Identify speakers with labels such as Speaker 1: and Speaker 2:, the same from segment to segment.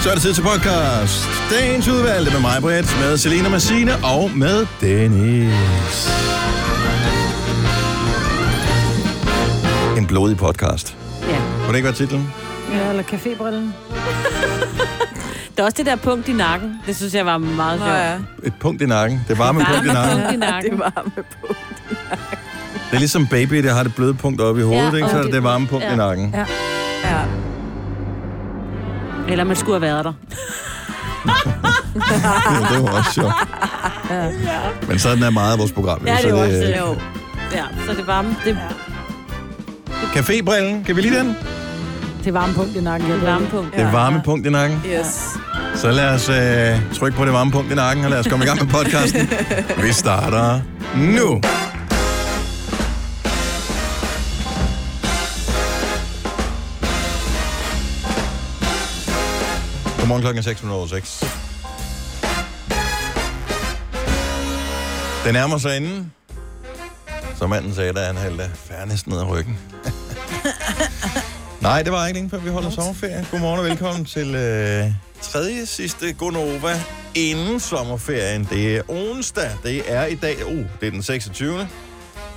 Speaker 1: Så er det tid til podcast. Dagens udvalgte med mig, Britt, med Selena Massine og med Dennis. En blodig podcast.
Speaker 2: Ja.
Speaker 1: Kunne det ikke være titlen?
Speaker 3: Ja, eller cafébrillen.
Speaker 2: Der er også det der punkt i nakken. Det synes jeg var meget sjovt. Ja.
Speaker 1: Et punkt i nakken. Det varme punkt i nakken.
Speaker 2: punkt i nakken. Det var med
Speaker 1: Det er ligesom baby, der har det bløde punkt oppe i hovedet, ja, ikke? Så er det det varme punkt ja. i nakken.
Speaker 2: Ja. ja. Eller man skulle have været der.
Speaker 1: det var også sjovt. Ja. Men sådan er meget af vores program. jo,
Speaker 2: Ja, det
Speaker 1: så
Speaker 2: er jo også det. Jo. Ja, så det varme. Det, ja.
Speaker 1: Cafébrillen, kan vi lide den?
Speaker 3: Det varme punkt i nakken. Det
Speaker 2: varme punkt.
Speaker 1: Det varme punkt i nakken.
Speaker 4: Yes.
Speaker 1: Så lad os øh, trykke på det varme punkt i nakken, og lad os komme i gang med podcasten. Vi starter nu. Godmorgen klokken er 6.06. Det nærmer sig inden. Som manden sagde, da han hældte færnest ned ad ryggen. Nej, det var ikke længe før vi holder sommerferie. Godmorgen og velkommen til øh, tredje sidste Gonova inden sommerferien. Det er onsdag. Det er i dag. Oh, det er den 26.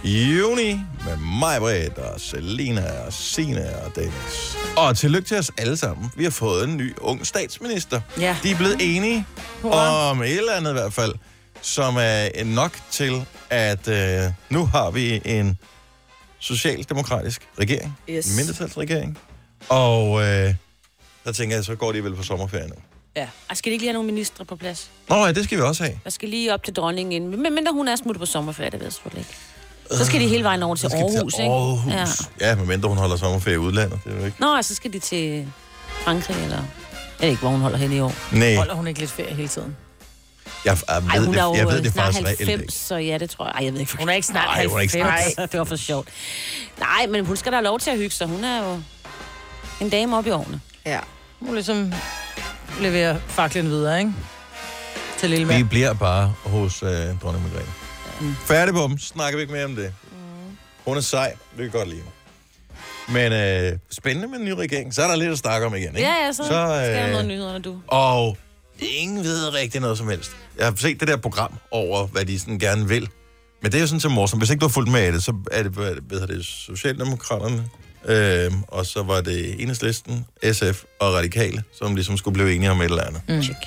Speaker 1: juni med mig, Britt og Selina og Sina og Dennis. Og tillykke til os alle sammen. Vi har fået en ny ung statsminister.
Speaker 2: Ja.
Speaker 1: De er blevet enige
Speaker 2: Hurra.
Speaker 1: om et eller andet i hvert fald, som er nok til, at øh, nu har vi en socialdemokratisk regering.
Speaker 4: Yes.
Speaker 1: En mindretalsregering. Og øh, der tænker jeg, så går de vel på sommerferie nu.
Speaker 2: Ja. Og skal de ikke lige have nogle ministre på plads?
Speaker 1: Nå ja, det skal vi også have.
Speaker 2: Der skal lige op til dronningen inden. Men mindre hun er smuttet på sommerferie, det ved jeg selvfølgelig ikke. Så skal de hele vejen over til
Speaker 1: Så skal vi til
Speaker 2: Aarhus, ikke?
Speaker 1: Aarhus.
Speaker 2: Ja.
Speaker 1: Ja, medmindre hun holder sommerferie i udlandet. Det er jo ikke.
Speaker 2: Nå, og så skal de til Frankrig, eller... Jeg ved ikke, hvor hun holder hen i år.
Speaker 1: Nej,
Speaker 4: Holder hun ikke lidt ferie hele tiden?
Speaker 1: jeg, jeg,
Speaker 2: Ej,
Speaker 1: ved,
Speaker 2: hun
Speaker 1: det,
Speaker 2: er jo
Speaker 1: jeg ved
Speaker 2: øh,
Speaker 1: det
Speaker 2: snart
Speaker 1: faktisk reelt
Speaker 2: 90,
Speaker 1: ikke.
Speaker 2: så ja, det tror jeg. Ej, jeg ved ikke.
Speaker 4: Hun er ikke snart
Speaker 1: Ej, hun er ikke snart.
Speaker 2: Nej, det var for sjovt. Nej, men hun skal da have lov til at hygge sig. Hun er jo en dame op i årene.
Speaker 4: Ja. Hun ligesom leverer faklen videre, ikke? Til lille
Speaker 1: Vi
Speaker 4: mand.
Speaker 1: bliver bare hos øh, dronning Margrethe.
Speaker 2: Mm.
Speaker 1: Færdig på dem. Snakker vi ikke mere om det. Hun er sej. Vi kan godt lide hende. Men øh, spændende med en ny regering. Så er der lidt at snakke om igen, ikke?
Speaker 2: Ja, ja, så, så øh... skal jeg noget nyhederne, du.
Speaker 1: Og ingen ved rigtig noget som helst. Jeg har set det der program over, hvad de sådan gerne vil. Men det er jo sådan så morsomt. Hvis ikke du har fulgt med af det, så er det, hvad hvad hedder det Socialdemokraterne, øh, og så var det Enhedslisten, SF og Radikale, som ligesom skulle blive enige om et eller andet.
Speaker 2: Mm. Check.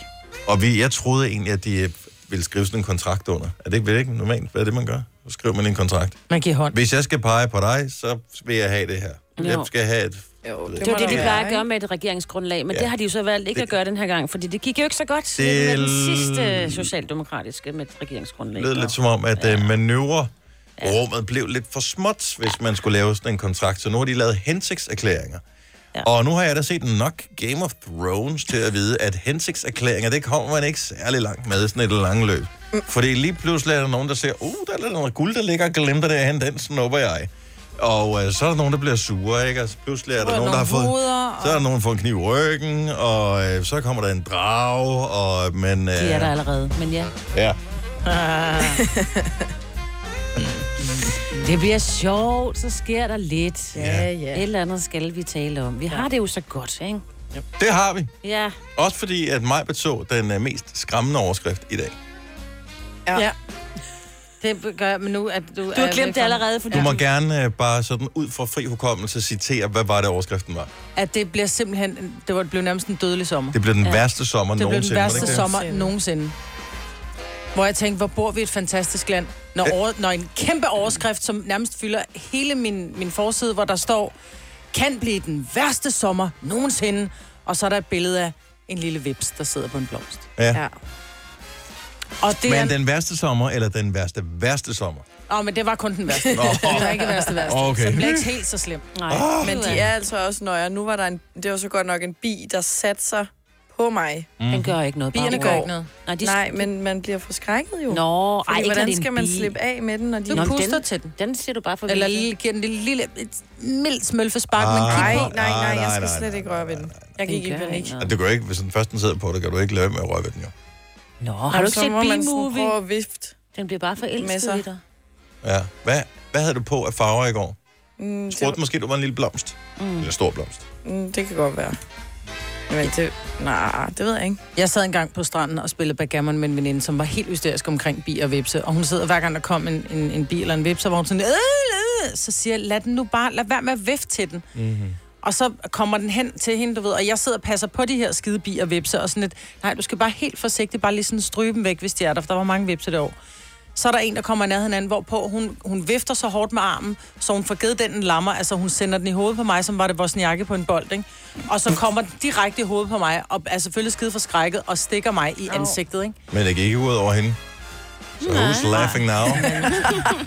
Speaker 1: Og vi, jeg troede egentlig, at de øh, ville skrive sådan en kontrakt under. Er det ikke, vel ikke normalt? Hvad er det, man gør? Så skriver man en kontrakt.
Speaker 4: Man giver hånd.
Speaker 1: Hvis jeg skal pege på dig, så vil jeg have det her.
Speaker 2: Jo.
Speaker 1: Jeg skal have et... Jo,
Speaker 4: det
Speaker 2: Det var det, de plejer at gøre med et regeringsgrundlag, men ja.
Speaker 1: Ja.
Speaker 2: det har de jo så valgt ikke
Speaker 1: Det-
Speaker 2: at gøre den her gang, fordi det gik jo ikke så godt
Speaker 1: Det-
Speaker 2: det... med den sidste socialdemokratiske med et regeringsgrundlag.
Speaker 1: lød lidt som om, at ja. manøvrerummet blev lidt for småt, hvis man skulle lave sådan en kontrakt. Så nu har de lavet hensigtserklæringer. Ja.
Speaker 2: Ja.
Speaker 1: Og nu har jeg da set nok Game of Thrones til at vide, at hensigtserklæringer, det kommer man ikke særlig langt med i sådan et langt løb. Mm. Fordi lige pludselig er der nogen, der siger, uh, der er da noget guld, der ligger og glemte derhen, den snupper jeg. Og øh, så er der nogen, der bliver sure, ikke? Og så pludselig er der
Speaker 4: er
Speaker 1: nogen, der har
Speaker 4: nogle
Speaker 1: fået...
Speaker 4: hoveder, og-
Speaker 1: Så er der nogen, der får en kniv i ryggen, og øh, så kommer der en drag, og... Men, øh,
Speaker 2: De er der allerede, men ja.
Speaker 1: Ja.
Speaker 2: Det bliver sjovt, så sker der lidt. Ja.
Speaker 1: Ja.
Speaker 2: Et eller andet skal vi tale om. Vi har det jo så godt, ikke?
Speaker 1: Det har vi.
Speaker 2: Ja.
Speaker 1: Også fordi, at Majbet så den øh, mest skræmmende overskrift i dag.
Speaker 4: Ja. ja. Det gør jeg, men nu at du...
Speaker 2: Du har glemt det allerede, fordi
Speaker 1: Du må gerne øh, bare sådan ud fra fri hukommelse citere, hvad var det, overskriften var.
Speaker 4: At det bliver simpelthen... en- Det var, blev nærmest en dødelig sommer.
Speaker 1: Det blev den ja. værste sommer
Speaker 4: Det blev
Speaker 1: nogensinde.
Speaker 4: den
Speaker 1: var
Speaker 4: værste
Speaker 1: ikke det?
Speaker 4: sommer nogensinde. Hvor jeg tænkte, hvor bor vi i et fantastisk land. Når, over, når en kæmpe overskrift, som nærmest fylder hele min, min forside, hvor der står, kan blive den værste sommer nogensinde. Og så er der et billede af en lille vips, der sidder på en blomst.
Speaker 1: Ja.
Speaker 4: Og det, er,
Speaker 1: Men
Speaker 4: den...
Speaker 1: den værste sommer, eller den værste, værste sommer?
Speaker 4: Åh, men det var kun den værste.
Speaker 1: Nå.
Speaker 4: Det var ikke værste værste.
Speaker 1: Okay.
Speaker 4: Så det blev ikke helt så slemt.
Speaker 2: Nej,
Speaker 5: Men de er altså også nøjer. Nu var der en, det var så godt nok en bi, der satte sig på mig.
Speaker 2: den gør ikke noget.
Speaker 4: Bierne
Speaker 2: bare
Speaker 4: gør
Speaker 2: ro.
Speaker 4: ikke noget.
Speaker 2: Nej, de
Speaker 5: Nej, men man bliver forskrækket jo.
Speaker 2: Nå,
Speaker 5: Fordi
Speaker 2: ej, ikke når
Speaker 5: hvordan
Speaker 2: det er en
Speaker 5: skal man
Speaker 2: bi.
Speaker 5: slippe af med den, når de...
Speaker 4: Du
Speaker 2: Nå, men
Speaker 4: puster
Speaker 2: den-
Speaker 4: til den.
Speaker 2: Den ser du bare for
Speaker 4: Eller
Speaker 2: vildt.
Speaker 4: lige, giver den et lille, et mildt smølfespark, men
Speaker 5: Nej,
Speaker 4: kig
Speaker 5: nej,
Speaker 4: på.
Speaker 1: Ah, Nej,
Speaker 5: nej,
Speaker 1: nej,
Speaker 5: jeg skal
Speaker 1: nej, nej,
Speaker 5: slet ikke røre ved den. Jeg
Speaker 2: Den
Speaker 5: gik i
Speaker 2: gør
Speaker 5: panik.
Speaker 2: ikke
Speaker 1: Og
Speaker 2: noget.
Speaker 1: det går ikke, hvis den først den sidder på det, kan du ikke lade være med at røre ved den jo.
Speaker 2: Nå, har du ikke
Speaker 5: Så
Speaker 2: set
Speaker 5: må man sådan prøve
Speaker 2: B-movie?
Speaker 5: at vifte.
Speaker 2: Den bliver bare
Speaker 5: med
Speaker 2: forelsket
Speaker 5: sig.
Speaker 2: i dig.
Speaker 1: Ja. Hvad, hvad havde du på af farver i går?
Speaker 5: Mm,
Speaker 1: Troede
Speaker 5: det,
Speaker 1: måske, du var en lille blomst? Mm. Eller stor blomst?
Speaker 5: mm, det kan godt være. Men det, nej, det ved jeg ikke.
Speaker 4: Jeg sad engang på stranden og spillede backgammon med en veninde, som var helt hysterisk omkring bi og vipse. Og hun sidder, hver gang der kom en, en, en bi eller en vipse, så var hun sådan... "Øh, øh," Så siger jeg, lad den nu bare... Lad være med at vifte til den.
Speaker 1: Mm-hmm.
Speaker 4: Og så kommer den hen til hende, du ved, og jeg sidder og passer på de her skide bi og vipse, og sådan lidt, nej, du skal bare helt forsigtigt, bare lige sådan stryge dem væk, hvis de er der, for der var mange vipse derovre. Så er der en, der kommer i nærheden af hende, hvorpå hun, hun vifter så hårdt med armen, så hun får givet den en lammer, altså hun sender den i hovedet på mig, som var det vores jakke på en bold, ikke? Og så kommer den direkte i hovedet på mig, og er selvfølgelig skide forskrækket, og stikker mig i ansigtet, ikke?
Speaker 1: Men det gik ikke ud over hende. Så who's laughing now?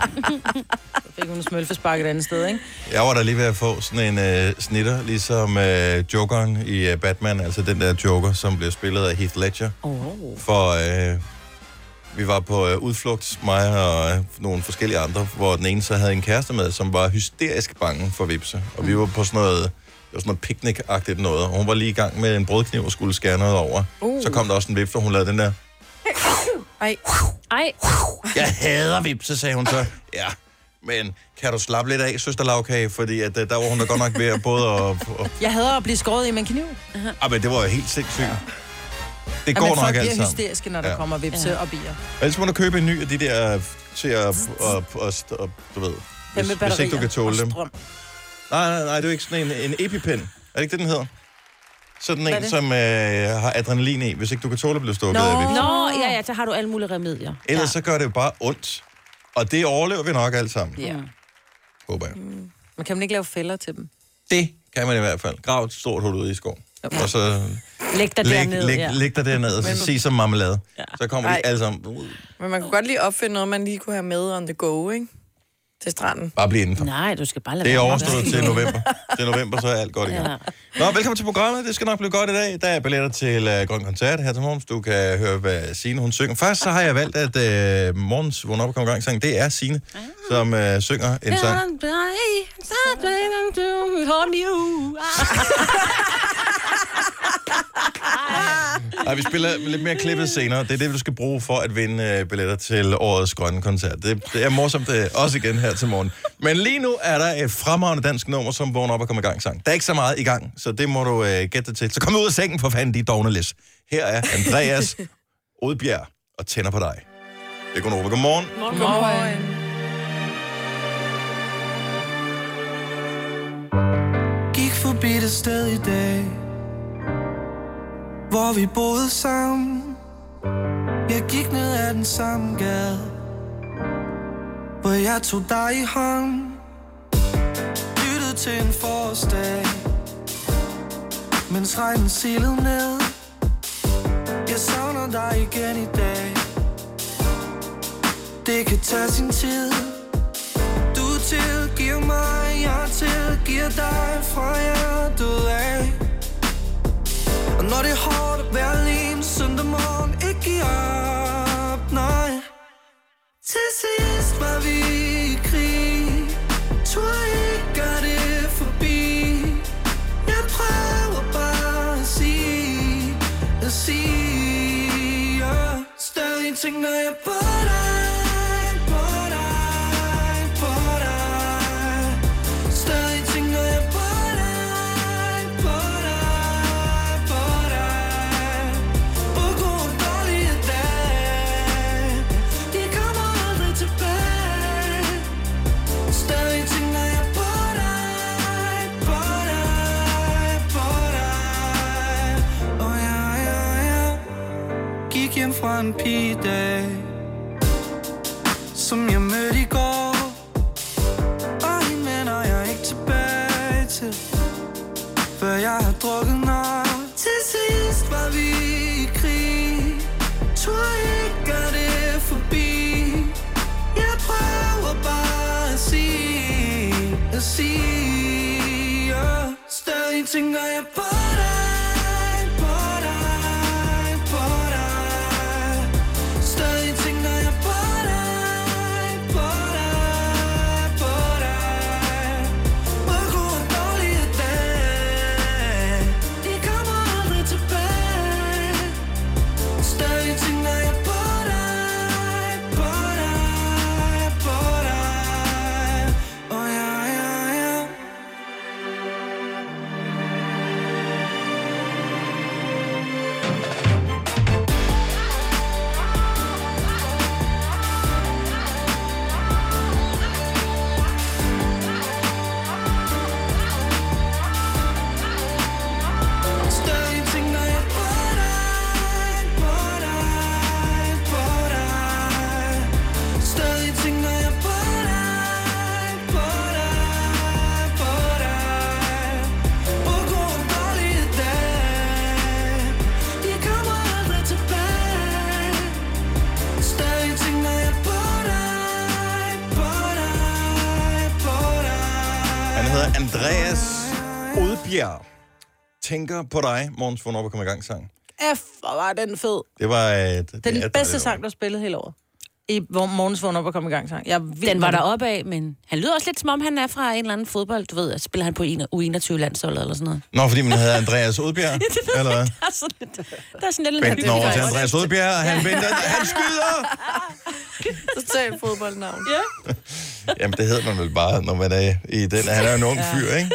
Speaker 4: Så fik hun en smølfespark et andet sted, ikke?
Speaker 1: Jeg var da lige ved at få sådan en øh, snitter, ligesom øh, Jokeren i øh, Batman, altså den der Joker, som blev spillet af Heath Ledger.
Speaker 2: Oh.
Speaker 1: For øh, vi var på øh, udflugt, mig og øh, nogle forskellige andre, hvor den ene så havde en kæreste med, som var hysterisk bange for vipse. Og vi var på sådan noget, det var sådan noget picnic-agtigt noget. Og hun var lige i gang med en brødkniv og skulle skære noget over. Uh. Så kom der også en vipse, og hun lavede den der,
Speaker 5: Ej,
Speaker 2: Ej,
Speaker 1: jeg hader vipse, sagde hun så. Ja, men kan du slappe lidt af, søster Lavkage, fordi at, øh, der var hun da godt nok ved at både og, og
Speaker 4: Jeg hader at blive skåret i med en kniv.
Speaker 1: Ah, men det var jo helt sindssygt. Det går
Speaker 4: Jamen,
Speaker 1: nok
Speaker 4: folk
Speaker 1: alt
Speaker 4: bliver
Speaker 1: sammen.
Speaker 4: hysteriske, når der
Speaker 1: Ja.
Speaker 4: kommer vipse og bier.
Speaker 1: Ellers må du købe en ny af de der øh, til at... Og, og, og, du ved,
Speaker 4: Dem
Speaker 1: hvis,
Speaker 4: med
Speaker 1: hvis ikke
Speaker 4: batterier
Speaker 1: du kan tåle
Speaker 4: og
Speaker 1: dem.
Speaker 4: strøm.
Speaker 1: Nej, nej, nej, det er jo ikke sådan en, en EpiPen. Er det ikke det, den hedder? Sådan
Speaker 4: er
Speaker 1: en,
Speaker 4: det?
Speaker 1: som øh, har adrenalin i, hvis ikke du kan tåle at blive stukket
Speaker 4: Nå.
Speaker 1: af vipse.
Speaker 2: nå, ja, ja, så har du alle mulige remedier.
Speaker 1: Ellers så gør det jo bare ondt. Og det overlever vi nok alt sammen,
Speaker 4: Ja.
Speaker 1: håber jeg.
Speaker 4: Men kan man ikke lave fælder til dem?
Speaker 1: Det kan man i hvert fald. Grav et stort hul ud i skoven.
Speaker 4: Okay.
Speaker 1: Og så
Speaker 2: Læg dig
Speaker 1: læg,
Speaker 2: dernede,
Speaker 1: læg,
Speaker 2: ja.
Speaker 1: læg dig derned, og så sig som marmelade. Så kommer
Speaker 5: Ej.
Speaker 1: de alle sammen.
Speaker 5: men man kunne godt lige opfinde noget, man lige kunne have med on the go, ikke? Til stranden.
Speaker 1: Bare bliv indenfor.
Speaker 2: Nej, du skal bare lade
Speaker 1: Det er
Speaker 2: være.
Speaker 1: overstået til november. Til november, så er alt godt igen.
Speaker 2: Ja.
Speaker 1: Nå, velkommen til programmet. Det skal nok blive godt i dag. Der er billetter til øh, Grøn Koncert her til morgen. Du kan høre, hvad Signe hun synger. Først så har jeg valgt, at øh, morgens vågn op og kom i gang sang, det er Signe, som øh, synger en sang. Ej, vi spiller lidt mere klippet senere. Det er det, du skal bruge for at vinde øh, billetter til årets Grønne Koncert. Det, det er morsomt øh, også igen her til morgen. Men lige nu er der et fremragende dansk nummer, som vågner op og kommer i gang sang. Der er ikke så meget i gang, så det må du øh, gætte til. Så kom ud af sengen for fanden, de dogne lidt. Her er Andreas Odbjerg og tænder på dig. Det er Gunnova. Godmorgen.
Speaker 5: Godmorgen.
Speaker 6: Gik forbi det sted i dag Hvor vi boede sammen Jeg gik ned ad den samme gade Hvor jeg tog dig i hånd Lyttede til en forårsdag Mens regnen silede ned Jeg savner dig igen i dag Det kan tage sin tid du tilgiver mig, jeg tilgiver dig fra jeg er død af Og når det er hårdt at være alene søndag morgen, ikke give op, nej Til sidst var vi i krig, tror ikke at det er forbi Jeg prøver bare at sige, at sige yeah. Stadig tænker jeg på dig, på dig, på dig Stadig tænker jeg på dig, på dig, på dig På gode og dårlige dage De kommer aldrig tilbage Stadig tænker jeg på dig, på dig, på dig Oh ja, ja, ja Gik hjem fra en pige i dag Som jeg mødte i går Og hende vender jeg ikke tilbage til Før jeg har drukket nok Til sidst var vi i krig Tror ikke at det er forbi Jeg prøver bare at sige At sige oh. Stadig tænker jeg på dig På dig, på dig Stadig tænker jeg på dig, på dig
Speaker 1: Booyah! Tænker på dig, Måns, hvornår vi kommer i gang sang.
Speaker 4: F, hvor var den fed.
Speaker 1: Det var... Øh, det, det
Speaker 4: Det er den
Speaker 1: er
Speaker 4: bedste
Speaker 1: dejligt.
Speaker 4: sang, der er spillet hele året. I hvor morgens vågn op og kom i gang sang. Jeg er vild
Speaker 2: Den var
Speaker 4: med
Speaker 2: der op af, men han lyder også lidt som om, han er fra en eller anden fodbold. Du ved, at spiller han på en- U21-landsholdet eller sådan noget.
Speaker 1: Nå, fordi man havde Andreas Odbjerg, eller
Speaker 2: Der
Speaker 1: hvad?
Speaker 2: er sådan lidt, der er sådan lidt...
Speaker 1: Bent den over til
Speaker 2: Ja.
Speaker 1: Andreas Odbjerg, og han venter, han skyder!
Speaker 5: Totalt fodboldnavn.
Speaker 1: Jamen, det hedder man vel bare, når man er i den. Han er jo en ung fyr, ikke?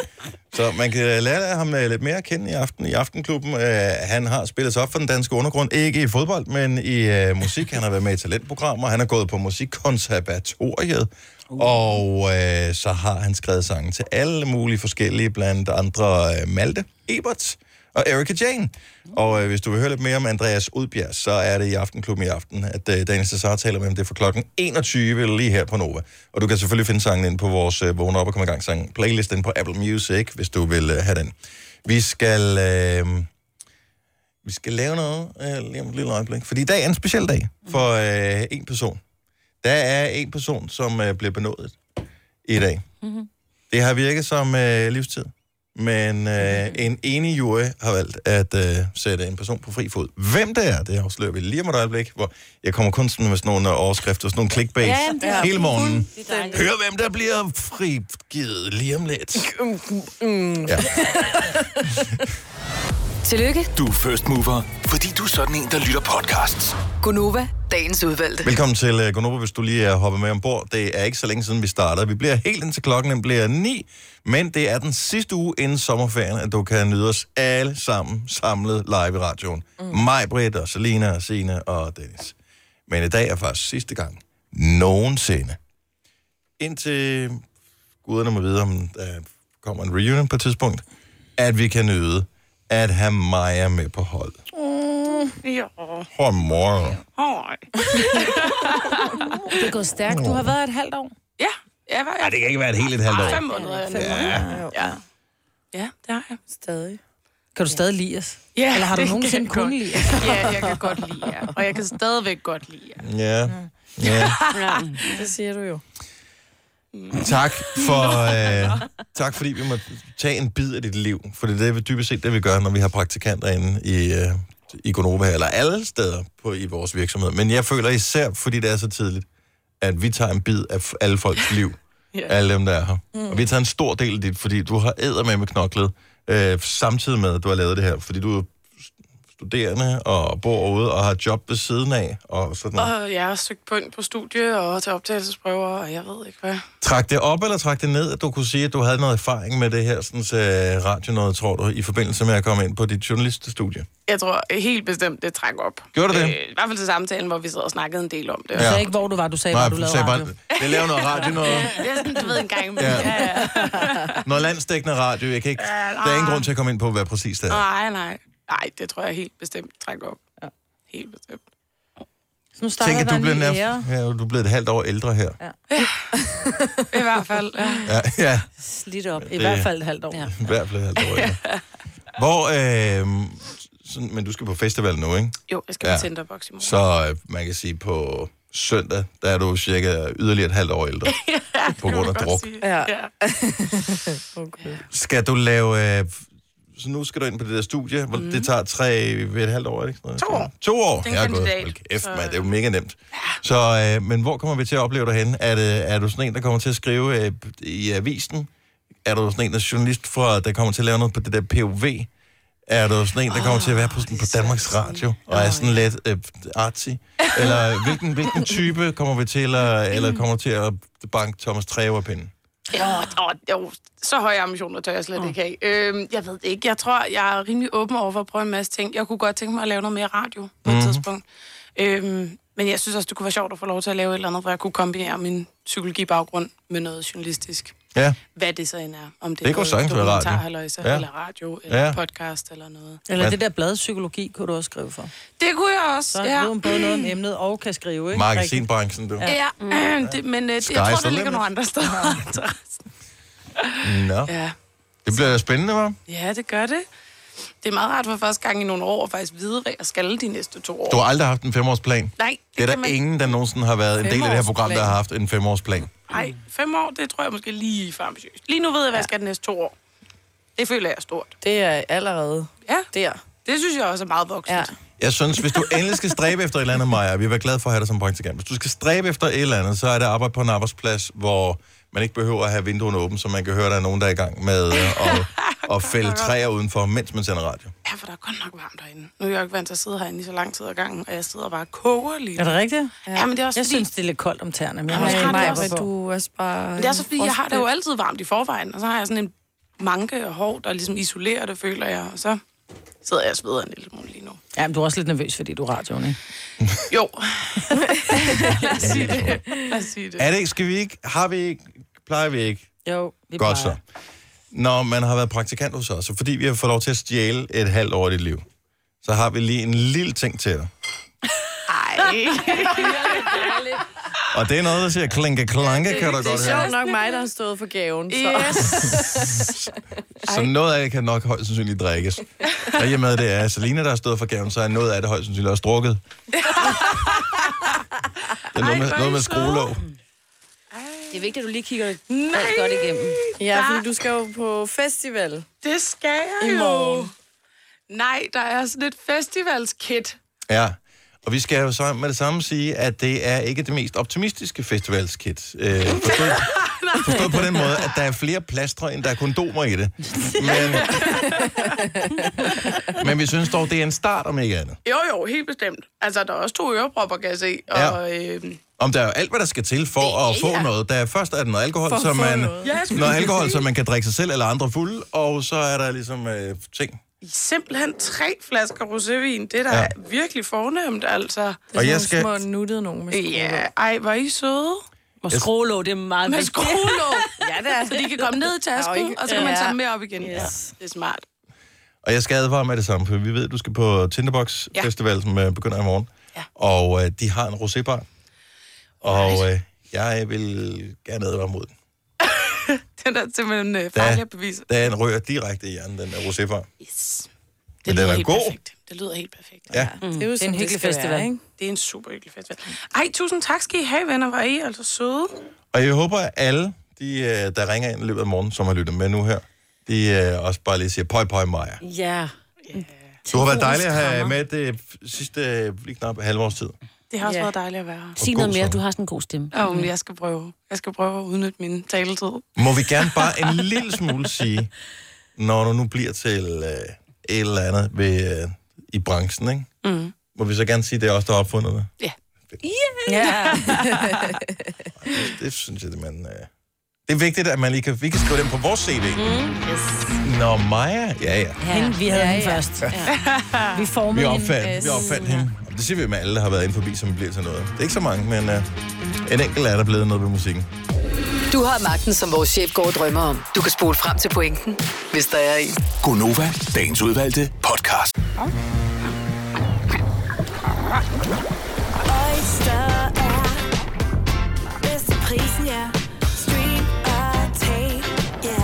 Speaker 1: Så man kan lære ham øh, lidt mere at kende i aften i Aftenklubben. Øh, Han har spillet sig op for den danske undergrund. Ikke i fodbold, men i øh, musik. Han har været med i talentprogrammer. Han har gået på musikkonservatoriet.
Speaker 2: Uh.
Speaker 1: Og øh, så har han skrevet sange til alle mulige forskellige, blandt andre øh, Malte Ebert og Erika Jane. Og øh, hvis du vil høre lidt mere om Andreas Udbjerg, så er det i Aftenklubben i aften, at øh, Daniel Cesar taler med ham. Det er fra klokken 21 lige her på Nova. Og du kan selvfølgelig finde sangen ind på vores øh, Vågne op og komme i gang sang playlist inde på Apple Music, hvis du vil øh, have den. Vi skal... Øh, vi skal lave noget øh, lige om et lille øjeblik. Fordi i dag er en speciel dag for øh, en person. Der er en person, som øh, bliver benådet i dag. Mm-hmm.
Speaker 2: Mhm.
Speaker 1: Det har virket som øh, livstid. Men
Speaker 2: Mhm.
Speaker 1: øh, en enig jury har valgt at øh, sætte en person på fri fod. Hvem det er, det afslører vi lige om et øjeblik. Hvor jeg kommer kun sådan med sådan nogle øh, overskrifter, sådan nogle clickbait
Speaker 2: Ja,
Speaker 1: ja,
Speaker 2: jamen, det er
Speaker 1: hele morgenen.
Speaker 2: Det er dejligt.
Speaker 1: Hør, hvem der bliver frigivet lige om lidt.
Speaker 5: Mm,
Speaker 7: Tillykke,
Speaker 8: Du er first mover, fordi du er sådan en, der lytter podcasts.
Speaker 7: Gunova, dagens udvalgte.
Speaker 1: Velkommen til uh, Gonova, hvis du lige er hoppet med ombord. Det er ikke så længe siden, vi startede. Vi bliver helt indtil klokken den bliver 9, men det er den sidste uge inden sommerferien, at du kan nyde os alle sammen samlet live i radioen. Mm. Mig, Britt og Selina og Sine og Dennis. Men i dag er faktisk sidste gang nogensinde. Indtil guderne må vide, om der kommer en reunion på et tidspunkt, at vi kan nyde at have Maja med på hold. Mm, ja. Godmorgen.
Speaker 4: Det er gået stærkt. Du har været et halvt år.
Speaker 9: Ja, jeg var
Speaker 1: Ej, det kan ikke være et helt et halvt år.
Speaker 9: fem måneder. Ja, ja. ja det har jeg.
Speaker 5: Stadig.
Speaker 4: Kan du stadig lide os?
Speaker 9: Ja,
Speaker 4: Eller har du
Speaker 9: det
Speaker 4: nogensinde
Speaker 9: kan jeg
Speaker 4: kun
Speaker 9: godt.
Speaker 4: lide
Speaker 9: Ja, jeg kan godt lide jer. Og jeg kan stadigvæk godt lide jer.
Speaker 1: Ja. ja.
Speaker 5: Det siger du jo.
Speaker 1: Tak, for, øh, tak fordi vi må tage en bid af dit liv. For det er det, vi dybest set det, vi gør, når vi har praktikanter inde i, øh, i Gonova her, eller alle steder på, i vores virksomhed. Men jeg føler især, fordi det er så tidligt, at vi tager en bid af f- alle folks liv.
Speaker 9: Ja.
Speaker 1: Alle dem, der er her. Og vi tager en stor del af dit, fordi du har æder med med knoklet, øh, samtidig med, at du har lavet det her. Fordi du er studerende og bor ude og har job ved siden af. Og sådan noget.
Speaker 9: Og jeg har søgt på ind på studie og til optagelsesprøver, og jeg ved ikke hvad.
Speaker 1: Trak det op eller trak det ned, at du kunne sige, at du havde noget erfaring med det her sådan, så øh, radio noget, tror du, i forbindelse med at komme ind på dit journaliststudie?
Speaker 9: Jeg tror helt bestemt, det trækker op.
Speaker 1: Gjorde det det?
Speaker 9: Øh, I hvert fald til samtalen, hvor vi sad og snakkede en del om det.
Speaker 4: Du
Speaker 1: Ja.
Speaker 4: sagde ikke, hvor du var. Du sagde, hvor du lavede
Speaker 1: sagde
Speaker 4: radio.
Speaker 1: jeg laver noget radio, noget,
Speaker 9: Det er sådan, du ved en gang imellem.
Speaker 1: Ja.
Speaker 9: Ja. Ja, ja.
Speaker 1: noget landstækkende radio. Jeg kan ikke, der er ingen grund til at komme ind på, hvad præcis det er.
Speaker 9: Nej, nej. Nej, det tror jeg helt bestemt trækker op. Ja. Helt bestemt.
Speaker 4: Så nu starter
Speaker 1: Tænk, at
Speaker 4: der
Speaker 1: du
Speaker 4: en
Speaker 1: blev,
Speaker 4: ny
Speaker 1: nær...
Speaker 4: ære.
Speaker 1: ja, du blev et halvt år ældre her.
Speaker 9: I hvert fald. Ja.
Speaker 1: Ja, ja
Speaker 2: Slidt op.
Speaker 4: I hvert fald et halvt år. Ja.
Speaker 1: i hvert fald et halvt år ældre. Hvor, øh, sådan, men du skal på festival nu, ikke?
Speaker 9: Jo, jeg skal
Speaker 1: Ja.
Speaker 9: ja. på Tinderbox i morgen.
Speaker 1: Så øh, man kan sige, på søndag, der er du cirka yderligere et halvt år ældre. på grund af druk.
Speaker 9: Ja.
Speaker 5: Ja.
Speaker 9: ja.
Speaker 5: Okay.
Speaker 1: Skal du lave... Øh, så nu skal du ind på det der studie, hvor mm. det tager tre ved et halvt år, er det ikke? sådan noget?
Speaker 9: To år.
Speaker 1: To år?
Speaker 9: Den
Speaker 1: Ja, godt.
Speaker 9: kandidat.
Speaker 1: Hold kæft,
Speaker 9: Så-
Speaker 1: mand, det er jo mega nemt. Så, øh, men hvor kommer vi til at opleve dig henne? Er, det, er du sådan en, der kommer til at skrive øh, i avisen? Er du sådan en, der er journalist, fra, der kommer til at lave noget på det der POV? Er du sådan en, der kommer til at være på, sådan, på Danmarks Radio, og er sådan lidt øh, artsy? Eller hvilken, hvilken type kommer vi til, eller, eller kommer du til at banke Thomas Treverpinden?
Speaker 9: Ja, og, jo, så høje ambitioner tør jeg slet ikke have. Øhm, jeg ved det ikke. Jeg tror, jeg er rimelig åben over for at prøve en masse ting. Jeg kunne godt tænke mig at lave noget mere radio på et
Speaker 1: Mhm.
Speaker 9: tidspunkt. Øhm, men jeg synes også, det kunne være sjovt at få lov til at lave et eller andet, hvor jeg kunne kombinere min psykologibaggrund med noget journalistisk.
Speaker 1: Ja.
Speaker 9: Hvad det så end er. Om det,
Speaker 1: Det kunne sagtens være radio.
Speaker 9: Ja.
Speaker 1: Ja.
Speaker 9: eller radio, eller
Speaker 1: Ja.
Speaker 9: ja. podcast, eller noget.
Speaker 4: Eller
Speaker 1: Hvad?
Speaker 4: det der bladpsykologi kunne du også skrive for.
Speaker 9: Det kunne jeg også,
Speaker 4: Så ja.
Speaker 9: ja. Mm.
Speaker 4: ved hun både noget om emnet og kan skrive, ikke?
Speaker 1: Magasinbranchen, du.
Speaker 9: Ja, ja. det, men øh, det, jeg
Speaker 1: Sky's
Speaker 9: tror,
Speaker 1: the
Speaker 9: det ligger
Speaker 1: limit.
Speaker 9: nogle andre steder.
Speaker 1: Nå.
Speaker 9: ja.
Speaker 1: Det bliver spændende, hva'?
Speaker 9: Ja, det gør det. Det er meget rart for første gang i nogle år at faktisk vide, hvad jeg skal de næste to år.
Speaker 1: Du har aldrig haft en femårsplan. Det,
Speaker 9: Nej, det,
Speaker 1: det er der
Speaker 9: kan man...
Speaker 1: ingen, der nogensinde har været en del af det her program, der har
Speaker 4: Femårsplan.
Speaker 1: haft en femårsplan.
Speaker 9: Nej, fem år, det tror jeg måske lige for ambitiøst. Lige nu ved jeg, hvad jeg skal de næste to år. Det føler jeg er stort.
Speaker 5: Det er allerede
Speaker 9: Ja,
Speaker 5: der.
Speaker 9: det synes jeg også er meget voksent.
Speaker 5: Ja.
Speaker 9: Ja.
Speaker 1: Jeg synes, hvis du endelig skal stræbe efter et eller andet, Maja, vi har været glade for at have dig som praktikant. Hvis du skal stræbe efter et eller andet, så er det arbejde på en arbejdsplads, hvor man ikke behøver at have vinduerne åbne, så man kan høre, at der er nogen, der er i gang med øh, at, at fælde træer udenfor, mens man sender radio.
Speaker 9: ja, for der er godt nok varmt derinde. Nu er jeg jo ikke vant til at sidde herinde i så lang tid ad gangen, og jeg sidder bare og koger lige.
Speaker 4: Er
Speaker 9: nu.
Speaker 4: det rigtigt?
Speaker 9: Ja, men det er også
Speaker 4: Jeg
Speaker 9: fordi,
Speaker 4: synes, det er lidt koldt om tæerne. Men jeg
Speaker 9: Ja,
Speaker 4: har ikke
Speaker 9: men har det
Speaker 4: meget
Speaker 9: også-
Speaker 4: på.
Speaker 5: Men du er også bare...
Speaker 9: det er også fordi, jeg har det jo altid varmt i forvejen, og så har jeg sådan en manke og hår, der ligesom isolerer det, føler jeg, og så sidder jeg og sveder en lille smule lige nu.
Speaker 4: Ja, men du er også lidt nervøs, fordi du er radioen, ikke?
Speaker 9: Jo. Lad os sige det. Lad os sige det.
Speaker 1: Er det ikke? Skal vi ikke? Har vi ikke? Plejer vi ikke?
Speaker 4: Jo, vi
Speaker 1: Godt så. Når man har været praktikant hos os, og fordi vi har fået lov til at stjæle et halvt år af dit liv, så har vi lige en lille ting til dig. Ej. og det er noget, der siger klinke klanke, kan du
Speaker 5: Øh, Det
Speaker 1: godt
Speaker 5: er
Speaker 1: høre.
Speaker 5: sjovt nok mig, der har stået for gaven. Så.
Speaker 1: Så noget af det kan nok højst sandsynligt drikkes. Og i og med, at det er Selina, der har stået for gaven, så er noget af det højst sandsynligt også drukket. Det er noget med, noget med skruelåg.
Speaker 2: Det er vigtigt, at du lige kigger alt godt igennem.
Speaker 5: Ja, fordi du skal jo på festival.
Speaker 9: Det skal jeg jo. Nej, der er sådan et festivalskit.
Speaker 1: Ja, og vi skal jo så med det samme sige, at det er ikke det mest optimistiske festivalskit. Øh, forstået, forstået på den måde, at der er flere plastre, end der er kondomer i det. Men, men vi synes dog, det er en start, om ikke andet.
Speaker 9: Jo, jo, helt bestemt. Altså, der er også to ørepropper, kan jeg se. Og,
Speaker 1: Ja.
Speaker 9: ja. øhm,
Speaker 1: Om der er jo alt, hvad der skal til for at få noget. Der er først er der noget alkohol, så man, noget alkohol, så man kan drikke sig selv eller andre fuld, og så er der ligesom øh, ting.
Speaker 9: simpelthen tre flasker rosévin. Det er da
Speaker 1: Ja.
Speaker 9: ja. virkelig fornemt, altså.
Speaker 1: Og jeg
Speaker 5: Nogle
Speaker 1: skal,
Speaker 5: små nuttede nogen med
Speaker 9: Ja, ej, hvor er I søde.
Speaker 2: Og skruelåg, det er meget
Speaker 9: Med
Speaker 2: vigtigt.
Speaker 9: skruelåg. ja, det er. Så de kan komme ned i tasken, og så kan man tage dem med op igen. Yes. Det er smart.
Speaker 1: Og jeg skal advare med det samme, for vi ved, at du skal på Tinderbox ja.
Speaker 9: Ja.
Speaker 1: Festival, som øh, begynder i morgen.
Speaker 9: Ja.
Speaker 1: Og øh, de har en rosébar. Og øh, jeg vil gerne advare mod den.
Speaker 9: Den er simpelthen øh, farlig at bevise.
Speaker 1: Der er en rører direkte i hjernen, den der rosébar.
Speaker 9: Yes.
Speaker 1: Men den er
Speaker 9: lyder
Speaker 1: da
Speaker 9: helt
Speaker 1: god.
Speaker 9: perfekt. Det lyder helt perfekt.
Speaker 1: Ja.
Speaker 5: Mm. Det er jo
Speaker 4: Det er en hyggelig festival, ikke?
Speaker 9: Det er en super hyggelig festival. Ej, tusind tak skal I have, venner. Var I altså søde?
Speaker 1: Og jeg håber, at alle, de, øh, der ringer ind i løbet af morgen, som har lyttet med nu her, de øh, også bare lige siger, pøj, pøj, Maja.
Speaker 2: Ja.
Speaker 1: Du har været dejlig at have med det sidste øh, lige knap halve års tid.
Speaker 9: Det har også
Speaker 5: Ja.
Speaker 9: yeah. været dejligt at være her.
Speaker 2: Sig
Speaker 1: god
Speaker 2: noget mere,
Speaker 1: sang.
Speaker 2: du har sådan en god stemme.
Speaker 9: Oh, men jeg skal prøve. Jeg skal prøve at udnytte min taletid.
Speaker 1: Må vi gerne bare en lille smule sige, når du nu bliver til øh, et eller andet ved, øh, i branchen, ikke? Mm. må vi så gerne sige, at det er os, der har opfundet det?
Speaker 9: Ja.
Speaker 4: Ja.
Speaker 1: Det synes jeg, at man... Øh, det er vigtigt, at man lige kan, vi kan skrive dem på vores CV. Mm. Yes. Nå, Maja, ja, ja. øh,
Speaker 4: Hende, vi havde ja, ja. den først. Ja. Vi
Speaker 1: Vi
Speaker 4: formede hende.
Speaker 1: opfandt, vi opfandt hende. Og Det siger vi med alle, der har været inde forbi, som bliver til noget. Det er ikke så mange, men øh, en enkelt er der blevet noget ved musikken.
Speaker 7: Du har magten, som vores chef går og drømmer om. Du kan spole frem til pointen, hvis der er en.
Speaker 8: Gonova, dagens udvalgte podcast.
Speaker 6: Oyster er bedst til prisen, ja. Stream og tag, ja.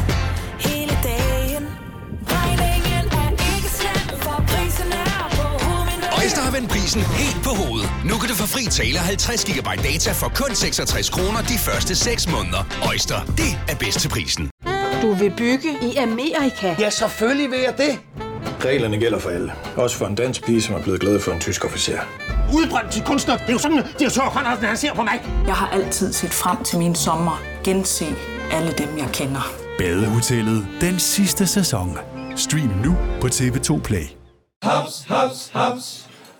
Speaker 6: Hele dagen. Regningen er ikke slem, for prisen er på hovedet.
Speaker 8: Øjster har vendt prisen helt på hovedet. Nu kan du få fri tale 50 GB data for kun 66 kroner de første 6 måneder. Øjster, det er bedst til prisen.
Speaker 10: Du vil bygge i Amerika?
Speaker 8: Ja, selvfølgelig vil jeg det.
Speaker 11: Reglerne gælder for alle. Også for en dansk pige, som er blevet glad for en tysk officer.
Speaker 12: Udbrændt til kunstner. Det er jo sådan, at de har tørt hånden, han ser på mig. Jeg har altid set frem til min sommer. Gense alle dem, jeg kender.
Speaker 13: Badehotellet den sidste sæson. Stream nu på TV2 Play.
Speaker 14: Haps, haps, haps.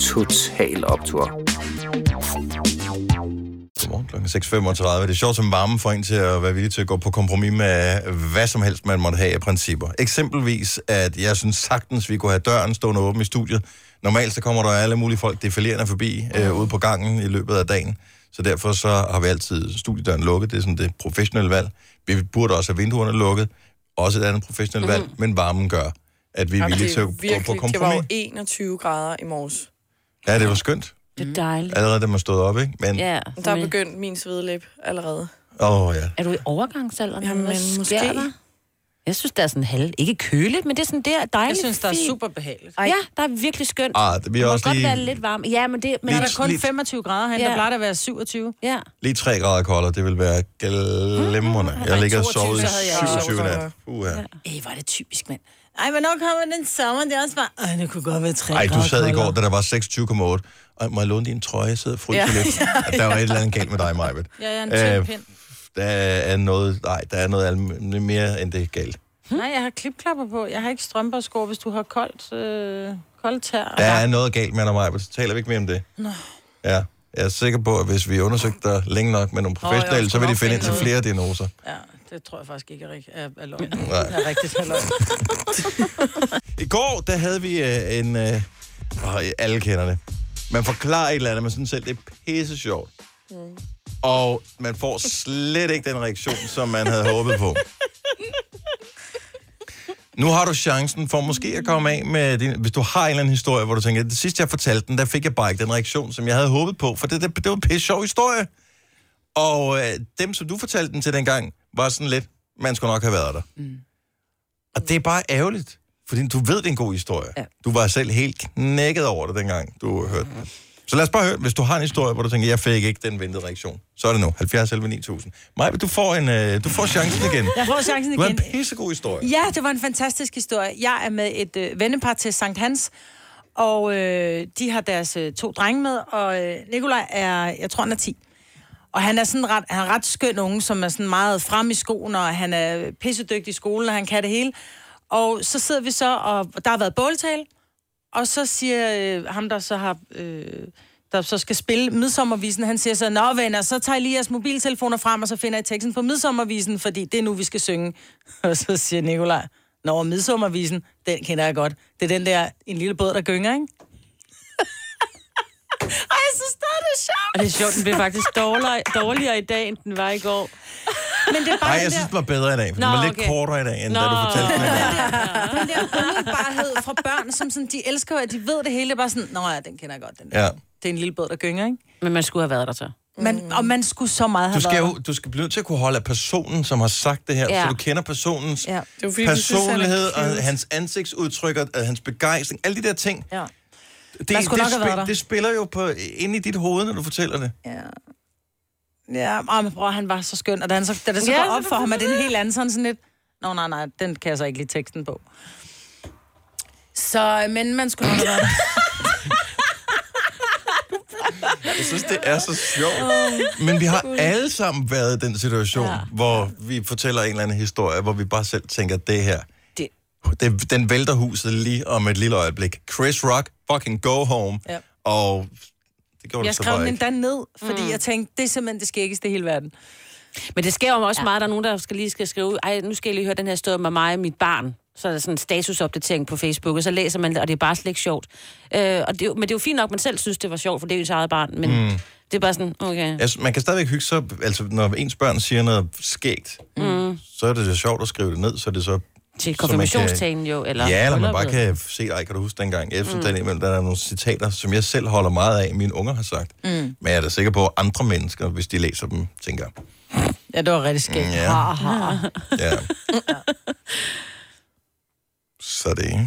Speaker 15: Total Optor.
Speaker 1: Godmorgen klokken er 6.35. Det er sjovt som varmen får en til at være villig til at gå på kompromis med hvad som helst, man måtte have af principper. Eksempelvis, at jeg synes sagtens, vi kunne have døren stående åben i studiet. Normalt så kommer der alle mulige folk defilerende forbi øh, ude på gangen i løbet af dagen. Så derfor så har vi altid studiedøren lukket. Det er sådan det professionelle valg. Vi burde også have vinduerne lukket. også et andet professionelt valg, mm-hmm. men varmen gør, at vi er
Speaker 5: Mhm. Jamen,
Speaker 1: villige
Speaker 5: det
Speaker 1: til at gå på
Speaker 5: virkelig- Det var jo
Speaker 1: kompromis.
Speaker 5: 21 grader i morges.
Speaker 1: Ja, det var skønt.
Speaker 2: Det er dejligt.
Speaker 1: Allerede da man stod op, ikke? Men,
Speaker 2: Ja,
Speaker 5: Der er begyndt min svedlæb allerede.
Speaker 1: åh oh, ja.
Speaker 2: Er du i overgangsalderen? Jamen, Hvad sker
Speaker 5: måske.
Speaker 2: Der? Jeg synes, der er sådan halv... Ikke køligt, men det er sådan der dejligt.
Speaker 4: Jeg synes, der er
Speaker 2: fint.
Speaker 4: super behageligt.
Speaker 2: Ja, der er virkelig skønt.
Speaker 1: Ah, det bliver
Speaker 2: må
Speaker 1: også
Speaker 2: godt
Speaker 1: lige-
Speaker 2: være lidt varm. Ja, men det... Men
Speaker 1: Lidt- Der er da kun lidt-
Speaker 4: 25 grader herinde. Der plejer da at være 27.
Speaker 2: Ja.
Speaker 1: Lige 3 grader koldere, det vil være glimrende.
Speaker 4: Mm-hmm.
Speaker 1: Jeg ligger og sovet i 27 nat. Uh, ja.
Speaker 4: Ej, var det typisk, mand. Ej, men nok kommer den sommer, det er også bare... Ej, det kunne godt være 3
Speaker 1: Ej, du
Speaker 4: grader
Speaker 1: sad i går,
Speaker 4: koldere.
Speaker 1: da der var 26,8. Og må jeg låne din trøje? Jeg sidder og fryser
Speaker 4: Ja.
Speaker 1: lidt. At der var et eller andet galt med dig, Majbet.
Speaker 4: Ja, jeg er en tynd
Speaker 1: Øh,
Speaker 4: pind.
Speaker 1: Der er noget, nej, der er noget alm- mere end det er galt.
Speaker 4: Nej, jeg har klipklapper på. Jeg har ikke strømper og sko, hvis du har koldt, øh, koldt tær.
Speaker 1: Der er noget galt med dig, Majbet. Så taler vi ikke mere om det.
Speaker 4: Nå.
Speaker 1: Ja. Jeg er sikker på, at hvis vi undersøgte dig længe nok med nogle
Speaker 4: Nå,
Speaker 1: professionelle,
Speaker 4: jeg
Speaker 1: så vil de
Speaker 4: skulle
Speaker 1: finde
Speaker 4: nok
Speaker 1: ind
Speaker 4: finde
Speaker 1: til flere
Speaker 4: noget.
Speaker 1: diagnoser.
Speaker 4: Ja, det tror jeg faktisk ikke er, rig- er, er løgn.
Speaker 1: Nej.
Speaker 4: Det er rigtigt er løgn.
Speaker 1: I går, der havde vi øh, en... Øh, åh, alle kender det. Man forklarer et eller andet, men sådan selv, det er pisse sjovt. Og man får slet ikke den reaktion, som man havde håbet på. Nu har du chancen for måske at komme af med din... Hvis du har en eller anden historie, hvor du tænker, det sidste jeg fortalte den, der fik jeg bare ikke den reaktion, som jeg havde håbet på, for det, det, det var en pisse sjov historie. Og øh, dem, som du fortalte den til dengang, var sådan lidt, man skulle nok have været der. Mm. Og det er bare ærgerligt, fordi du ved, det er en god historie. Ja. Du var selv helt knækket over det dengang, du hørte den. Så lad os bare høre, hvis du har en historie, hvor du tænker, jeg fik ikke den ventede reaktion, så er det nu, 70 11 9000. Maja, du får, en, øh, du får chancen igen.
Speaker 4: Jeg får chancen
Speaker 1: Du har en
Speaker 4: igen.
Speaker 1: pissegod historie.
Speaker 4: Ja, det var en fantastisk historie. Jeg er med et øh, vennepar til Sankt Hans, og øh, de har deres øh, to drenge med, og øh, Nikolaj er, jeg tror, han er 10. Og han er sådan ret, han er ret skøn unge, som er sådan meget frem i skoen, og han er pissedygtig i skolen, og han kan det hele. Og så sidder vi så, og der har været båltale, og så siger øh, ham, der så har... Øh, der så skal spille midsommervisen, han siger så, Nå venner, så tager I lige jeres mobiltelefoner frem, og så finder I teksten på midsommervisen, fordi det er nu, vi skal synge. Og så siger Nikolaj, Nå, midsommervisen, den kender jeg godt. Det er den der, en lille båd, der gynger, ikke? Ej, jeg synes stadig, det er sjovt.
Speaker 2: Og det er sjovt, den blev faktisk dårligere, dårligere i dag, end den var i går.
Speaker 4: Men det er
Speaker 1: Nej, jeg synes, det var bedre i dag, for den
Speaker 2: Nå,
Speaker 1: var lidt
Speaker 2: okay.
Speaker 1: kortere i dag, end Nå. da du
Speaker 2: Nå.
Speaker 1: fortalte den. dengang.
Speaker 4: Den der umiddelbarhed fra børn, som sådan, de elsker, og de ved det hele, Det er bare sådan, Nå ja, den kender jeg godt, den der.
Speaker 1: Ja.
Speaker 4: Det er en lille båd, der gynger, ikke?
Speaker 2: Men man skulle have været der så.
Speaker 4: Man, og man skulle så meget have
Speaker 1: Du skal,
Speaker 4: været
Speaker 1: jo, du skal blive nødt til at kunne holde af personen, som har sagt det her, ja.
Speaker 4: Ja.
Speaker 1: så du kender personens
Speaker 4: Ja.
Speaker 1: ja.
Speaker 4: Det er jo fordi, du synes, han er
Speaker 1: personlighed,
Speaker 4: cute.
Speaker 1: og hans ansigtsudtryk, og øh, hans begejstring, alle de der ting.
Speaker 4: Ja.
Speaker 1: Det,
Speaker 4: Man
Speaker 1: det,
Speaker 4: skulle nok have været
Speaker 1: spil,
Speaker 4: der.
Speaker 1: det spiller jo på, inde i dit hoved, når du fortæller det.
Speaker 4: Ja. Ja, og min bror, han var så skøn, og da, han så, da det så
Speaker 2: Ja,
Speaker 4: ja,
Speaker 2: så
Speaker 4: går op
Speaker 2: det
Speaker 4: for
Speaker 2: var
Speaker 4: ham, at det er
Speaker 2: det.
Speaker 4: en helt anden sådan, sådan lidt, nå nej, nej, den kan jeg så ikke lige teksten på. Så, men man skulle nok have været
Speaker 1: Jeg synes, det er så sjovt. Men vi har alle sammen været i den situation, ja. hvor vi fortæller en eller anden historie, hvor vi bare selv tænker, det her,
Speaker 2: Det-
Speaker 1: det, den vælter huset lige om et lille øjeblik. Chris Rock, fucking go home.
Speaker 4: Ja.
Speaker 1: Og det gjorde
Speaker 4: Jeg
Speaker 1: du så
Speaker 4: skrev
Speaker 1: bare
Speaker 4: den
Speaker 1: ikke.
Speaker 4: endda ned, fordi
Speaker 2: Mm.
Speaker 4: mm. jeg tænkte, det er simpelthen det skæggeste i hele verden.
Speaker 2: Men det sker jo også ja. meget, der er nogen, der skal lige skal skrive, ud, ej, nu skal jeg lige høre den her historie med mig og mit barn. Så er der sådan en statusopdatering på Facebook, og så læser man det, og det er bare slet ikke sjovt. Øh, og det, er jo- men det er jo fint nok, man selv synes, det var sjovt, for det er jo ens eget barn, men mm.
Speaker 1: Mm.
Speaker 2: det er bare sådan, okay.
Speaker 1: Altså, man kan stadigvæk hygge sig, altså når ens børn siger noget skægt,
Speaker 2: Mm.
Speaker 1: så er det jo sjovt at skrive det ned, så er det så...
Speaker 2: Til
Speaker 1: så man kan-
Speaker 2: konfirmationstalen jo, eller
Speaker 1: Ja, eller man bare
Speaker 2: brylluppet.
Speaker 1: kan se, ej, kan du huske dengang? Jeg synes,
Speaker 2: Mm.
Speaker 1: mm. der, der er nogle citater, som jeg selv holder meget af, mine unger har sagt.
Speaker 4: Mm.
Speaker 1: Men jeg er da sikker på, at andre mennesker, hvis de læser dem, tænker,
Speaker 4: Ja, det var rigtig skægt.
Speaker 1: Mm, ja.
Speaker 4: Ha, ha.
Speaker 1: ja. så er det ikke.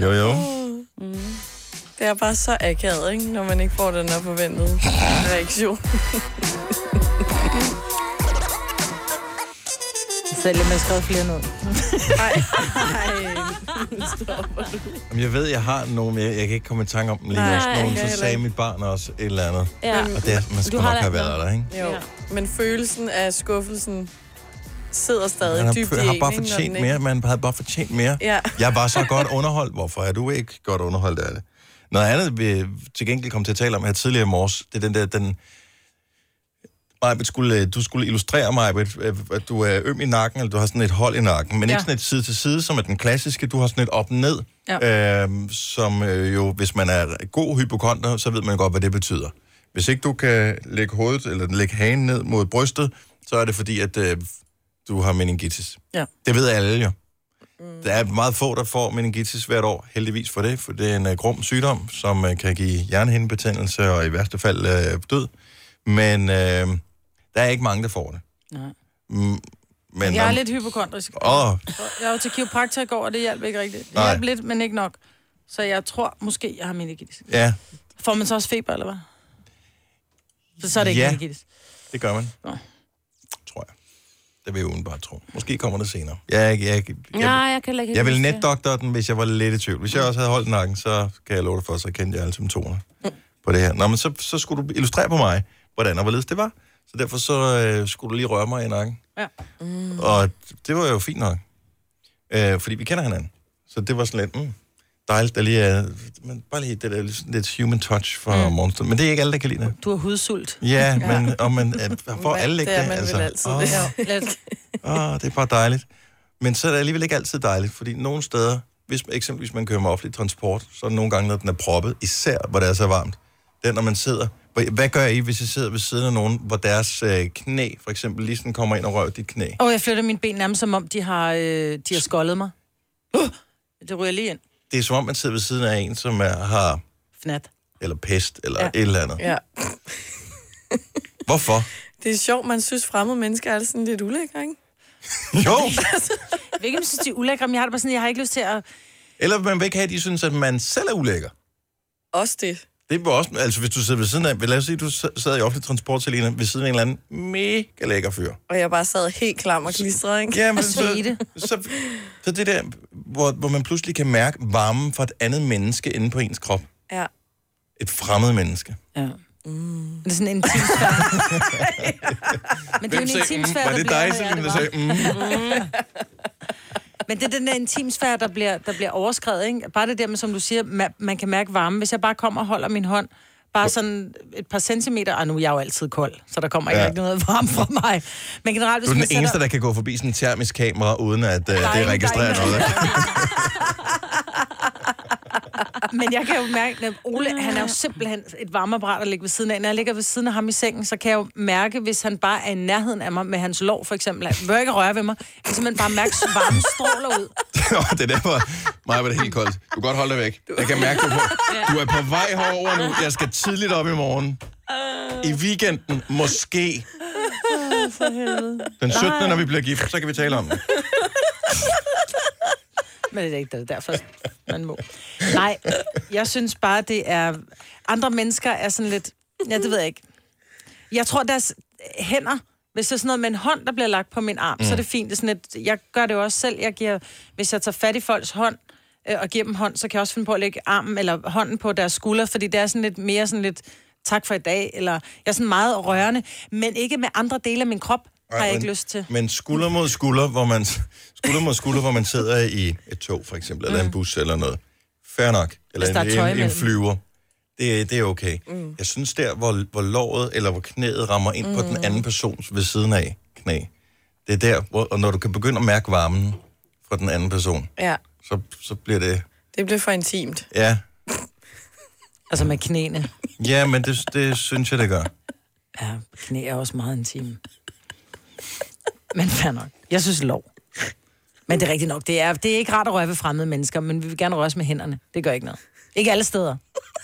Speaker 1: Jo, jo.
Speaker 5: Mm. Det er bare så akavet, ikke? Når man ikke får den her forventede reaktion.
Speaker 4: Selv om jeg skrev flere ned.
Speaker 5: Nej, nej. Stopper du.
Speaker 1: Jamen, jeg ved, jeg har nogle, jeg, jeg kan ikke komme i tanke om dem lige
Speaker 5: Nej,
Speaker 1: nu. Sådan
Speaker 5: jeg
Speaker 1: Nogen,
Speaker 5: kan
Speaker 1: så
Speaker 5: heller
Speaker 1: sagde
Speaker 5: ikke.
Speaker 1: mit barn også et eller andet.
Speaker 5: Ja.
Speaker 1: Og det, er- man
Speaker 5: Du
Speaker 1: skulle
Speaker 5: har
Speaker 1: nok
Speaker 5: da-
Speaker 1: have været der, ikke?
Speaker 5: Jo. Ja. Men følelsen af skuffelsen sidder stadig
Speaker 1: Han har,
Speaker 5: dybt i
Speaker 1: har
Speaker 5: en,
Speaker 1: bare
Speaker 5: ikke? Når
Speaker 1: fortjent
Speaker 5: den ikke-
Speaker 1: mere, man har bare fortjent mere.
Speaker 5: Ja.
Speaker 1: Jeg var så godt underholdt. Hvorfor er du ikke godt underholdt af det? Noget andet, vi til gengæld kom til at tale om her tidligere i morges, det er den der, den, Majbet, skulle, øh, du skulle illustrere, Majbet, øh, at du er øm i nakken, eller du har sådan et hold i nakken, men
Speaker 4: Ja.
Speaker 1: ja. ikke sådan et side til side, som er den klassiske. Du har sådan et op-ned,
Speaker 4: Ja.
Speaker 1: ja. øhm, som øh, jo, hvis man er god hypokonter, så ved man godt, hvad det betyder. Hvis ikke du kan lægge hovedet eller lægge hagen ned mod brystet, så er det fordi, at øh, du har meningitis.
Speaker 4: Ja.
Speaker 1: Det ved alle jo. Mm. Der er meget få, der får meningitis hvert år, heldigvis for det, for det er en uh, grum sygdom, som uh, kan give hjernehindebetændelse og i værste fald uh, død. Men uh, der er ikke mange, der får det.
Speaker 4: Nej.
Speaker 1: Mm, men,
Speaker 4: jeg er
Speaker 1: om-
Speaker 4: lidt hypokondrisk.
Speaker 1: Åh.
Speaker 4: Jeg var til kiropraktor i går, og det hjalp ikke rigtigt. Det
Speaker 1: Nej.
Speaker 4: hjalp lidt, men ikke nok. Så jeg tror måske, jeg har meningitis.
Speaker 1: Ja,
Speaker 4: Får man så også feber, eller hvad? Så, så er det ikke
Speaker 1: Ja.
Speaker 4: meningitis.
Speaker 1: det gør man.
Speaker 4: Nå.
Speaker 1: Tror jeg. Det vil jeg udenbart tro. Måske kommer det senere. Jeg, er ikke- jeg, jeg,
Speaker 2: Nej, jeg kan heller ikke
Speaker 1: jeg vil
Speaker 2: huske det.
Speaker 1: netdoktere den, hvis jeg var lidt i tvivl. Hvis jeg også havde holdt nakken, så kan jeg love dig for, så kendte jeg alle symptomer på det her. Nå, men så, så skulle du illustrere på mig, hvordan og hvorledes det var. Så derfor så øh, skulle du lige røre mig i nakken.
Speaker 4: Ja.
Speaker 1: Mm. Og det var jo fint nok. Øh, fordi vi kender hinanden. Så det var sådan lidt, mm, dejligt, der lige er, men bare lige det der lidt- lidt human touch fra mm. Monster. Men det er ikke alle, der kan lide det.
Speaker 4: Du har hudsult.
Speaker 1: Ja, men og man, øh, får alle ikke det? Åh.
Speaker 4: Lidt.
Speaker 1: Åh, Ah, det er bare dejligt. Men så er det alligevel ikke altid dejligt, fordi nogle steder, hvis, eksempelvis man kører med offentlig transport, så er der nogle gange, når den er proppet, især hvor det er så varmt. Den, når man sidder... hvor- Hvad gør I, hvis I sidder ved siden af nogen, hvor deres øh, knæ, for eksempel, lige sådan kommer ind og rører dit knæ?
Speaker 4: Og jeg flytter mine ben nærmest, som om de har, øh, de har skoldet mig. Uh, det ryger lige ind.
Speaker 1: Det er som om, man sidder ved siden af en, som er, har...
Speaker 4: Fnat.
Speaker 1: Eller pest, eller
Speaker 5: Ja.
Speaker 1: ja. et eller andet. Ja.
Speaker 5: Ja.
Speaker 1: Hvorfor?
Speaker 5: Det er sjovt, man synes, fremmede mennesker er sådan lidt ulækre, ikke? Altså.
Speaker 1: Jo!
Speaker 4: Jeg ved ikke, om jeg synes, de er ulækre, men jeg har det bare sådan, jeg har ikke lyst til at...
Speaker 1: Eller man vil ikke have, at de synes, at man selv er ulækker.
Speaker 5: Også det.
Speaker 1: Det var også... Altså, hvis du sidder ved siden af... Lad os sige, du sad i offentlig transport, Selina, ved siden af en eller anden mega lækker fyr.
Speaker 5: Og jeg bare sad helt klam og klistret, ikke?
Speaker 1: Ja, men så, så, så det der, hvor, hvor man pludselig kan mærke varmen fra et andet menneske inde på ens krop.
Speaker 5: Ja.
Speaker 1: Et fremmed menneske.
Speaker 4: Ja. Mm. Det er sådan en intimsfærd. Men det er jo en
Speaker 1: Hvem sagde,
Speaker 4: intimsfærd,
Speaker 1: "Mm"? Var
Speaker 4: der
Speaker 1: det
Speaker 4: bliver,
Speaker 1: dig,
Speaker 4: når jeg
Speaker 1: Selina, mm?
Speaker 4: er det varmt. Men det er den der intimsfærd, der bliver, der bliver overskrevet, ikke? Bare det der med, som du siger, man, man kan mærke varme. Hvis jeg bare kommer og holder min hånd, bare sådan et par centimeter, og nu er jeg jo altid kold, så der kommer
Speaker 1: Ja.
Speaker 4: ja. ikke noget varme fra mig. Men generelt,
Speaker 1: Du
Speaker 4: hvis
Speaker 1: er
Speaker 4: man
Speaker 1: den eneste,
Speaker 4: sætter...
Speaker 1: der kan gå forbi sådan en termisk kamera, uden at uh, det registrerer
Speaker 4: ingen,
Speaker 1: noget.
Speaker 4: Men jeg kan jo mærke, at Ole, han er jo simpelthen et varmeapparat at ligge ved siden af. Når jeg ligger ved siden af ham i sengen, så kan jeg jo mærke, hvis han bare er i nærheden af mig med hans lår, for eksempel. Han vil ikke røre ved mig. Jeg kan simpelthen bare mærke, at varmen stråler ud.
Speaker 1: Nå, det er derfor, mig var det helt koldt. Du kan godt holde dig væk. Jeg kan mærke, du er på, du er på vej herover nu. Jeg skal tidligt op i morgen. I weekenden, måske.
Speaker 6: For helvede.
Speaker 1: Den 17. når vi bliver gift, så kan vi tale om det.
Speaker 4: Men det er ikke det, er derfor, man må. Nej, jeg synes bare, det er... Andre mennesker er sådan lidt... Ja, det ved jeg ikke. Jeg tror, deres hænder... Hvis det er sådan noget med en hånd, der bliver lagt på min arm, mm. så er det fint. Det er sådan et, jeg gør det jo også selv. Jeg giver, hvis jeg tager fat i folks hånd øh, og giver dem hånd, så kan jeg også finde på at lægge armen eller hånden på deres skulder, fordi det er sådan lidt mere sådan lidt tak for i dag, eller jeg er sådan meget rørende, men ikke med andre dele af min krop, har jeg ikke
Speaker 1: men,
Speaker 4: lyst til.
Speaker 1: Men skulder mod skulder, hvor man, skulder mod skulder, hvor man sidder i et tog, for eksempel, eller en bus eller noget. Fair nok. Eller
Speaker 4: Mm. Hvis der er tøj
Speaker 1: en, en, en
Speaker 4: imellem.
Speaker 1: flyver. Det, det er okay. Mm. Jeg synes der, hvor, hvor låret eller hvor knæet rammer ind mm. på den anden persons ved siden af knæ, det er der, hvor, og når du kan begynde at mærke varmen fra den anden person,
Speaker 5: Ja,
Speaker 1: så, så bliver det,
Speaker 5: det blev for intimt.
Speaker 1: ja,
Speaker 4: Altså med knæene.
Speaker 1: ja men det, det synes jeg, det gør.
Speaker 4: Ja, knæ er også meget intime. Men fair nok. Jeg synes lov. Men det er rigtigt nok. Det er, det er ikke rart at røre ved fremmede mennesker, men vi vil gerne røre os med hænderne. Det gør ikke noget. Ikke alle steder.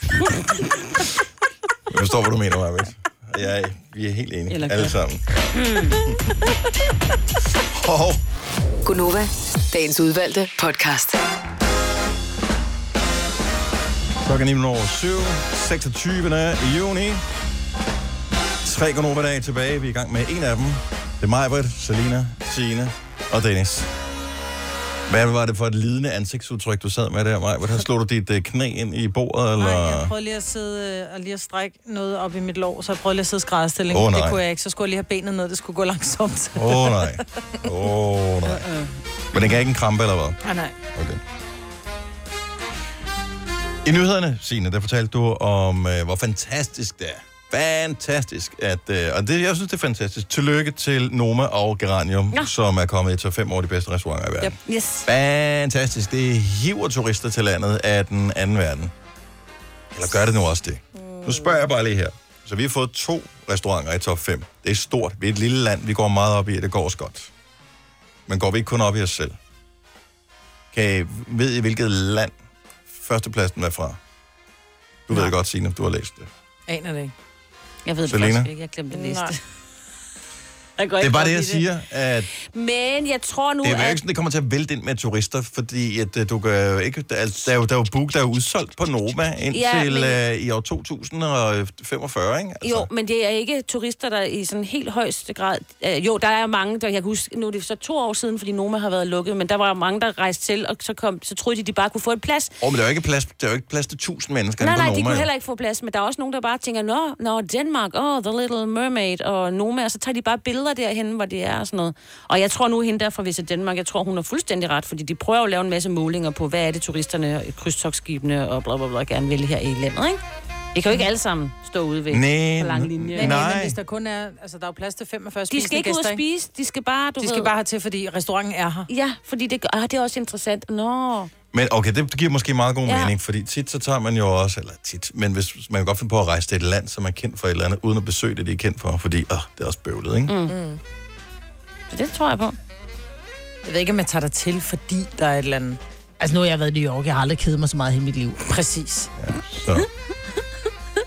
Speaker 1: Jeg forstår, hvad du mener, Marvind. Jeg, vi er helt enige,
Speaker 7: Eller
Speaker 1: alle
Speaker 7: gør.
Speaker 1: sammen. Og
Speaker 7: Gunova, dagens udvalgte podcast.
Speaker 1: Klokken er 9 over 7, 26. juni. Tre gonova dage tilbage. Vi er i gang med en af dem. Det er Majbrit, Selina, Signe og Dennis. Hvad var det for et lidende ansigtsudtryk, du sad med der, Majbrit? Her slog du dit øh, knæ ind i bordet, eller?
Speaker 4: Nej, jeg prøvede lige at sidde øh, og lige at strække noget op i mit lår, så jeg prøvede lige at sidde i skrædderstilling.
Speaker 1: Åh, nej.
Speaker 4: det kunne jeg ikke. Så skulle jeg lige have benet ned. Det skulle gå langsomt.
Speaker 1: Åh oh, nej. Åh oh, nej. Men den gav ikke en krampe, eller hvad?
Speaker 4: Ah, nej.
Speaker 1: Okay. I nyhederne, Signe, der fortalte du om, øh, hvor fantastisk det er Fantastisk. At, øh, og det, jeg synes, det er fantastisk. Tillykke til Noma og Geranium, ja. som er kommet i top 5 over de bedste restauranter i verden. Yep.
Speaker 2: Yes.
Speaker 1: Fantastisk. Det hiver turister til landet af den anden verden. Eller gør det nu også det? Nu spørger jeg bare lige her. Så vi har fået to restauranter i top 5. Det er stort. Vi er et lille land. Vi går meget op i, at det går os godt. Men går vi ikke kun op i os selv? Kan I, ved I, hvilket land førstepladsen er fra? Du ved det godt, Signe, du har læst det.
Speaker 4: Aner det ikke.
Speaker 2: Jeg ved det
Speaker 1: Selena?
Speaker 2: faktisk ikke. Jeg glemte at læse
Speaker 4: Nej.
Speaker 2: det. Jeg går
Speaker 1: Det er
Speaker 2: ikke
Speaker 1: bare
Speaker 2: op
Speaker 1: det,
Speaker 2: i
Speaker 1: jeg siger, at
Speaker 2: Men jeg tror nu,
Speaker 1: det er jo
Speaker 2: at...
Speaker 1: ikke sådan, det kommer til at vælte ind med turister, fordi at, øh, du kan jo ikke, der, er- der, er jo, der er jo book, der er udsolgt på Noma indtil
Speaker 2: Ja,
Speaker 1: ja,
Speaker 2: men-
Speaker 1: men... i år 2045, ikke?
Speaker 2: Altså. Jo, men det er ikke turister, der i sådan helt højeste grad... Øh, jo, der er mange, der jeg kan huske... Nu er det så to år siden, fordi Noma har været lukket, men der var mange, der rejste til, og så, kom, så troede de, de bare kunne få en plads.
Speaker 1: Åh, oh, men der er jo ikke plads, der er jo ikke plads til 1000 mennesker
Speaker 2: nej,
Speaker 1: inde på
Speaker 2: nej,
Speaker 1: Noma.
Speaker 2: de kunne
Speaker 1: jo.
Speaker 2: heller ikke få plads, men der er også nogen, der bare tænker, nå, nå Danmark, oh, The Little Mermaid og Noma, og så tager de bare billeder derhen, hvor det er og sådan noget. Og jeg tror nu, hende der fra Visit Danmark, jeg tror, hun har fuldstændig ret, fordi de prøver jo at lave en masse målinger på, hvad er det turisterne, og krydstogsskibene og bla bla bla gerne vil her i landet, ikke? Vi kan jo ikke alle sammen stå ude ved
Speaker 1: Næ,
Speaker 2: på lang linje.
Speaker 4: Men, Men hvis der kun er, altså der er jo plads til 45
Speaker 2: De skal ikke ud og spise, de skal bare, Ah, du
Speaker 4: De skal
Speaker 2: ved...
Speaker 4: bare hertil, fordi restauranten er her.
Speaker 2: Ja, fordi det, ah, det er også interessant. Nå,
Speaker 1: Men okay, det giver måske meget god
Speaker 2: Ja.
Speaker 1: ja. mening, fordi tit så tager man jo også, eller tit, men hvis man kan godt finde på at rejse til et land, som er kendt for et eller andet, uden at besøge det, de er kendt for, fordi åh, det er også bøvlet, ikke? Mm.
Speaker 4: Mm.
Speaker 2: Så det tror jeg på.
Speaker 4: Jeg ved ikke, om jeg tager dig til, fordi der er et eller andet... Altså nu har jeg været i New York, jeg har aldrig kedet mig så meget i mit liv. Præcis.
Speaker 1: Så.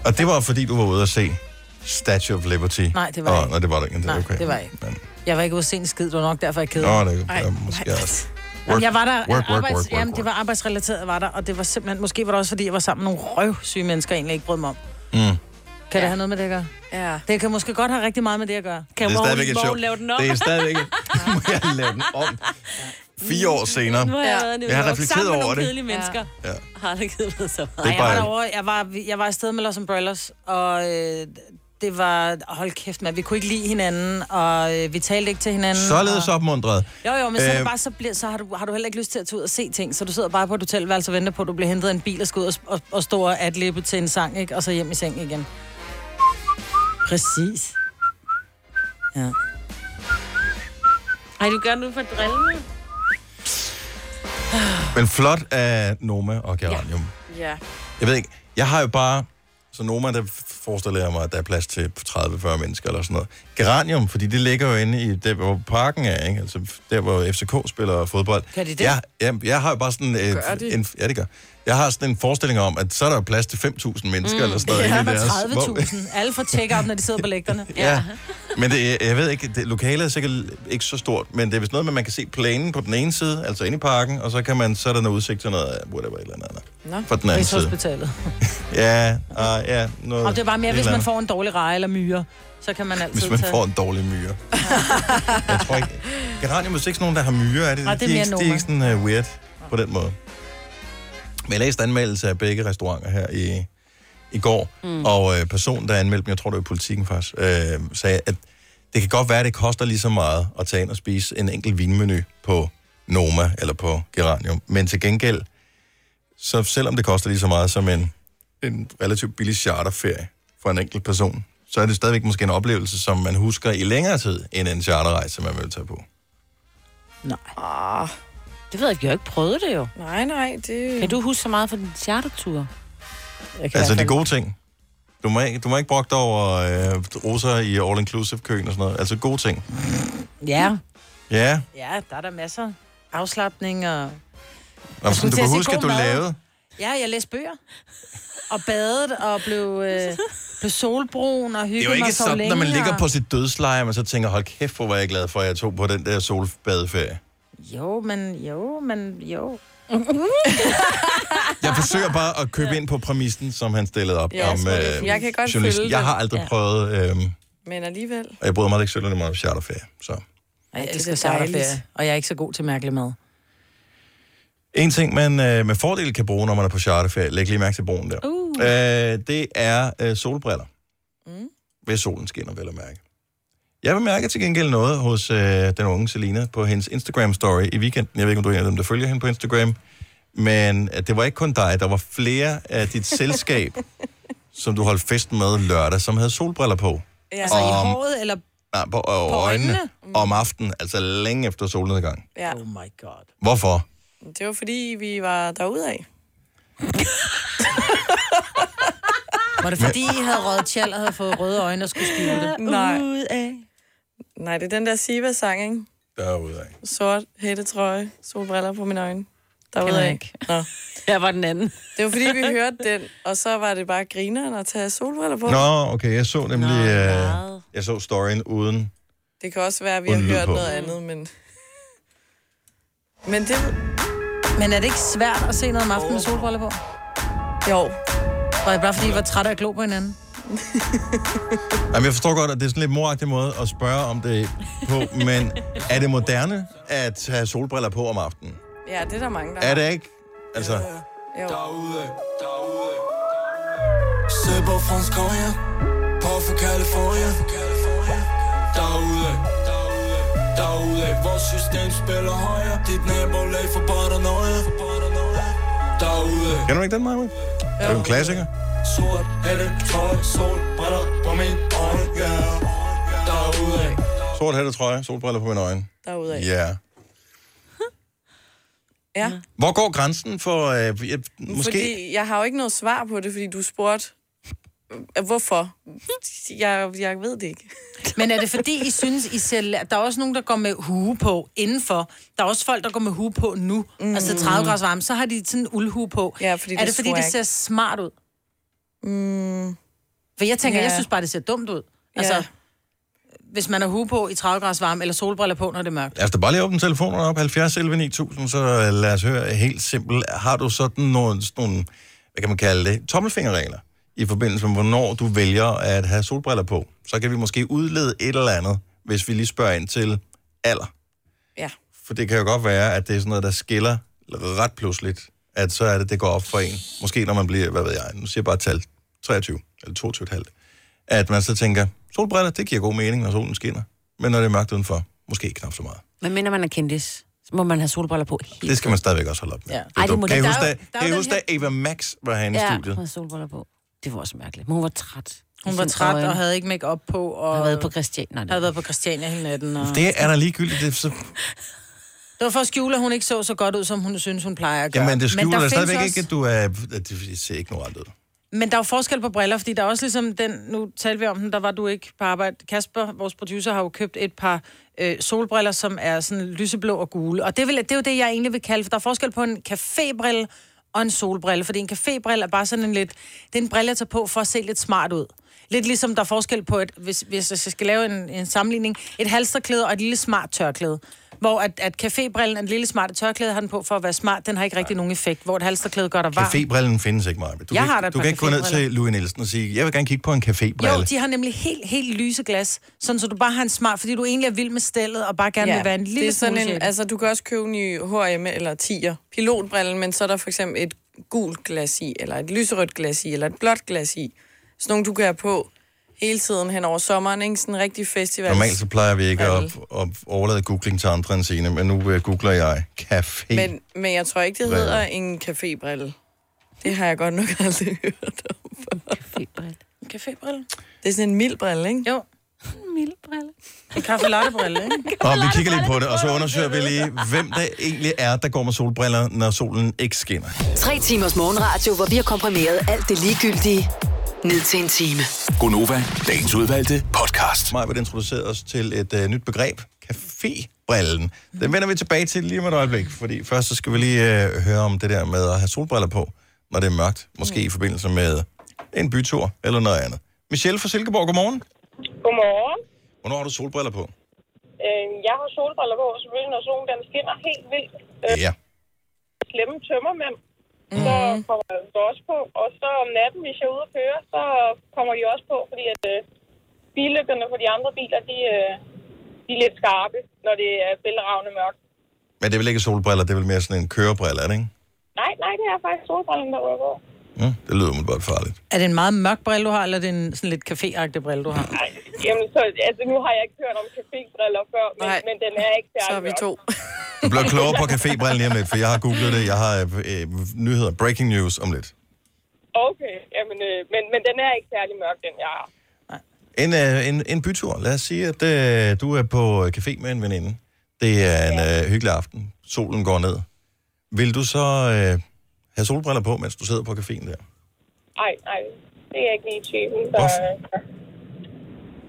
Speaker 1: Og det var fordi, du var ude at se Statue of Liberty.
Speaker 4: Nej, det var jeg
Speaker 1: Åh,
Speaker 4: ikke.
Speaker 1: Nej, det var det ikke. Det er
Speaker 4: Nej,
Speaker 1: okay.
Speaker 4: det var jeg ikke. Jeg var ikke ude at se en skid, det var nok derfor, jeg kedede
Speaker 1: Nå,
Speaker 4: mig.
Speaker 1: det er-
Speaker 4: Ej,
Speaker 1: det er måske
Speaker 4: nej.
Speaker 1: også.
Speaker 4: Jamen, jeg var der,
Speaker 1: Work, work, work,
Speaker 4: arbejds,
Speaker 1: work,
Speaker 4: jamen, det var arbejdsrelateret, var der, og det var simpelthen, måske var det også, fordi jeg var sammen med nogle røvsyge mennesker, jeg egentlig ikke brød mig om.
Speaker 1: Mm.
Speaker 4: Kan ja. det have noget med det at gøre? Ja. Det kan måske godt have rigtig meget med det at gøre. Kan
Speaker 1: det er stadigvæk et sjov. Det er stadigvæk et... Må jeg lave den om? Fire år senere.
Speaker 2: Mm. nu har jeg været i New
Speaker 1: Jeg har
Speaker 2: York
Speaker 1: reflekteret
Speaker 2: sammen med
Speaker 1: over
Speaker 2: nogle
Speaker 1: det.
Speaker 2: kedelige mennesker.
Speaker 1: Ja.
Speaker 2: Har aldrig kedet mig så
Speaker 4: Nej,
Speaker 2: meget.
Speaker 4: jeg var derovre, jeg var, jeg var afsted med Los Umbrellas, og øh, det var, hold kæft mand, vi kunne ikke lide hinanden, og øh, vi talte ikke til hinanden.
Speaker 1: Således
Speaker 4: og...
Speaker 1: opmundret.
Speaker 4: Jo, jo, men så, er det
Speaker 1: Øh,
Speaker 4: bare, så, bliver, så har, du, har du heller ikke lyst til at tage ud og se ting, så du sidder bare på et hotelværelse og venter på, at du bliver hentet af en bil og skal ud og, og, og stå og adlibbe til en sang, ikke? og så hjem i seng igen. Præcis. Ja.
Speaker 2: Ej, du gør nu for drillende.
Speaker 1: Men flot af Noma og Geranium. Ja.
Speaker 5: Ja.
Speaker 1: Jeg ved ikke, jeg har jo bare... Så Noma, der forestiller jeg mig, at der er plads til 30-40 mennesker eller sådan noget. Geranium, fordi det ligger jo inde i der, hvor parken er, ikke? Altså der, hvor FCK spiller fodbold.
Speaker 4: Kan de det?
Speaker 1: Jeg, jeg, jeg har jo bare sådan... Øh,
Speaker 4: Gør de?
Speaker 1: En, ja, det gør. Jeg har sådan en forestilling om, at så er der jo plads til 5.000 mennesker mm. eller sådan noget.
Speaker 4: Ja,
Speaker 1: inde i
Speaker 4: der
Speaker 1: deres-
Speaker 4: var 30.000. Alle får check-up, når de sidder på lægterne.
Speaker 1: Ja. Men det, jeg ved ikke, det, lokalet er sikkert ikke så stort, men det er vist noget med, at man kan se planen på den ene side, altså inde i parken, og så, kan man, så er der noget udsigt til noget, whatever, et eller andet.
Speaker 4: Nå.
Speaker 1: For den anden side.
Speaker 4: Rigshospitalet.
Speaker 1: Ja, uh, ja. Noget,
Speaker 4: Og det er bare mere,
Speaker 1: et
Speaker 4: hvis
Speaker 1: eller
Speaker 4: man
Speaker 1: andet.
Speaker 4: får en dårlig reje eller myre, så kan man altid
Speaker 1: Hvis man
Speaker 4: tage...
Speaker 1: får en dårlig myre. jeg tror ikke... Geranium er ikke sådan nogen, der har myre, er det?
Speaker 4: Nej, det er
Speaker 1: de,
Speaker 4: mere
Speaker 1: ikke, de er
Speaker 4: Noma.
Speaker 1: ikke sådan uh, weird på den måde. Men jeg læste anmeldelse af begge restauranter her i, i går,
Speaker 16: Mm.
Speaker 1: mm. og øh, personen, der anmeldte dem, jeg tror det var i politikken faktisk, øh, sagde, at det kan godt være, at det koster lige så meget at tage ind og spise en enkelt vinmenu på Noma eller på Geranium, men til gengæld, så selvom det koster lige så meget som en, en relativt billig charterferie for en enkelt person, så er det stadigvæk måske en oplevelse, som man husker i længere tid, end en charterrejse, man vil tage på.
Speaker 4: Nej.
Speaker 5: Ah.
Speaker 2: Det ved jeg ikke, jeg har ikke prøvet det jo.
Speaker 5: Nej, nej, det...
Speaker 2: Kan du huske så meget fra din chartertur?
Speaker 1: Altså de gode ting. Du må ikke, du må ikke brokke dig over øh, roser i all-inclusive-køen og sådan noget. Altså gode ting.
Speaker 4: Ja.
Speaker 1: Ja,
Speaker 4: Ja, der er der masser. Afslappning og...
Speaker 1: Nå, men
Speaker 4: skulle
Speaker 1: sådan, du
Speaker 4: til at
Speaker 1: kan
Speaker 4: sige
Speaker 1: huske,
Speaker 4: god
Speaker 1: at du
Speaker 4: mad.
Speaker 1: lavede.
Speaker 4: Ja, jeg læste bøger. Og badet og blev, øh, blev solbrun og
Speaker 1: Det er
Speaker 4: hyggede
Speaker 1: jo
Speaker 4: mig
Speaker 1: ikke
Speaker 4: og sov
Speaker 1: sådan, når man
Speaker 4: længe,
Speaker 1: ligger
Speaker 4: og-
Speaker 1: på sit dødsleje, og man så tænker, hold kæft, hvor var jeg glad for, at jeg tog på den der solbadeferie.
Speaker 4: Jo, men jo, men jo.
Speaker 1: Jeg forsøger bare at købe ind på præmissen, som han stillede op
Speaker 5: Ja,
Speaker 1: om
Speaker 5: så det- jeg kan godt
Speaker 1: journalisten.
Speaker 5: følge
Speaker 1: Jeg
Speaker 5: den.
Speaker 1: har aldrig
Speaker 5: Ja.
Speaker 1: prøvet, øh,
Speaker 5: Men alligevel.
Speaker 1: og jeg bryder mig ikke selv meget om charterferie. Så.
Speaker 4: Ej, jeg
Speaker 5: det
Speaker 4: elsker
Speaker 5: er
Speaker 4: charterferie,
Speaker 5: dejligt.
Speaker 4: og jeg er ikke så god til mærkelig mad.
Speaker 1: En ting, man øh, med fordel kan bruge, når man er på charterferie, læg lige mærke til brugen der,
Speaker 4: Uh.
Speaker 1: øh, det er øh, solbriller. Mm. Hvis solen skinner, vel at mærke. Jeg bemærker til gengæld noget hos øh, den unge Selina på hendes Instagram-story i weekenden. Jeg ved ikke, om du er en af dem, der følger hende på Instagram. Men øh, det var ikke kun dig, der var flere af dit selskab, som du holdt fest med lørdag, som havde solbriller på.
Speaker 4: Ja. Altså i
Speaker 1: Om-
Speaker 4: håret, eller...
Speaker 1: Nej, på, øh, øjnene. Om aftenen, altså længe efter solnedgang.
Speaker 5: Ja.
Speaker 4: Oh my god.
Speaker 1: Hvorfor?
Speaker 5: Det var fordi, vi var derude af.
Speaker 4: Var det fordi, I havde røget tjal og havde fået røde øjne og skulle skjule det?
Speaker 5: Nej. Nej, det er den der Siva-sang, ikke?
Speaker 1: Derude af.
Speaker 5: Sort hættetrøje, solbriller på mine øjne. Derude
Speaker 4: Kender jeg
Speaker 5: af.
Speaker 4: ikke.
Speaker 5: Nå.
Speaker 2: Jeg var den anden.
Speaker 5: Det var fordi, vi hørte den, og så var det bare grineren at tage solbriller på.
Speaker 1: Nå, okay, jeg så nemlig... Øh, jeg så storyen uden...
Speaker 5: Det kan også være, at vi har
Speaker 1: Uden lyd
Speaker 5: hørt
Speaker 1: på.
Speaker 5: noget andet, men... Men det...
Speaker 4: Men er det ikke svært at se noget om aftenen med solbriller på?
Speaker 5: Jo.
Speaker 4: Var det bare fordi, I var trætte af at glo på hinanden?
Speaker 1: Jamen, jeg forstår godt, at det er sådan lidt moragtig måde at spørge om det på, men er det moderne at have solbriller på om aftenen?
Speaker 5: Ja, det er der mange, der
Speaker 1: Er
Speaker 5: har.
Speaker 1: det ikke? Altså,
Speaker 5: Jo.
Speaker 17: Se på fransk Korea På for California Derude Derude Vores system spiller højere Dit nabolag for paranoia Derude
Speaker 1: kender du ikke den, Maja? Det er jo en klassiker.
Speaker 17: Sort hætte, tøj, sol, briller på min øjne yeah. Derude
Speaker 1: Sort hætte trøje, solbriller på mine øjne.
Speaker 5: Derude
Speaker 1: Ja.
Speaker 5: Ja.
Speaker 1: Hvor går grænsen for... Øh, jeg, måske...
Speaker 5: Fordi jeg har jo ikke noget svar på det, fordi du spurgte, øh, hvorfor? Jeg, jeg ved det ikke.
Speaker 4: Men er det fordi, I synes, I ser... la- Der er også nogen, der går med hue på indenfor. Der er også folk, der går med hue på nu. Mm. Altså 30 grader varme, så har de sådan en uldhue på. Ja,
Speaker 5: fordi
Speaker 4: er
Speaker 5: det
Speaker 4: det fordi,
Speaker 5: tror
Speaker 4: det
Speaker 5: jeg
Speaker 4: ser
Speaker 5: ikke.
Speaker 4: smart ud? Mm. For jeg tænker,
Speaker 5: Ja.
Speaker 4: jeg synes bare, det ser dumt ud. Altså,
Speaker 5: Ja.
Speaker 4: hvis man har hue på i 30 grader varme, eller solbriller på, når det er mørkt.
Speaker 1: Lad os da Altså, bare lige åbne telefonen op, 70 11 9000, så øh, lad os høre helt simpelt. Har du sådan nogle, sådan nogle hvad kan man kalde det, tommelfingerregler i forbindelse med, hvornår du vælger at have solbriller på? Så kan vi måske udlede et eller andet, hvis vi lige spørger ind til alder.
Speaker 5: Ja.
Speaker 1: For det kan jo godt være, at det er sådan noget, der skiller ret pludseligt, at så er det, det går op for en. Måske når man bliver, hvad ved jeg, nu siger jeg bare et tal, 23 eller 22,5. At man så tænker, solbriller, det giver god mening, når solen skinner. Men når det er mørkt udenfor, måske knap så meget.
Speaker 2: Men mindre man er kendis, så må man have solbriller på. helt.
Speaker 1: Det skal man stadigvæk også holde op med.
Speaker 2: Ja.
Speaker 1: Det
Speaker 2: Ej,
Speaker 1: er
Speaker 2: det
Speaker 1: dumt.
Speaker 2: må
Speaker 1: kan I
Speaker 2: det.
Speaker 1: huske,
Speaker 2: Der er
Speaker 1: da,
Speaker 2: jo- der er
Speaker 1: kan I
Speaker 2: jo
Speaker 1: huske,
Speaker 2: den
Speaker 1: da Eva Max var herinde i
Speaker 2: ja,
Speaker 1: studiet?
Speaker 2: hun havde solbriller på. Det var også mærkeligt. Men hun var træt.
Speaker 4: Hun var træt
Speaker 1: øh,
Speaker 4: og havde ikke make op på. Og havde været på
Speaker 2: Christiania.
Speaker 4: Havde været på Christiania hele natten. Og...
Speaker 1: Det er da ligegyldigt. Det, er så,
Speaker 4: Det var for at skjule, at hun ikke så så godt ud, som hun synes, hun plejer at gøre.
Speaker 1: jamen, det skjuler
Speaker 4: der
Speaker 1: da
Speaker 4: findes
Speaker 1: stadigvæk
Speaker 4: også-
Speaker 1: ikke, at du er... At det ser ikke noget andet ud.
Speaker 4: Men der er jo forskel på briller, fordi der er også ligesom den, nu talte vi om den, der var du ikke på arbejde. Kasper, vores producer, har jo købt et par øh, solbriller, som er sådan lyseblå og gule. Og det, vil, det er jo det, jeg egentlig vil kalde, for der er forskel på en cafébrille og en solbrille. Fordi en cafébrille er bare sådan en lidt, det er en brille, jeg tager på for at se lidt smart ud. Lidt ligesom der er forskel på, et, hvis, hvis jeg skal lave en, en sammenligning, et halsterklæde og et lille smart tørklæde. Hvor at, at cafébrillen, en lille smarte tørklæde, har den på for at være smart, den har ikke rigtig nogen effekt. Hvor et halsterklæde gør dig varm.
Speaker 1: Cafébrillen findes ikke meget. Du
Speaker 4: Jeg
Speaker 1: kan,
Speaker 4: har da
Speaker 1: ikke,
Speaker 4: et
Speaker 1: du
Speaker 4: par
Speaker 1: kan ikke gå ned
Speaker 4: cafébriller.
Speaker 1: til Louis Nielsen og sige, jeg vil gerne kigge på en cafébrille.
Speaker 4: Jo, de har nemlig helt, helt lyse glas, sådan så du bare har en smart, fordi du egentlig er vild med stellet, og bare gerne ja, vil være en lille
Speaker 5: det er sådan
Speaker 4: smule
Speaker 5: en, altså, du kan også købe en i H&M eller 10'er pilotbrillen, men så er der for eksempel et gult glas i, eller et lyserødt glas i, eller et blåt glas i. Sådan nogle, du kan have på hele tiden hen over sommeren, ikke? Sådan en rigtig festival.
Speaker 1: Normalt så plejer vi ikke at, at overlade googling til andre end sine, men nu uh, googler jeg café.
Speaker 5: Men, men jeg tror ikke, det
Speaker 1: Briller.
Speaker 5: hedder en cafébrille. Det har jeg godt nok aldrig hørt om. Cafébrille. Det er sådan en mild brille, ikke?
Speaker 4: Jo.
Speaker 2: Mild brille.
Speaker 4: En kaffelattebrille, ikke?
Speaker 1: Og vi kigger lige på det, og så undersøger vi lige, hvem det egentlig er, der går med solbriller, når solen ikke skinner.
Speaker 7: Tre timers morgenradio, hvor vi har komprimeret alt det ligegyldige ned til en time.
Speaker 1: Gonova, dagens udvalgte podcast. Maja vil introducere os til et uh, nyt begreb, cafébrillen. Den vender vi tilbage til lige om et øjeblik, fordi først så skal vi lige uh, høre om det der med at have solbriller på, når det er mørkt. Måske i forbindelse med en bytur eller noget andet. Michelle fra Silkeborg, godmorgen.
Speaker 16: Godmorgen.
Speaker 1: Hvornår har du solbriller på?
Speaker 16: Øh, jeg har solbriller på, selvfølgelig, når solen den skinner helt vildt. Øh,
Speaker 1: Ja.
Speaker 16: Slemme tømmermænd. Mm. Så kommer jeg jo også på. Og så om natten, hvis jeg er ude at køre, så kommer de også på, fordi at øh, billygterne på de andre biler, de, øh, de er lidt skarpe, når det er bælragende mørkt.
Speaker 1: Men det er vel ikke solbriller, det er vel mere sådan en kørebrille, er det ikke?
Speaker 16: Nej, nej, det er faktisk solbrillerne, der rykker på.
Speaker 1: Ja, det lyder umiddelbart farligt.
Speaker 4: Er det en meget mørk brille, du har, eller er det en sådan lidt café brille, du har?
Speaker 16: Nej, jamen, så, altså, nu har jeg ikke hørt om cafébriller før, men, men den er ikke særlig
Speaker 5: så er vi to.
Speaker 1: Du bliver klogere på cafébrillen lige om lidt, for jeg har googlet det. Jeg har øh, øh, nyheder, breaking news om lidt.
Speaker 16: Okay, jamen, øh, men, men den er ikke særlig mørk, den jeg har.
Speaker 1: En, øh, en, en bytur. Lad os sige, at øh, du er på øh, café med en veninde. Det er en øh, hyggelig aften. Solen går ned. Vil du så øh, have solbriller på, mens du sidder på caféen der?
Speaker 16: Ej, nej, det er jeg ikke lige typen. Så,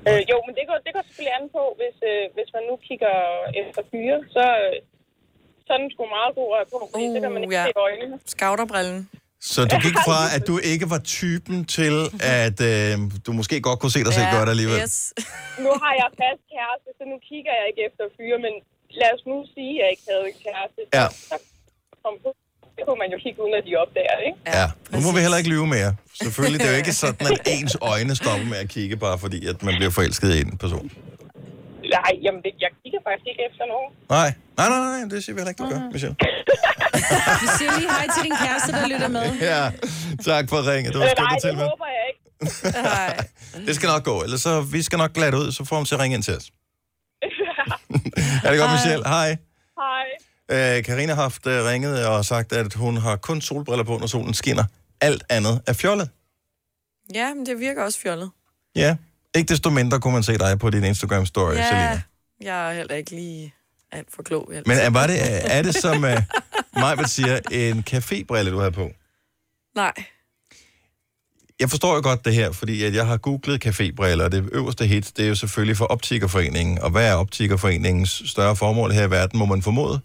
Speaker 16: øh, jo, men det går, det går selvfølgelig an på, hvis, øh, hvis man nu kigger efter fyre, så øh, sådan skulle meget god røg på, fordi uh, så kan man ikke
Speaker 5: ja.
Speaker 16: ja. se i øjnene.
Speaker 5: Scouterbrillen.
Speaker 1: Så du gik fra, at du ikke var typen til, at øh, du måske godt kunne se dig selv gøre det alligevel.
Speaker 16: nu har jeg fast kæreste, så nu kigger jeg ikke efter fyre, men lad os nu sige, at jeg ikke havde en kæreste.
Speaker 1: Ja.
Speaker 16: Så kom på. Det kunne man jo kigge uden, at de opdager det, ikke?
Speaker 1: Ja, nu må vi heller ikke lyve mere. Selvfølgelig, det er jo ikke sådan, at ens øjne stopper med at kigge, bare fordi at man bliver forelsket i en person.
Speaker 16: Nej, jamen det, jeg kigger faktisk ikke efter nogen.
Speaker 1: Nej, nej, nej, nej, det siger vi heller ikke, du gør, Michelle.
Speaker 4: Vi siger lige hej til din kæreste, der lytter med.
Speaker 1: Ja, tak for ringet. Det var
Speaker 16: Øh, nej,
Speaker 1: skønt at
Speaker 16: det
Speaker 1: tale med.
Speaker 16: håber jeg ikke.
Speaker 1: Det skal nok gå, ellers så, vi skal nok glatte ud, så får hun til at ringe ind til os. er det godt, Michelle? Hej.
Speaker 16: Hej.
Speaker 1: Øh, Karina har haft øh, ringet og sagt, at hun har kun solbriller på, når solen skinner. Alt andet er fjollet.
Speaker 5: Ja, men det virker også fjollet.
Speaker 1: Ja. Ikke desto mindre kunne man se dig på din Instagram-story, ja. Selina.
Speaker 5: jeg er heller ikke lige alt for klog. altid.
Speaker 1: Men øhm, er, var det, er er det som uh, Majbert siger, en cafébrille, du har på?
Speaker 5: Nej.
Speaker 1: Jeg forstår jo godt det her, fordi at jeg har googlet cafébriller, og det øverste hit, det er jo selvfølgelig for Optikerforeningen. Og hvad er Optikerforeningens større formål her i verden, må man formode?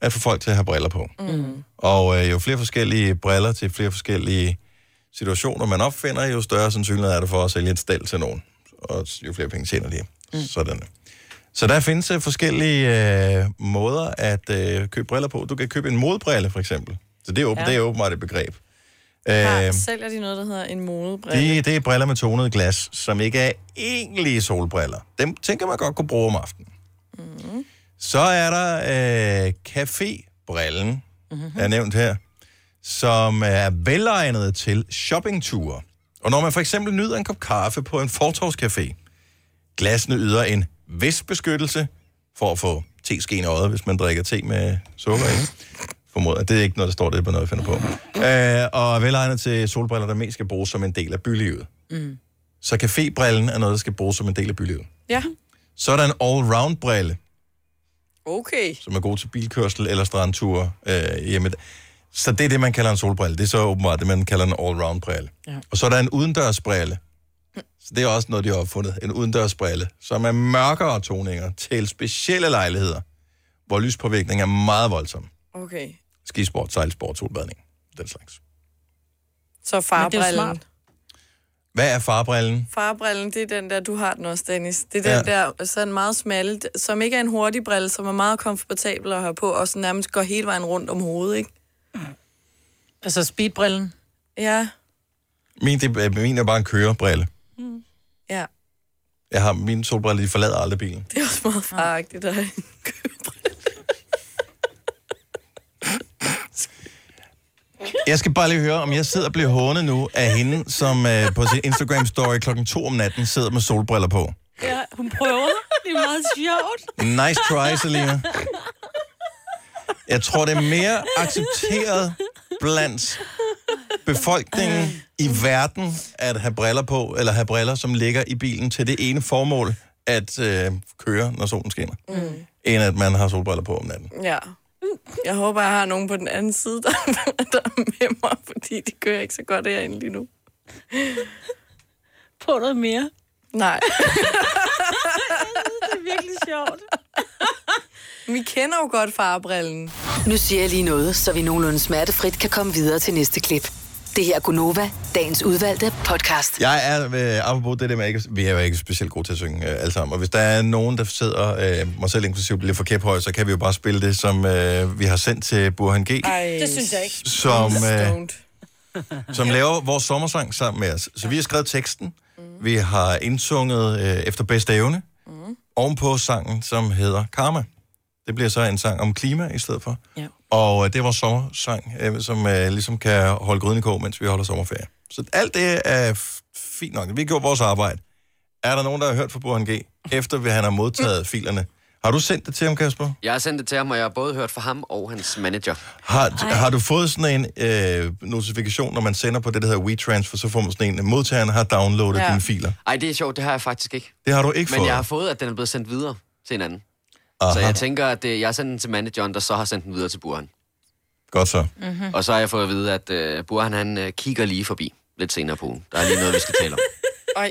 Speaker 1: At få folk til at have briller på.
Speaker 6: Mm.
Speaker 1: Og øh, jo flere forskellige briller til flere forskellige situationer, man opfinder, jo større sandsynlighed er det for at sælge et stel til nogen. Og jo flere penge tjener de. Mm. Sådan. Så der findes øh, forskellige øh, måder at øh, købe briller på. Du kan købe en modebrille, for eksempel. Så det er, åben,
Speaker 5: Ja.
Speaker 1: ja. det er åbenbart et begreb.
Speaker 5: Har,
Speaker 1: Øh,
Speaker 5: sælger de noget, der hedder en modebrille?
Speaker 1: det, det er briller med tonet glas, som ikke er egentlige solbriller. Dem tænker man godt kunne bruge om aftenen.
Speaker 5: Mm.
Speaker 1: Så er der øh, cafébrillen, mm-hmm. er nævnt her, som er velegnet til shoppingture. Og når man for eksempel nyder en kop kaffe på en fortovscafé, glasene yder en vis beskyttelse for at få tesken i øjet, hvis man drikker te med sukker i. Formoder. Det er ikke noget, der står det på noget, jeg finder på. Øh, og er velegnet til solbriller, der mest skal bruges som en del af bylivet.
Speaker 5: Mm.
Speaker 1: Så cafébrillen er noget, der skal bruges som en del af bylivet.
Speaker 5: Ja,
Speaker 1: Så er der en all-round-brille,
Speaker 5: okay.
Speaker 1: som er god til bilkørsel eller strandture øh, hjemme. Så det er det, man kalder en solbrille. Det er så åbenbart det, man kalder en all-round-brille.
Speaker 5: Ja.
Speaker 1: Og så er der en udendørsbrille. Så det er også noget, de har opfundet. En udendørsbrille, som er mørkere toninger til specielle lejligheder, hvor lyspåvirkningen er meget voldsom.
Speaker 5: Okay.
Speaker 1: Skisport, sejlsport, solbadning, den slags.
Speaker 5: Så farbrillen.
Speaker 1: Hvad er farbrillen?
Speaker 5: Farbrillen, det er den der, du har den også, Dennis. Det er den der sådan meget smalle, d- som ikke er en hurtig brille, som er meget komfortabel at have på, og så nærmest går hele vejen rundt om hovedet, ikke?
Speaker 4: Altså speedbrillen?
Speaker 5: Ja,
Speaker 1: Min, det, øh, min er bare en kørebrille.
Speaker 5: ja.
Speaker 1: Jeg har mine solbriller, de forlader aldrig bilen.
Speaker 5: Det er også meget faragtigt at have en
Speaker 1: Jeg skal bare lige høre, om jeg sidder og bliver hånet nu af hende, som øh, på sin Instagram-story klokken 2 om natten sidder med solbriller på.
Speaker 2: Ja, hun prøver. Det er meget sjovt.
Speaker 1: Nice try, Selina. Jeg tror, det er mere accepteret blandt befolkningen i verden at have briller på, eller have briller, som ligger i bilen til det ene formål at øh, køre, når solen skinner,
Speaker 5: Mm.
Speaker 1: end at man har solbriller på om natten.
Speaker 5: Ja. Jeg håber, jeg har nogen på den anden side, der, der er med mig, fordi det kører ikke så godt herinde lige nu.
Speaker 2: På noget mere?
Speaker 5: Nej.
Speaker 2: det er virkelig sjovt.
Speaker 5: Vi kender jo godt farbrillen.
Speaker 7: Nu siger jeg lige noget, så vi nogenlunde smertefrit kan komme videre til næste klip. Det her er Gunova, dagens udvalgte podcast.
Speaker 1: Jeg er, øh, apropos det der med, ikke, vi er jo ikke specielt gode til at synge øh, alle sammen, og hvis der er nogen, der sidder, øh, mig selv inklusiv, lidt for kæphøj, så kan vi jo bare spille det, som øh, vi har sendt til Burhan G.
Speaker 4: Det synes jeg ikke.
Speaker 1: Som, øh, som laver vores sommersang sammen med os. Så vi har skrevet teksten, vi har indsunget øh, efter bedste evne, mm. ovenpå sangen, som hedder Karma. Det bliver så en sang om klima i stedet for.
Speaker 4: Ja.
Speaker 1: Og øh, det er vores sommersang, øh, som øh, ligesom kan holde gryden i kog, mens vi holder sommerferie. Så alt det er f- fint nok. Vi gjorde vores arbejde. Er der nogen, der har hørt fra Burhan G., efter vi- han har modtaget filerne? Har du sendt det til ham, Kasper?
Speaker 18: Jeg har sendt det til ham, og jeg har både hørt fra ham og hans manager.
Speaker 1: Har, har du fået sådan en øh, notifikation, når man sender på det, der hedder WeTransfer, så får man sådan en, modtageren har downloadet ja. dine filer.
Speaker 18: Ej, det er sjovt, det har jeg faktisk ikke.
Speaker 1: Det har du ikke
Speaker 18: Men
Speaker 1: fået?
Speaker 18: jeg har fået, at den er blevet sendt videre til en anden.
Speaker 1: Aha.
Speaker 18: Så jeg tænker, at øh, jeg har sendt den til manageren, der så har sendt den videre til Buren.
Speaker 1: Godt så.
Speaker 18: Mm-hmm. Og så har jeg fået at vide, at øh, Buren han øh, kigger lige forbi lidt senere på ugen. Der er lige noget, vi skal tale om.
Speaker 5: Ej.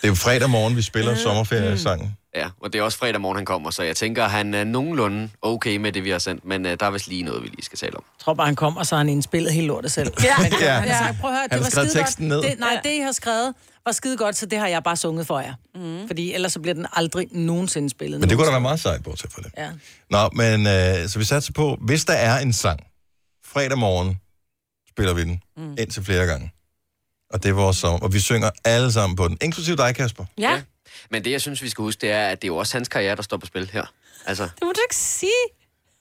Speaker 1: Det er jo fredag morgen, vi spiller sommerferiesangen.
Speaker 18: Ja, og det er også fredag morgen, han kommer, så jeg tænker, at han er nogenlunde okay med det, vi har sendt, men øh, der er vist lige noget, vi lige skal tale om.
Speaker 4: Jeg tror bare, han kom, og så har han indspillet helt lortet selv.
Speaker 18: Ja.
Speaker 4: ja.
Speaker 18: Ja.
Speaker 4: Han sagde, prøv at høre,
Speaker 18: Han
Speaker 4: det
Speaker 18: har
Speaker 4: var
Speaker 18: skrevet
Speaker 4: skide
Speaker 18: teksten
Speaker 4: godt.
Speaker 18: ned.
Speaker 4: Det, nej, det, I har skrevet, var skide godt, så det har jeg bare sunget for jer. Mm. Fordi ellers så bliver den aldrig nogensinde spillet.
Speaker 1: Men det kunne da være meget sejt, bortset fra det.
Speaker 4: Ja.
Speaker 1: Nå, men øh, så vi satser på, hvis der er en sang, fredag morgen spiller vi den, mm. indtil flere gange. Og det er vores sommer, og vi synger alle sammen på den, inklusive dig, Kasper.
Speaker 2: Ja.
Speaker 18: Men det, jeg synes, vi skal huske, det er, at det er jo også hans karriere, der står på spil her. Altså,
Speaker 2: Det må du ikke sige.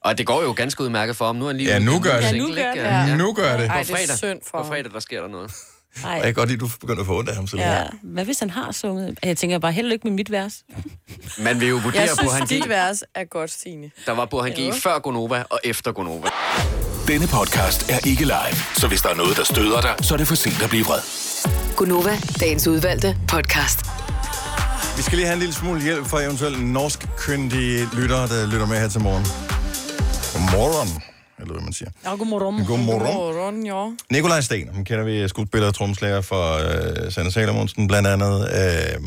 Speaker 18: og det går jo ganske udmærket for ham. Nu er han lige
Speaker 1: Ja, nu gør det.
Speaker 18: single,
Speaker 1: Ja, nu gør
Speaker 18: ikke?
Speaker 1: det. Nu gør det. Ej,
Speaker 18: På
Speaker 1: det er
Speaker 18: fredag,
Speaker 1: synd for
Speaker 18: på
Speaker 1: ham.
Speaker 18: fredag der sker der noget.
Speaker 1: Jeg kan godt lide, at du begynder at få ondt af ham. Så
Speaker 2: Ja. Hvad hvis han har sunget? Jeg tænker bare, held og lykke med mit vers.
Speaker 18: Man vil jo
Speaker 5: Jeg
Speaker 18: vurdere
Speaker 5: synes,
Speaker 18: Burhan
Speaker 5: dit
Speaker 18: G.
Speaker 5: vers er godt, Signe.
Speaker 18: Der var Burhan G
Speaker 5: Ja.
Speaker 18: før Gonova og efter Gonova.
Speaker 19: Denne podcast er ikke live, så hvis der er noget, der støder dig, så er det for sent at blive vred.
Speaker 7: Gunova, dagens udvalgte podcast.
Speaker 1: Vi skal lige have en lille smule hjælp fra eventuelt norsk kyndige lyttere, der lytter med her til morgen. Godmorgen, eller hvad man siger.
Speaker 4: Ja, godmorgen.
Speaker 1: Godmorgen.
Speaker 5: Godmorgen, ja.
Speaker 1: Nikolaj Sten, ham kender vi skuespiller og tromslæger for øh, Sander Salomonsen, blandt andet øh,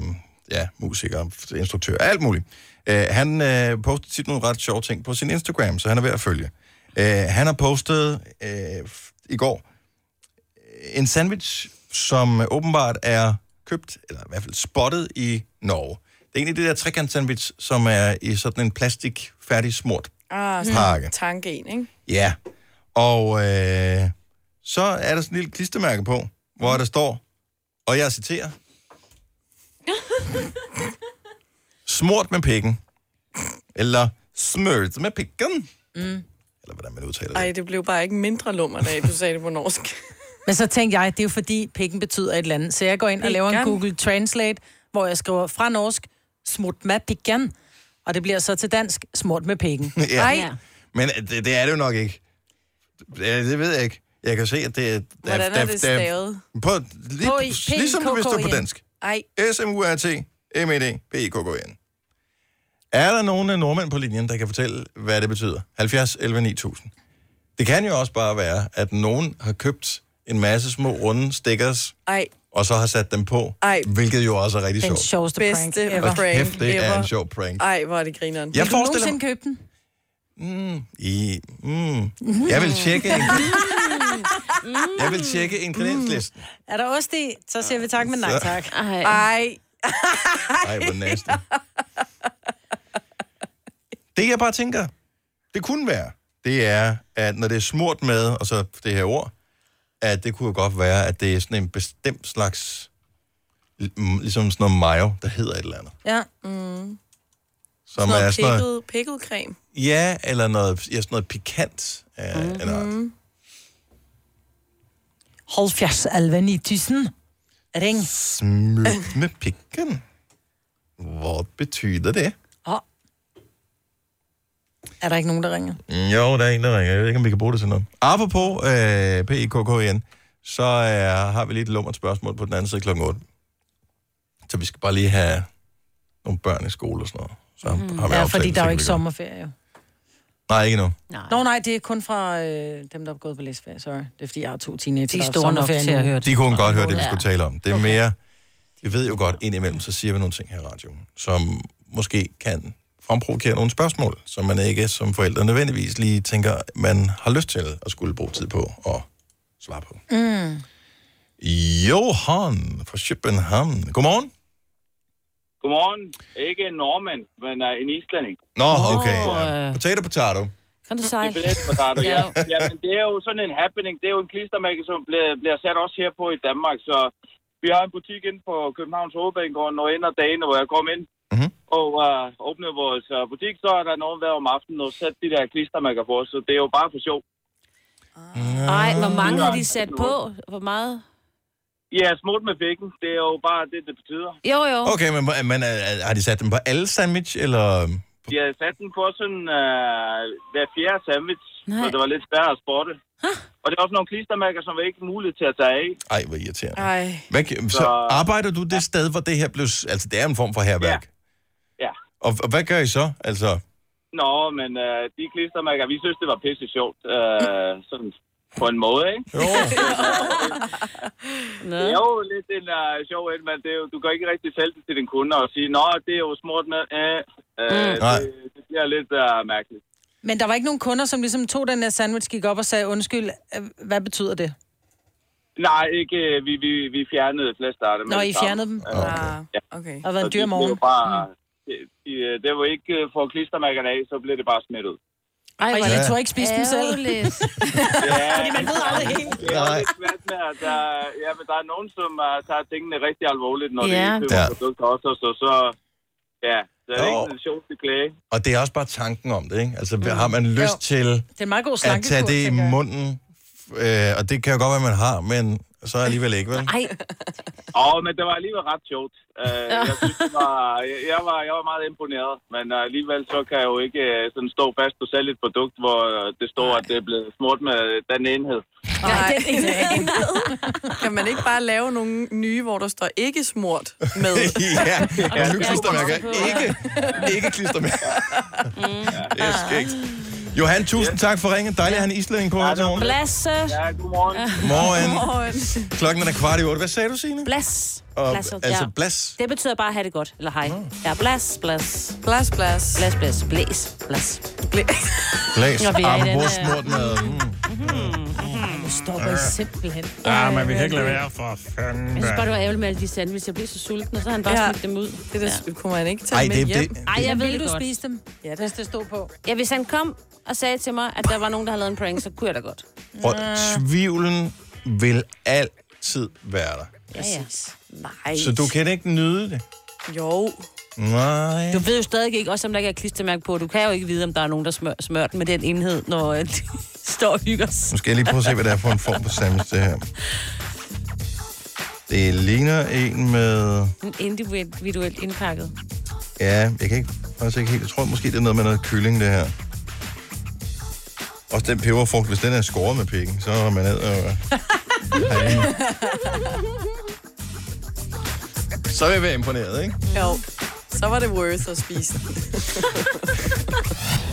Speaker 1: ja, musiker, instruktør, alt muligt. Øh, han øh, postede tit nogle ret sjove ting på sin Instagram, så han er ved at følge. Øh, han har postet øh, f- i går øh, en sandwich, som åbenbart er købt, eller i hvert fald spottet i Norge. Det er egentlig det der trekant sandwich, som er i sådan en plastik færdig smurt
Speaker 5: Ah,
Speaker 1: Pakke.
Speaker 5: sådan tanke en, ikke?
Speaker 1: Ja. Og øh, så er der sådan en lille klistermærke på, hvor der står, og jeg citerer, smurt med pikken, eller smørt med pikken.
Speaker 5: Mm.
Speaker 1: Eller hvordan man udtaler
Speaker 5: Ej, det blev bare ikke mindre lummer, da du sagde det på norsk.
Speaker 4: Men så tænkte jeg, det er jo fordi, pikken betyder et eller andet. Så jeg går ind og laver en
Speaker 5: Pikken.
Speaker 4: Google Translate, hvor jeg skriver fra norsk, smut med pikken. Og det bliver så til dansk, smurt med pikken.
Speaker 1: det. ja. Men det, det er det jo nok ikke. Det, det ved jeg ikke. Jeg kan se, at det er... der-
Speaker 5: Hvordan
Speaker 1: der-
Speaker 5: er det
Speaker 1: der-
Speaker 5: stavet?
Speaker 1: På, lige, ligesom det vil stå på dansk.
Speaker 5: Ej,
Speaker 1: Øh, S-M-U-R-T, M-E-D, B-I-K-K-N. E Er der nogen af nordmænd på linjen, der kan fortælle, hvad det betyder? 70 11 9000. Det kan jo også bare være, at nogen har købt en masse små runde stickers,
Speaker 5: ej,
Speaker 1: og så har sat dem på,
Speaker 5: Ej.
Speaker 1: hvilket jo også er rigtig
Speaker 4: Den
Speaker 1: sjovt.
Speaker 4: sjoveste prank
Speaker 5: bedste
Speaker 4: ever.
Speaker 5: prank,
Speaker 1: Kæft, det er
Speaker 5: ever.
Speaker 1: en sjov prank.
Speaker 5: Ej, hvor er det grineren.
Speaker 1: Jeg
Speaker 4: Vil du
Speaker 1: forestiller
Speaker 4: nogensinde købe den?
Speaker 1: Mm, I, mm. Jeg vil tjekke en, jeg vil tjekke ingredienslisten.
Speaker 4: Mm. Er der ost i? Så siger vi tak, men nej
Speaker 1: Så-
Speaker 4: tak. Ej.
Speaker 5: Ej.
Speaker 1: Ej, hvor næste. Det jeg bare tænker, det kunne være, det er, at når det er smurt med, og så det her ord, at det kunne jo godt være, at det er sådan en bestemt slags, mm, ligesom sådan noget mayo, der hedder et eller andet.
Speaker 5: Ja. Mm.
Speaker 1: Som
Speaker 5: Sådan
Speaker 1: er
Speaker 5: noget
Speaker 1: sådan
Speaker 5: pikket,
Speaker 1: noget,
Speaker 5: pikket creme.
Speaker 1: ja, eller noget, ja, sådan noget pikant. Uh, mm. eller,
Speaker 5: Mm.
Speaker 4: Halvfjerds alve 9000. Ring.
Speaker 1: smurt med pikken. Hvad betyder det?
Speaker 4: Åh. Er der ikke nogen, der ringer?
Speaker 1: Jo, der er en, der ringer. Jeg ved ikke, om vi kan bruge det til noget. Apropos øh, PIKKN, så øh, har vi lige et lummert spørgsmål på den anden side klokken 8. Så vi skal bare lige have nogle børn i skole og sådan noget. Så mm. har vi
Speaker 4: Mhm. Ja,
Speaker 1: aftalt,
Speaker 4: fordi der er
Speaker 1: så
Speaker 4: jo
Speaker 1: kan
Speaker 4: ikke
Speaker 1: vi gøre.
Speaker 4: sommerferie. Jo.
Speaker 1: Nej, ikke nu.
Speaker 2: Nej.
Speaker 4: Nå nej, det er kun fra øh, dem, der er gået på læsferie. Sorry. Det er fordi, jeg har to teenager,
Speaker 2: De er
Speaker 4: der har
Speaker 2: store nok
Speaker 4: sommerferie
Speaker 2: til at
Speaker 4: nu.
Speaker 2: høre
Speaker 1: De kunne godt høre det, vi
Speaker 4: Ja.
Speaker 1: skulle tale om. Det er mere... Vi ved jo godt, indimellem, så siger vi nogle ting her i radioen, som måske kan fremprovokere nogle spørgsmål, som man ikke som forældre nødvendigvis lige tænker, man har lyst til at skulle bruge tid på at svare på.
Speaker 6: Mm.
Speaker 1: Johan fra København. Godmorgen.
Speaker 20: Godmorgen. Ikke en normand, men uh, en islænding.
Speaker 1: Nå, okay. Ja. Potato, potato.
Speaker 2: Kan du
Speaker 20: Det
Speaker 2: sejle?
Speaker 20: er billet på Dardo, ja. ja. men det er jo sådan en happening. Det er jo en klistermærke, som bliver, bliver sat også her på i Danmark. Så vi har en butik inde på Københavns Hovedbanegård, når ender dagen, hvor jeg kom ind mm-hmm. og uh, åbnede vores uh, butik, så er der nogen hver om aftenen og sat de der klistermærker på os. Så det er jo bare for sjov.
Speaker 1: Ah.
Speaker 2: Nej, hvor mange har de sat på? Hvor meget?
Speaker 20: Ja, smurt med bækken. Det er jo bare det, det betyder.
Speaker 2: Jo, jo.
Speaker 1: Okay, men, men er, er- har de sat dem på alle sandwich, eller...
Speaker 20: De havde sat den på sådan øh, hver fjerde sandwich, Nej. så det var lidt svært at spotte. Og det er også nogle klistermærker, som var ikke muligt til at tage af.
Speaker 1: Ej, hvor irriterende.
Speaker 20: Ej.
Speaker 1: Hvad, gi- så
Speaker 20: Så-
Speaker 1: arbejder du det sted, hvor det her blev... s- Altså, det er en form for herværk.
Speaker 20: Ja.
Speaker 1: Og, og hvad gør I så? Altså,
Speaker 20: Nå, men øh, de klistermærker, vi synes, det var pisse sjovt. Øh, sådan på en måde, ikke? Jo. det er jo lidt en uh, sjov end, men det er jo, du kan ikke rigtig sælge det til din kunde og sige, nå, det er jo smurt med, øh, øh,
Speaker 4: Mm.
Speaker 20: det, det bliver lidt uh, mærkeligt.
Speaker 4: Men der var ikke nogen kunder, som ligesom tog den her sandwich, gik op og sagde, undskyld, øh, hvad betyder det?
Speaker 20: Nej, ikke, øh, vi, vi, vi fjernede flestarte.
Speaker 4: Når I fjernede dem? Ah,
Speaker 20: Okay. Ja.
Speaker 5: okay.
Speaker 4: Og været en dyr
Speaker 20: Det
Speaker 4: morgen.
Speaker 20: var bare, det, de, øh, det var ikke øh, for klistermærkerne af, så blev det bare smidt ud.
Speaker 4: Ej,
Speaker 20: hvor
Speaker 4: og jeg
Speaker 20: er
Speaker 4: tror
Speaker 20: det
Speaker 4: ikke spise den selv.
Speaker 20: Fordi man ved aldrig helt. Det er jo lidt svært med, at der, ja, men der er nogen, som uh, tager tingene rigtig alvorligt, når
Speaker 1: Ja.
Speaker 20: yeah. de køber
Speaker 1: Ja.
Speaker 20: ja. produkter også, og så, så, ja, så er det ikke den sjoveste klage.
Speaker 1: og det er også bare tanken om det, ikke? Altså, mm. har man lyst
Speaker 4: Jo.
Speaker 1: til
Speaker 4: Det er en meget god
Speaker 1: at
Speaker 4: slankekur,
Speaker 1: tage det i
Speaker 4: tænker jeg.
Speaker 1: munden? Øh, og det kan jo godt være, man har, men så alligevel ikke, vel?
Speaker 2: Nej.
Speaker 20: Åh, oh, men det var alligevel ret sjovt. Uh, jeg, synes, det var, jeg, jeg, var, jeg var meget imponeret, men uh, alligevel så kan jeg jo ikke uh, sådan stå fast på selv et produkt, hvor uh, det står, at det er blevet smurt med den enhed.
Speaker 5: Nej, Kan man ikke bare lave nogle nye, hvor der står ikke smurt med?
Speaker 1: ja, ja, nu klistermærker. Ikke, ikke klistermærker. Det er skægt. Johan, tusind tak for ringen. Dejligt at have en islænding på her til morgen.
Speaker 2: Blasse.
Speaker 20: Ja, godmorgen.
Speaker 1: Morgen.
Speaker 2: Godmorgen.
Speaker 1: Klokken er kvart i otte. Hvad sagde du, Signe?
Speaker 2: Blas.
Speaker 1: Og,
Speaker 2: Blasset,
Speaker 1: altså, blas.
Speaker 2: Det betyder bare at have det godt, eller hej. Ja, blas, blas. Blas, blas. Blas, blas, blæs, blas.
Speaker 1: Blæs.
Speaker 2: Nå, vi er i den,
Speaker 1: Apropos
Speaker 2: øh, Mm-hmm.
Speaker 1: smurt med... Mm.
Speaker 2: Du stopper simpelthen.
Speaker 3: Ja, men vi kan ikke lade være for fanden.
Speaker 2: Jeg synes bare, det var ærgerligt med alle de sandwich. Jeg blev så sulten, og så har han bare
Speaker 5: Ja.
Speaker 2: ja. smidt dem ud.
Speaker 5: Det der, ja. kunne man ikke
Speaker 1: tage Ej, med det- hjem? det-
Speaker 2: Ej, jeg
Speaker 4: det-
Speaker 2: ved
Speaker 4: Ville
Speaker 2: det
Speaker 4: du
Speaker 2: godt.
Speaker 4: spise
Speaker 2: dem,
Speaker 4: ja, det. hvis det stod på?
Speaker 2: Ja, hvis han kom og sagde til mig, at der var nogen, der havde lavet en prank, så kunne jeg da godt.
Speaker 1: Prøv, tvivlen vil altid være der.
Speaker 2: Ja, ja.
Speaker 5: Nej.
Speaker 1: Så du kan ikke nyde det?
Speaker 5: Jo.
Speaker 1: Nej.
Speaker 2: Du ved jo stadig ikke, også om der ikke er klistermærke på. Du kan jo ikke vide, om der er nogen, der smør, smør den med den enhed, når øh, de står og hygger sig.
Speaker 1: Nu skal jeg lige prøve at se, hvad det er for en form for sandwich, det her. Det ligner en med...
Speaker 2: En individuelt indpakket.
Speaker 1: Ja, jeg kan ikke, faktisk ikke helt... Jeg tror måske, det er noget med noget kylling, det her. Også den peberfrugt, hvis den er skåret med pikken, så er man ned og... Så vil jeg være imponeret, ikke?
Speaker 5: Jo. Så var det worth at spise.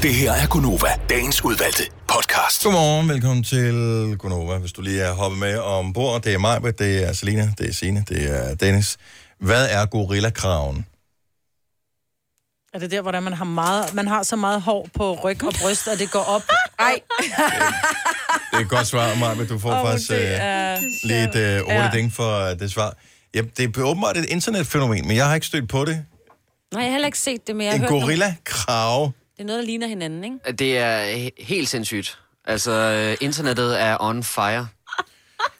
Speaker 19: Det her er Gunova, dagens udvalgte podcast.
Speaker 1: Godmorgen, velkommen til Gunova. Hvis du lige er hoppet med ombord, det er mig, det er Selina, det er Sine, det er Dennis. Hvad er gorillakraven?
Speaker 4: Er det der, hvordan man har, meget, man har så meget hår på ryg og bryst, og det går op? Ej.
Speaker 1: Det er et godt svar, Maja, du får
Speaker 4: Åh,
Speaker 1: oh, faktisk
Speaker 4: det
Speaker 1: øh,
Speaker 4: er-
Speaker 1: lidt øh, ordet
Speaker 4: Ja.
Speaker 1: ja. ding for øh, det svar. Ja, det er åbenbart et internetfænomen, men jeg har ikke stødt på det.
Speaker 2: Nej, jeg har heller ikke set det, men jeg har
Speaker 1: en
Speaker 2: hørt om-
Speaker 1: gorilla-krave.
Speaker 2: Det er noget, der ligner hinanden, ikke?
Speaker 18: Det er he- helt sindssygt. Altså, øh, internettet er on fire.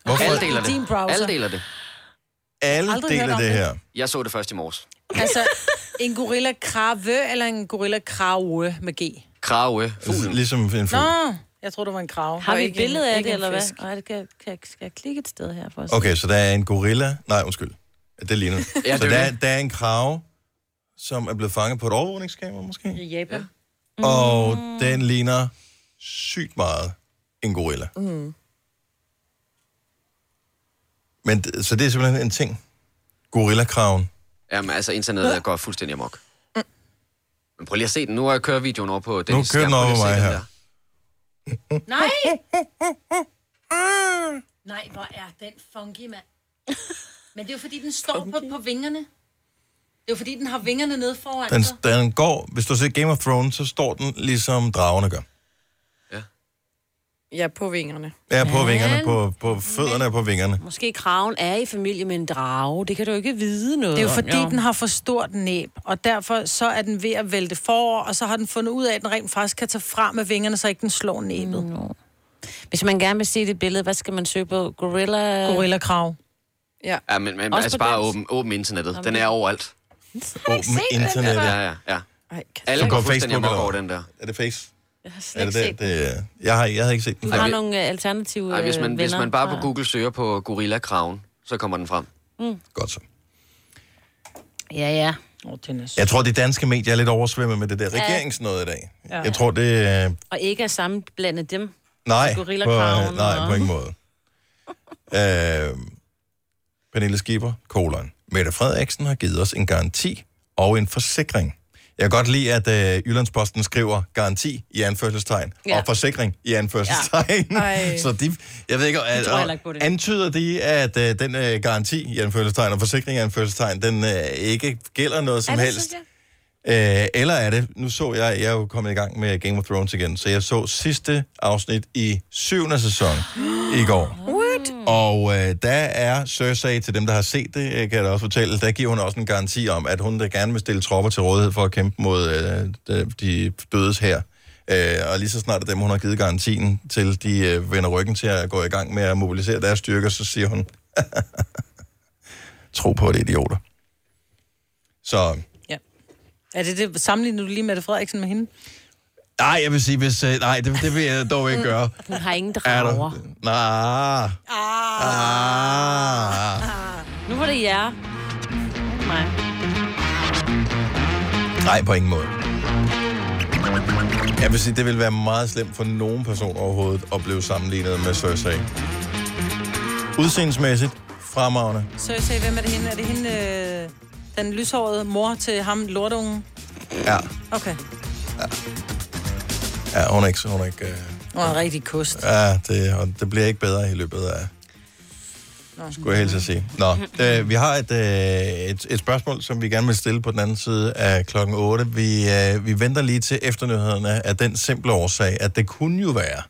Speaker 1: Hvorfor?
Speaker 18: Alle deler
Speaker 4: Din
Speaker 18: det.
Speaker 4: browser.
Speaker 18: Alle deler det.
Speaker 1: Alle
Speaker 4: Aldrig deler hørt om det det. her.
Speaker 18: Jeg så det først i morges.
Speaker 4: Altså, en gorilla krave eller en gorilla krave med G?
Speaker 18: Krave. Fuglen.
Speaker 1: Ligesom en
Speaker 4: Nå, jeg tror, det var en krave.
Speaker 2: Har
Speaker 4: Og
Speaker 2: vi et
Speaker 4: ikke en-
Speaker 2: billede af
Speaker 4: ikke
Speaker 2: det,
Speaker 4: en
Speaker 2: eller hvad?
Speaker 4: fisk.
Speaker 2: Nej, det kan, kan, skal jeg klikke et sted her for os?
Speaker 1: Okay, så der er en gorilla... Nej, undskyld. Det ligner. ja,
Speaker 2: det
Speaker 1: så
Speaker 2: er
Speaker 1: der, er-
Speaker 2: det.
Speaker 1: der er en krave, som er blevet fanget på et overvågningskamera, måske?
Speaker 2: I Japan.
Speaker 1: Mm. Og den ligner sygt meget en gorilla.
Speaker 2: Mm.
Speaker 1: Men, d- så det er simpelthen en ting. Gorillakraven.
Speaker 18: Jamen, altså, internettet går fuldstændig amok. Men prøv lige at se den. Nu har jeg kørt videoen over på Dennis.
Speaker 1: kører den
Speaker 18: Ja, prøv
Speaker 1: over
Speaker 18: lige at se
Speaker 1: mig her.
Speaker 18: der.
Speaker 4: Nej!
Speaker 2: Ah.
Speaker 4: Nej, hvor er den funky, mand. Men det er jo, fordi den står på, på vingerne. Det er jo, fordi den har vingerne nede foran
Speaker 1: Den,
Speaker 4: sig.
Speaker 1: den går... Hvis du ser Game of Thrones, så står den ligesom dragerne gør.
Speaker 5: Ja, på vingerne.
Speaker 1: Ja, på
Speaker 2: Men-
Speaker 1: vingerne, på, på fødderne og på vingerne.
Speaker 2: Måske kraven er i familie med en drage. Det kan du jo ikke vide noget
Speaker 4: Det er jo
Speaker 2: om,
Speaker 4: fordi, den har for stort næb, og derfor så er den ved at vælte forover, og så har den fundet ud af, at den rent faktisk kan tage fra med vingerne, så ikke den slår næbet.
Speaker 2: No. Hvis man gerne vil se det billede, hvad skal man søge på? Gorilla...
Speaker 4: Gorilla krav.
Speaker 5: Ja.
Speaker 18: Ja, men, men
Speaker 2: Også
Speaker 18: altså
Speaker 2: på
Speaker 18: bare
Speaker 2: dansk.
Speaker 18: åben, åben internettet. Den
Speaker 2: Jamen.
Speaker 18: er overalt.
Speaker 1: Åbn internettet.
Speaker 18: Ja, ja, ja.
Speaker 1: Så
Speaker 18: Alle
Speaker 1: går
Speaker 18: går fuldstændig
Speaker 1: Facebook
Speaker 18: amok
Speaker 1: over.
Speaker 18: over den der.
Speaker 1: Er det face?
Speaker 2: Jeg har slet
Speaker 1: Er det
Speaker 2: ikke
Speaker 1: det?
Speaker 2: set den.
Speaker 1: det er- jeg, har, jeg havde ikke set den.
Speaker 2: Du
Speaker 1: før.
Speaker 2: har nogle øh, alternative
Speaker 18: Ej, hvis man,
Speaker 2: øh,
Speaker 18: hvis
Speaker 2: venner,
Speaker 18: man bare
Speaker 2: tror
Speaker 18: på
Speaker 2: jeg.
Speaker 18: Google søger på gorillakraven, så kommer den frem.
Speaker 2: Mm.
Speaker 1: Godt så.
Speaker 2: Ja, ja.
Speaker 4: Oh, den er
Speaker 1: Jeg tror, de danske medier er lidt oversvømmet med det der regeringsnød i dag.
Speaker 2: Ja.
Speaker 1: Jeg tror, det er...
Speaker 2: Og ikke er sammenblandet dem.
Speaker 1: Nej, på,
Speaker 2: Gorillakraven
Speaker 1: nej,
Speaker 2: og-
Speaker 1: på ingen måde. øh, Pernille Skipper, kolon. Mette Frederiksen har givet os en garanti og en forsikring. Jeg kan godt lide, at øh, Jyllandsposten skriver garanti i anførselstegn
Speaker 14: Ja.
Speaker 1: ja. og forsikring i anførselstegn.
Speaker 14: Ja. Ej.
Speaker 1: Ja. Så de, jeg ved ikke,
Speaker 14: Jeg tror heller
Speaker 1: at,
Speaker 14: ikke på det.
Speaker 1: antyder de, at øh, den øh, garanti i anførselstegn og forsikring i anførselstegn, den øh, ikke gælder noget som helst? Øh, eller er det, nu så jeg, jeg er jo kommet i gang med Game of Thrones igen, så jeg så sidste afsnit i syvende sæson i går.
Speaker 6: What?
Speaker 1: Og øh, der er Cersei, til dem, der har set det, øh, kan jeg da også fortælle, der giver hun også en garanti om, at hun der gerne vil stille tropper til rådighed for at kæmpe mod øh, de- de dødes her. Øh, og lige så snart at dem, hun har givet garantien til, de øh, vender ryggen til at gå i gang med at mobilisere deres styrker, så siger hun, tro på det, idioter. Så
Speaker 4: Er det det? Sammenligner du lige Mette Frederiksen med hende?
Speaker 1: Nej, jeg vil sige, hvis... øh, Nej, det, det vil jeg dog
Speaker 4: Mm.
Speaker 1: ikke gøre.
Speaker 2: Hun har ingen
Speaker 1: Er du?
Speaker 2: drager.
Speaker 1: Nej. Ah.
Speaker 2: Nu var det jer. Nej.
Speaker 1: Nej, på ingen måde. Jeg vil sige, det vil være meget slemt for nogen person overhovedet at blive sammenlignet med Cersei. Udseendemæssigt, fremragende.
Speaker 4: Cersei, hvem er det hende? Er det hende, øh, den lyshårede mor til ham, lortungen?
Speaker 1: Ja,
Speaker 4: Okay.
Speaker 1: ja hun er ikke... Hun er ikke øh,
Speaker 4: Hun er en rigtig kost.
Speaker 1: ja, det, og det bliver ikke bedre i løbet af... Skulle jeg helst at sige. Nå, øh, vi har et, øh, et, et spørgsmål, som vi gerne vil stille på den anden side af klokken 8. Vi, øh, vi venter lige til efternyhederne af den simple årsag, at det kunne jo være,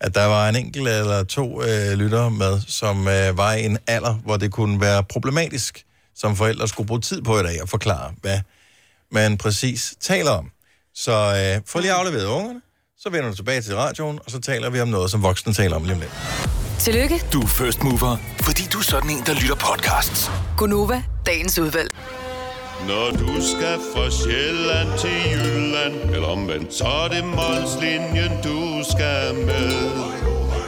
Speaker 1: at der var en enkelt eller to øh, lyttere med, som øh, var i en alder, hvor det kunne være problematisk, som forældre skulle bruge tid på i dag at forklare, hvad man præcis taler om. Så øh, få lige afleveret ungerne, så vender du tilbage til radioen, og så taler vi om noget, som voksne taler om lige om lidt.
Speaker 7: Tillykke,
Speaker 1: Du er first mover,
Speaker 19: Fordi du er sådan en, der lytter podcasts.
Speaker 7: Gunova, dagens udvalg.
Speaker 9: Når du skal fra Sjælland til Jylland, eller omvendt, så er det Molslinjen, du skal med.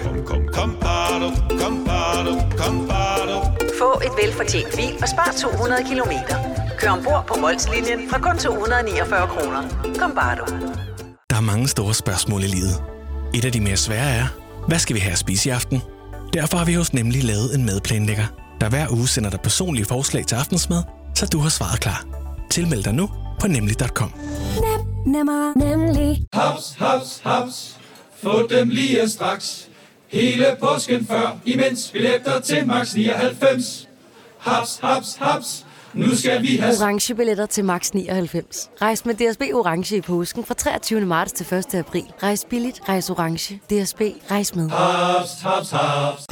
Speaker 9: Kom, kom, kom, bado, kom, bado, kom, bado.
Speaker 21: Få et velfortjent bil og spar 200 kilometer. Kør ombord på Molslinjen fra kun 249 kroner. Kom bare du.
Speaker 22: Der er mange store spørgsmål i livet. Et af de mere svære er, hvad skal vi have at spise i aften? Derfor har vi hos Nemlig lavet en madplanlægger, der hver uge sender dig personlige forslag til aftensmad, så du har svaret klar. Tilmeld dig nu på nemlig.com.
Speaker 6: Nemmer, nemlig.
Speaker 14: Haps, haps, haps. Få dem lige straks. Hele påsken før, imens billetter til max 99. Haps, haps, haps. Nu skal vi have
Speaker 23: orange billetter til max 99. Rejs med DSB orange i påsken fra 23. marts til 1. april. Rejs billigt, rejs orange. DSB rejs med.
Speaker 14: Haps, haps, haps.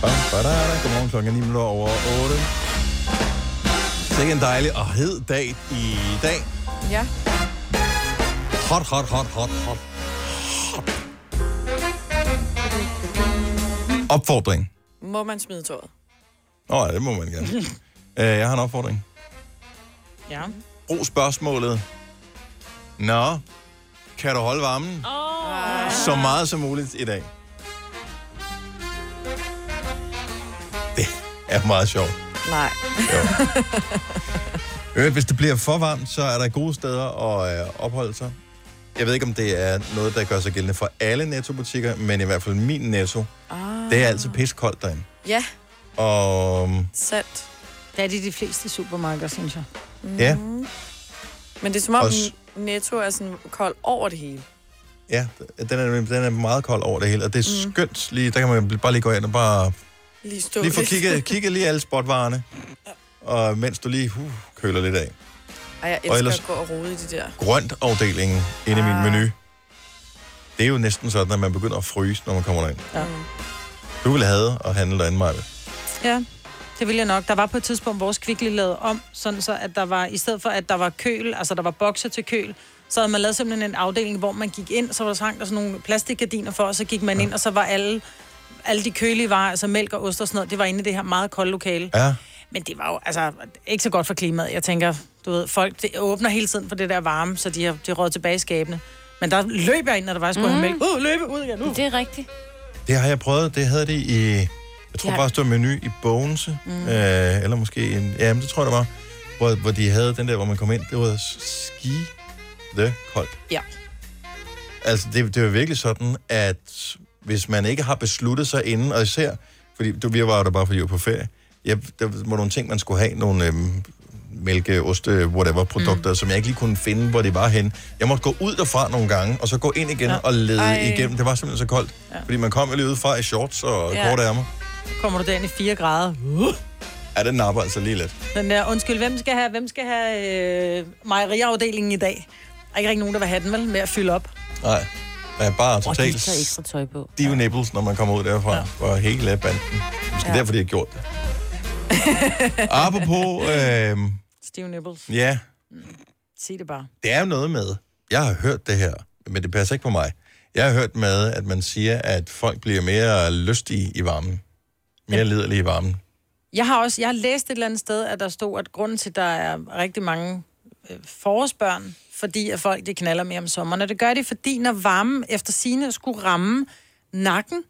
Speaker 1: Bam, badada. Godmorgen klokken er 9 minutter over 8. Sikke en dejlig og hed dag i dag.
Speaker 5: Ja.
Speaker 1: Hot, hot, hot, hot, hot. Opfordring.
Speaker 5: Må man smide tøjet?
Speaker 1: Åh, oh, det må man gerne. uh, jeg har en opfordring.
Speaker 5: Ja.
Speaker 1: Brug spørgsmålet. Nå, kan du holde varmen? Oh. Så meget som muligt i dag. Det er meget sjovt.
Speaker 5: Nej.
Speaker 1: Øh, hvis det bliver for varmt, så er der gode steder at øh, opholde sig. Jeg ved ikke, om det er noget, der gør sig gældende for alle nettobutikker, men i hvert fald min netto, ah. det er altid piskoldt derinde.
Speaker 5: Ja,
Speaker 1: Og øhm,
Speaker 5: sandt.
Speaker 4: Det er de de fleste supermarkeder, synes jeg.
Speaker 1: ja,
Speaker 5: Mm-hmm. Men det er som om,
Speaker 1: Også-
Speaker 5: Netto er sådan kold over det hele.
Speaker 1: ja den, er, den er meget kold over det hele, og det er mm. skønt. Lige, der kan man bare lige gå ind og bare
Speaker 5: Lige stå
Speaker 1: lige få
Speaker 5: lidt.
Speaker 1: kigget, kigget lige alle spotvarerne, og mens du lige uh, køler lidt af.
Speaker 5: Ej, jeg
Speaker 1: Og
Speaker 5: elsker
Speaker 1: ellers-
Speaker 5: at gå og rode i de der.
Speaker 1: Grønt afdelingen inde i min menu. Det er jo næsten sådan, at man begynder at fryse, når man kommer derind.
Speaker 4: Ja.
Speaker 1: Du ville have at handle derinde, Maja.
Speaker 4: Ja, det ville jeg nok. Der var på et tidspunkt, vores kvikli lavede om, sådan så at der var, i stedet for at der var køl, altså der var bokser til køl, så havde man lavet simpelthen en afdeling, hvor man gik ind, så var der så hang der sådan nogle plastikgardiner for, og så gik man ind, og så var alle, alle de kølige varer, altså mælk og ost og sådan noget, det var inde i det her meget kolde lokale.
Speaker 1: Ja.
Speaker 4: Men det var jo altså, ikke så godt for klimaet. Jeg tænker, du ved, folk det åbner hele tiden for det der varme, så Uh, de har de råd tilbage i skabene. Men der løb jeg ind, når der var, jeg skulle mm. have mælk. Ud, løbe ud igen nu.
Speaker 2: Det er rigtigt.
Speaker 1: Det har jeg prøvet. Det havde de i... Jeg tror
Speaker 8: Ja.
Speaker 1: ja. bare, det var menu i Bogense.
Speaker 8: Mm.
Speaker 1: Mm. Øh, eller måske... En, ja, men det tror jeg, det var. Hvor, hvor de havde den der, hvor man kom ind. Det var ski the koldt.
Speaker 4: Ja.
Speaker 1: Altså, det, det var virkelig sådan, at hvis man ikke har besluttet sig inden, og især, fordi du, vi var jo der bare for jul på ferie, jeg, der var nogle ting, man skulle have, nogle øhm, mælke, oste, whatever produkter, mm. som jeg ikke lige kunne finde, hvor det var hen. Jeg måtte gå ud derfra nogle gange, og så gå ind igen ja. og lede
Speaker 4: Ej.
Speaker 1: Ej. igennem. Det var simpelthen så koldt, ja. fordi man kom jo lige udefra i shorts og
Speaker 4: Ja.
Speaker 1: ja. korte ærmer.
Speaker 4: Så kommer du derind i 4 grader. Uh.
Speaker 1: Ja, den napper altså lige lidt.
Speaker 4: Den der, undskyld, hvem skal have, hvem skal have øh, mejeriafdelingen i dag? Der er ikke rigtig nogen, der vil have den, vel? Med at fylde op.
Speaker 1: Nej, man er bare
Speaker 2: Og
Speaker 1: totalt
Speaker 2: de tager ekstra tøj på.
Speaker 1: stive nipples, når man kommer ud derfra, ja. og hele banden. Måske ja. derfor, de har gjort det. Apropos, øh,
Speaker 4: Steve Nibbles.
Speaker 1: ja,
Speaker 4: Sig det bare.
Speaker 1: det er jo noget med, jeg har hørt det her, men det passer ikke på mig. Jeg har hørt med, at man siger, at folk bliver mere lystige i varmen. Mere ja. liderlige i varmen.
Speaker 4: Jeg har også, jeg har læst et eller andet sted, at der stod, at grunden til, at der er rigtig mange øh, forårsbørn, fordi at folk, de knaller mere om sommeren. Og det gør de, fordi når varmen efter sine skulle ramme nakken,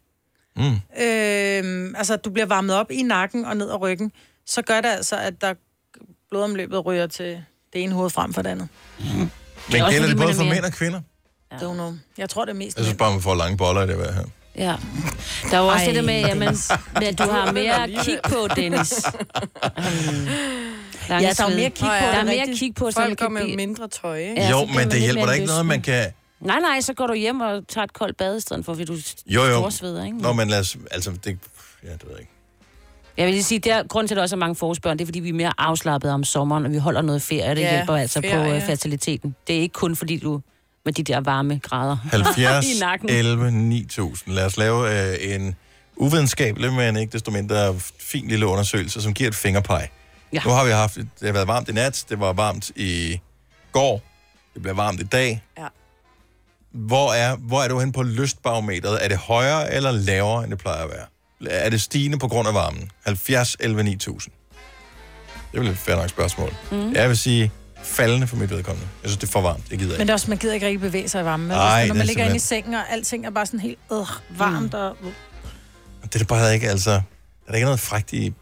Speaker 1: Mm.
Speaker 4: øh, altså at du bliver varmet op i nakken og ned ad ryggen, så gør det altså, at der blodomløbet ryger til det ene hoved frem for det andet.
Speaker 1: Men
Speaker 4: også
Speaker 1: gælder
Speaker 4: fordi
Speaker 1: det
Speaker 4: man
Speaker 1: både
Speaker 4: er
Speaker 1: for
Speaker 4: mere-
Speaker 1: mænd og kvinder?
Speaker 4: Ja. Don't know. Jeg tror, det er mest
Speaker 1: Jeg synes bare, man får lange boller i det hver her.
Speaker 2: Ja. Der er jo også
Speaker 4: Ej.
Speaker 2: det der med, jamen, at du har mere at kigge på, Dennis.
Speaker 4: Ja, der er jo mere at kigge på,
Speaker 2: Der
Speaker 4: det
Speaker 2: er
Speaker 4: er
Speaker 2: mere at
Speaker 4: rigtigt.
Speaker 2: kigge på, så
Speaker 4: Folk
Speaker 2: man
Speaker 4: går
Speaker 2: kan
Speaker 4: med
Speaker 2: blive-
Speaker 5: mindre tøj, ikke?
Speaker 2: Ja,
Speaker 1: jo,
Speaker 2: så bliver
Speaker 1: men det
Speaker 2: lidt
Speaker 1: hjælper
Speaker 2: mere
Speaker 1: da ikke noget, man
Speaker 2: lysten.
Speaker 1: kan...
Speaker 2: Nej, nej, så går du hjem og tager et koldt bad i stedet for, fordi du
Speaker 1: Jo, jo.
Speaker 2: storsveder, ikke?
Speaker 1: Nå, men lad os... Altså, det... Ja, det ved jeg ikke.
Speaker 2: Jeg vil lige sige, der, grunden til, at der også er mange forårsbørn, det er, fordi vi er mere afslappede om sommeren, og vi holder noget ferie, og det
Speaker 1: Ja,
Speaker 2: ja, hjælper altså ferie. på
Speaker 1: ferie.
Speaker 2: øh, fertiliteten. Det er ikke kun, fordi du med de der varme grader
Speaker 1: 70,
Speaker 2: i nakken.
Speaker 1: 11, 9000. Lad os lave øh, en uvidenskabelig, men ikke desto mindre fin lille undersøgelse, som giver et fingerpeg.
Speaker 2: Ja.
Speaker 1: Ja. Nu har vi haft, det har været varmt i nat, det var varmt i går, det bliver varmt i dag.
Speaker 5: Ja.
Speaker 1: Hvor er, hvor er du hen på lystbarometeret? Er det højere eller lavere, end det plejer at være? Er det stigende på grund af varmen? 70, 11, 9000. Det er vel et fair nok spørgsmål.
Speaker 4: Mm.
Speaker 1: Mm. Jeg vil sige faldende for mit vedkommende. Jeg synes, det er for varmt. Jeg gider ikke.
Speaker 4: Men det er også, man gider ikke rigtig bevæge sig i varmen. vel?
Speaker 1: Ej,
Speaker 4: Altså,
Speaker 1: det
Speaker 4: når
Speaker 1: er
Speaker 4: man ligger inde i
Speaker 1: simpelthen-
Speaker 4: sengen, og alting er bare sådan helt øh, varmt. Og,
Speaker 1: Det er da bare ikke, altså... Der er da ikke noget frækt i...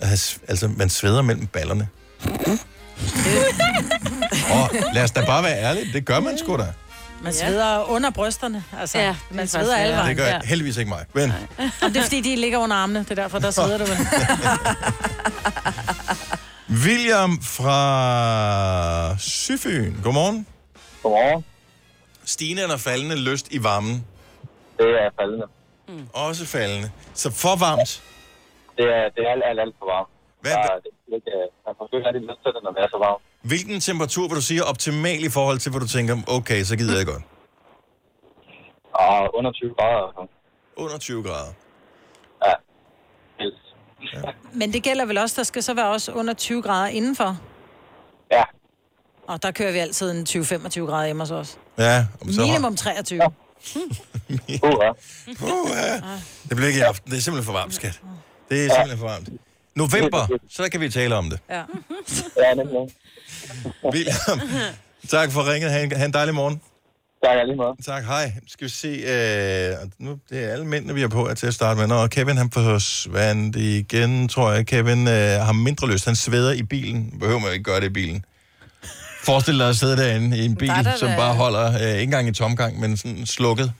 Speaker 1: at have s- Altså, man sveder mellem ballerne. Og lad os da bare være ærlige, det gør man sgu da.
Speaker 4: man sveder under brysterne. Altså, ja, man sveder alle vejen.
Speaker 1: Det gør
Speaker 4: Ja.
Speaker 1: heldigvis ikke mig. Men
Speaker 4: Og det er, fordi de ligger under armene. Det er derfor, der sveder du. vel?
Speaker 1: William fra Syfyn, godmorgen. Godmorgen. Stigende eller faldende lyst i varmen? Det er faldende. Mm. Også faldende. Så for varmt?
Speaker 10: Det er, det er alt, alt, alt for varmt.
Speaker 1: Hvad?
Speaker 10: Der, er- det, er ikke, øh, man får sgu ikke rigtig lyst til det, når det er så varmt.
Speaker 1: Hvilken temperatur vil du sige er optimal i forhold til, hvor du tænker, okay, så gider jeg godt?
Speaker 10: Og Ah, under 20 grader. og sådan.
Speaker 1: Under 20 grader.
Speaker 4: Men det gælder vel også, der skal så være også under 20 grader indenfor.
Speaker 10: Ja.
Speaker 4: Og der kører vi altid en 20-25 grader hjemme hos os.
Speaker 1: Ja, om så
Speaker 4: Minimum 23. Ja.
Speaker 1: Uha. Det bliver ikke i aften. Det er simpelthen for varmt, skat. Det er simpelthen for varmt. November, så kan vi tale om det.
Speaker 4: Ja.
Speaker 10: ja, nemlig.
Speaker 1: William, tak for ringet. Ha' en, ha en dejlig morgen.
Speaker 10: Tak, lige måde.
Speaker 1: Tak, hej. Skal vi se, øh, og nu det er alle mændene, vi er på her til at starte med. Nå, Kevin, han får svandt igen, tror jeg. Kevin øh, har mindre lyst. Han sveder i bilen. Behøver man jo ikke gøre det i bilen. Forestil dig at sidde derinde i en bil,
Speaker 4: Der er der
Speaker 1: som
Speaker 4: da-
Speaker 1: bare holder, øh, ikke engang i tomgang, men sådan slukket.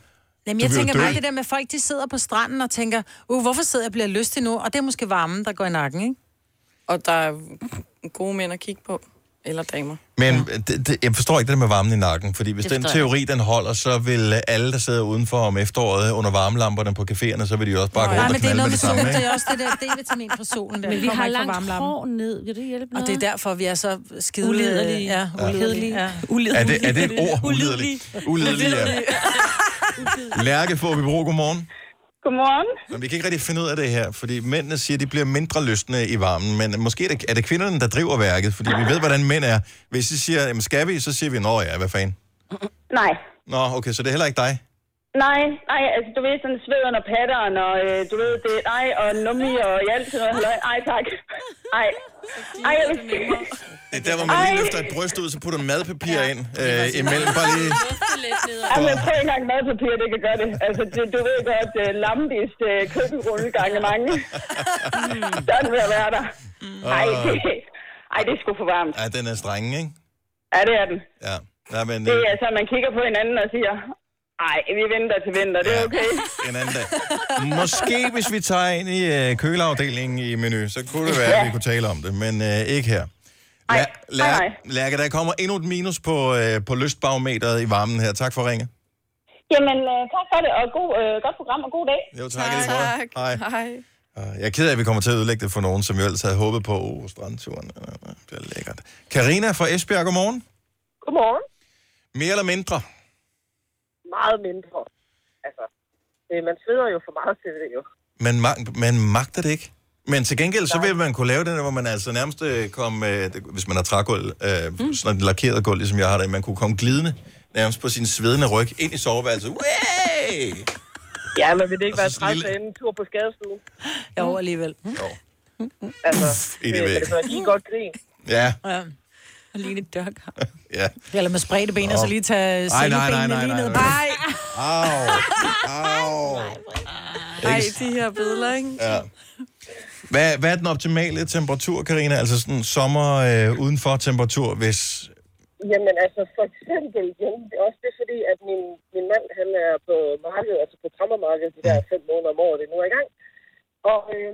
Speaker 4: Jamen,
Speaker 1: Du
Speaker 4: jeg
Speaker 1: vil jo
Speaker 4: tænker
Speaker 1: dø.
Speaker 4: meget det der med, at folk de sidder på stranden og tænker, uh, hvorfor sidder jeg og bliver lystig nu? Og det er måske varmen, der går i nakken, ikke?
Speaker 5: Og der er gode mænd at kigge på. Eller damer.
Speaker 1: Men ja. det, det, jeg forstår ikke det der med varmen i nakken, fordi hvis
Speaker 5: Det
Speaker 1: den
Speaker 5: forstår jeg
Speaker 1: teori den holder, så vil alle, der sidder udenfor om efteråret under varmelamperne på caféerne, så vil de jo også bare gå
Speaker 4: Nej,
Speaker 1: rundt og
Speaker 4: men det er noget
Speaker 1: knalde med
Speaker 4: med
Speaker 1: det
Speaker 4: solen.
Speaker 1: samme.
Speaker 4: Det
Speaker 1: Ikke?
Speaker 4: er også det der D-vitamin fra solen. Der.
Speaker 2: Men vi
Speaker 4: kommer
Speaker 2: har
Speaker 4: ikke fra
Speaker 2: langt
Speaker 4: varmelappen.
Speaker 2: hår ned. Vil det hjælpe
Speaker 4: Og
Speaker 2: noget?
Speaker 4: det er derfor, vi er så skide...
Speaker 2: Ulederlige.
Speaker 4: Ja,
Speaker 1: Ja.
Speaker 4: ulederlige. Ja.
Speaker 1: Er det, er det et ord? Ulideligt. Ulideligt, ja. Lærke får vi brug. Godmorgen.
Speaker 11: Godmorgen.
Speaker 1: Men vi kan ikke rigtig finde ud af det her, fordi mændene siger, at de bliver mindre lystne i varmen, men måske er det, er det kvinderne, der driver værket, fordi vi ved, hvordan mænd er. Hvis de siger, jamen skal vi, så siger vi, nå ja, hvad fanden.
Speaker 11: Nej,
Speaker 1: Nå, okay, så det er heller ikke dig.
Speaker 8: Nej, nej, altså du ved, sådan sved under patterne, og øh, du ved, det nej, og nummi, og i alt sådan noget. halløj. Ej, tak. Ej. Ej, jeg vil
Speaker 1: Det er der, hvor man lige
Speaker 8: Ej.
Speaker 1: løfter et bryst ud, så putter madpapir ind øh, imellem. Bare lige...
Speaker 8: Ja, men prøv engang madpapir, det kan gøre det. Altså, det, du ved godt, uh, lambist uh, køkkenrulle gange mange.
Speaker 3: Mm.
Speaker 8: Sådan vil jeg være der. Ej,
Speaker 3: Ah.
Speaker 8: det, ej, det er sgu for varmt.
Speaker 1: Ja, den er streng, ikke?
Speaker 8: Ja, det er den.
Speaker 1: Ja. Nej, men
Speaker 8: Det
Speaker 1: øh,
Speaker 8: er altså, man kigger på hinanden og siger, ej, vi venter til vinter, det er okay.
Speaker 1: en anden dag. Måske hvis vi tager ind i øh, køleafdelingen i menu, så kunne det være, at vi kunne tale om det, men øh, ikke her. Nej,
Speaker 8: nej,
Speaker 1: Lærke,
Speaker 8: nej.
Speaker 1: Lærke, der kommer endnu et minus på, øh, på lystbarometeret i varmen her. Tak for ringe.
Speaker 8: Jamen, øh, tak for det, og god, øh, godt program, og god dag.
Speaker 1: Jo, tak, i lige måde. Tak. Hej.
Speaker 8: Hej.
Speaker 1: Jeg er ked af, at vi kommer til at ødelægge det for nogen, som jo ellers havde håbet på oh, strandturen. øh, Det bliver lækkert. Karina fra Esbjerg, godmorgen.
Speaker 11: Godmorgen.
Speaker 1: Mere eller mindre?
Speaker 11: Meget mindre. Altså, øh, man sveder jo for meget til det jo.
Speaker 1: Man, mag- man magter det ikke. Men til gengæld, så vil man kunne lave det, der, hvor man altså nærmest øh, kom, øh, det- hvis man har trægulv, øh, mm. sådan et lakeret gulv, ligesom jeg har det, man kunne komme glidende nærmest på sin svedende ryg ind i soveværelset. Way!
Speaker 11: Ja, man vil det ikke
Speaker 1: Og så
Speaker 11: være
Speaker 1: sådan
Speaker 11: træt
Speaker 1: en
Speaker 11: af en tur på skadestuen.
Speaker 4: Jo, alligevel.
Speaker 1: Jo.
Speaker 11: Altså,
Speaker 1: i det
Speaker 11: øh,
Speaker 1: væk.
Speaker 11: altså, lige godt grin.
Speaker 1: Ja,
Speaker 4: Ja. Og lige et dørk.
Speaker 1: ja.
Speaker 4: Eller med spredte ben, og så lige tage
Speaker 1: Ej, nej, nej,
Speaker 4: sengebenene
Speaker 1: nej,
Speaker 4: lige
Speaker 1: nej,
Speaker 4: ned.
Speaker 1: nej.
Speaker 4: Nej,
Speaker 1: Au, au.
Speaker 5: Ej,
Speaker 1: Ikke-
Speaker 5: de her billeder, ikke?
Speaker 1: Ja. Hvad, hvad er den optimale temperatur, Karina? Altså sådan sommer øh, udenfor temperatur, hvis...
Speaker 11: Jamen altså, for eksempel, jamen, det er også det er fordi, at min, min mand, han er på markedet, altså på krammermarkedet, de der fem måneder om året, det nu er i gang. Og øh,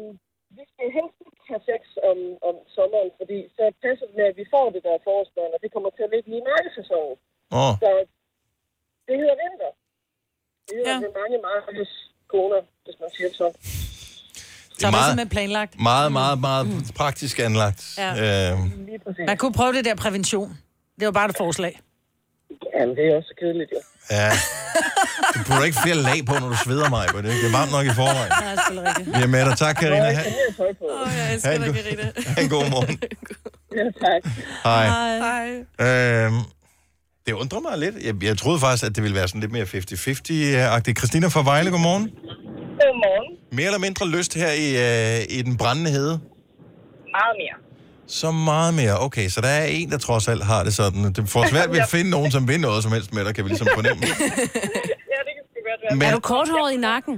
Speaker 11: vi skal helst ikke have sex om, om sommeren, fordi så passer det med, at vi får det der forårsbørn, og det kommer til at ligge lige i mærkesæsonen.
Speaker 1: Åh.
Speaker 16: Oh.
Speaker 11: Så det hedder vinter. Det hedder ja. mange markeds koner, hvis man siger det sådan.
Speaker 1: Det er meget,
Speaker 4: simpelthen planlagt.
Speaker 1: meget, meget, meget praktisk anlagt.
Speaker 4: Ja.
Speaker 1: Ja. Øh,
Speaker 11: Lige præcis.
Speaker 4: Man kunne prøve det der prævention. Det var bare et forslag.
Speaker 11: Jamen, det er også kedeligt, jo.
Speaker 1: ja. Du putter ikke flere lag på, når du sveder mig, for det er varmt nok i forvejen.
Speaker 4: Ja, det er selvfølgelig rigtigt.
Speaker 1: Vi er med dig. Tak, Karina. Ha,
Speaker 11: Åh,
Speaker 5: jeg
Speaker 1: elsker dig,
Speaker 5: Karina.
Speaker 1: ha en god morgen.
Speaker 11: Ja, tak.
Speaker 1: Hej.
Speaker 5: Hej.
Speaker 1: Øhm, det undrer mig lidt. Jeg, jeg troede faktisk, at det ville være sådan lidt mere 50-50-agtigt. Christina fra Vejle, godmorgen.
Speaker 11: Godmorgen.
Speaker 1: Mere eller mindre lyst her i, øh, i den brændende hede?
Speaker 11: Meget mere.
Speaker 1: Så meget mere. Okay, så der er en, der trods alt har det sådan. Det får svært ved at finde nogen, som vil noget som helst med dig, kan vi ligesom fornemme.
Speaker 11: ja, det kan sgu godt
Speaker 1: Men-
Speaker 11: være.
Speaker 2: Er du korthåret i nakken?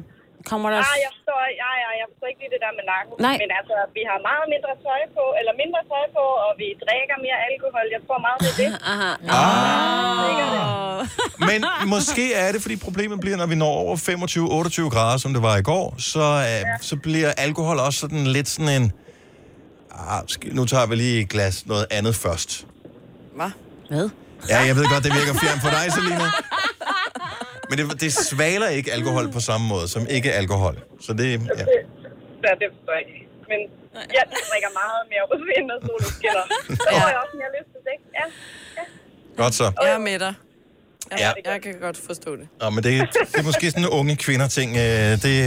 Speaker 2: Kommer der...
Speaker 11: Nej, Ah, jeg forstår, ja, ja, jeg forstår ikke lige det der med nakken.
Speaker 2: Nej.
Speaker 11: Men altså, vi har meget mindre tøj på, eller mindre tøj på, og vi drikker mere alkohol. Jeg tror meget, det er det.
Speaker 2: Aha.
Speaker 1: Men måske er det, fordi problemet bliver, når vi når over 25-28 grader, som det var i går, så, øh, så bliver alkohol også sådan lidt sådan en... Ah, sk- nu tager vi lige et glas noget andet først.
Speaker 5: Hvad?
Speaker 2: Hvad?
Speaker 1: Ja, jeg ved godt, det virker fjern for dig, Selina. Men det, det svaler ikke alkohol på samme måde, som ikke alkohol. Så det... Ja.
Speaker 11: Ja, det forstår jeg ikke. Men jeg drikker meget mere rødvin, når solen skinner. Så får jeg også mere lyst til sex. Ja.
Speaker 1: Godt så.
Speaker 5: Jeg er med dig. Jeg,
Speaker 1: Ja.
Speaker 5: jeg kan godt forstå det.
Speaker 1: Nå, men det, det er måske sådan en unge kvinder ting. Øh, det, det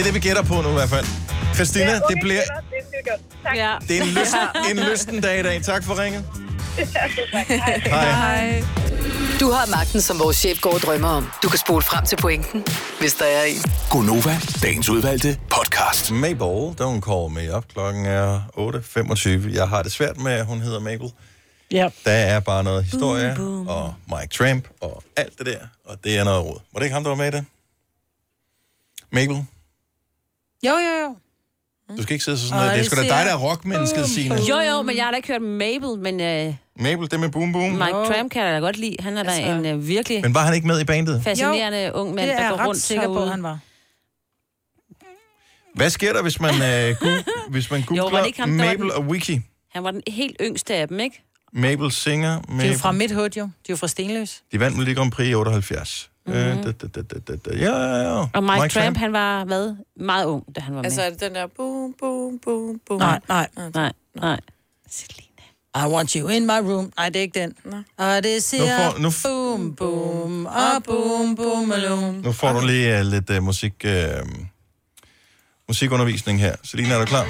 Speaker 1: er det, vi gætter på nu i hvert fald. Christina,
Speaker 11: Ja,
Speaker 1: ja,
Speaker 11: okay,
Speaker 1: det bliver...
Speaker 11: Det bliver godt. Tak.
Speaker 2: Ja.
Speaker 1: Det er en, lyst, en lysten dag i dag. Tak for ringet. Hej.
Speaker 11: Hej.
Speaker 7: Du har magten, som vores chef går og drømmer om. Du kan spole frem til pointen, hvis der er en.
Speaker 1: Gonova, dagens udvalgte podcast. Mabel, don't call me up. Klokken er 8.25. Jeg har det svært med, at hun hedder Mabel.
Speaker 4: Ja.
Speaker 1: Der er bare noget historie, boom, boom. og Mike Tramp, og alt det der. Og det er noget råd. Var det ikke ham, der var med i det? Mabel,
Speaker 4: Jo, jo, jo.
Speaker 1: du skal ikke sidde så sådan noget.
Speaker 2: Ej,
Speaker 1: Det er sgu da
Speaker 2: det ser-
Speaker 1: dig, der er rockmennesket, Signe.
Speaker 2: Jo, jo, men jeg har da ikke hørt Mabel, men øh,
Speaker 1: Mabel, det med Boom Boom.
Speaker 2: Mike Tramp kan jeg da godt lide. Han er altså... da en øh, virkelig
Speaker 1: Men var han ikke med i bandet?
Speaker 2: fascinerende jo, ung mand,
Speaker 4: det er
Speaker 2: der
Speaker 4: jeg ret
Speaker 2: går rundt
Speaker 4: sikker
Speaker 2: sikker
Speaker 4: på, han var.
Speaker 1: Hvad sker der, hvis man, øh, gu- hvis man
Speaker 2: Jo, var
Speaker 1: googler
Speaker 2: det
Speaker 1: jo,
Speaker 2: ikke ham, der var
Speaker 1: Mabel
Speaker 2: den-
Speaker 1: og Wiki?
Speaker 2: Han var den helt yngste af dem, ikke?
Speaker 1: Mabel Singer.
Speaker 4: De er jo
Speaker 1: Mabel.
Speaker 4: fra Midthood, jo. De er jo fra Stenløs.
Speaker 1: De vandt Melodi Grand Prix i 78. Mm-hmm. Øh, da, da, da, da, da, da. Ja, ja, ja.
Speaker 2: Mhm. Og Mike, Mike Tramp, han var hvad? Meget ung, da han var
Speaker 5: Altså,
Speaker 2: med.
Speaker 5: er det den der boom, boom, boom, boom?
Speaker 4: Nej, nej.
Speaker 2: Nej, nej.
Speaker 4: I want you in my room. Nej, det er ikke den. Og det siger...
Speaker 1: Nu får- nu f-
Speaker 4: Boom, boom, og boom, boom, alum.
Speaker 1: Nu får du lige uh, lidt uh, musik, uh, musikundervisning her. Selina, er du klar?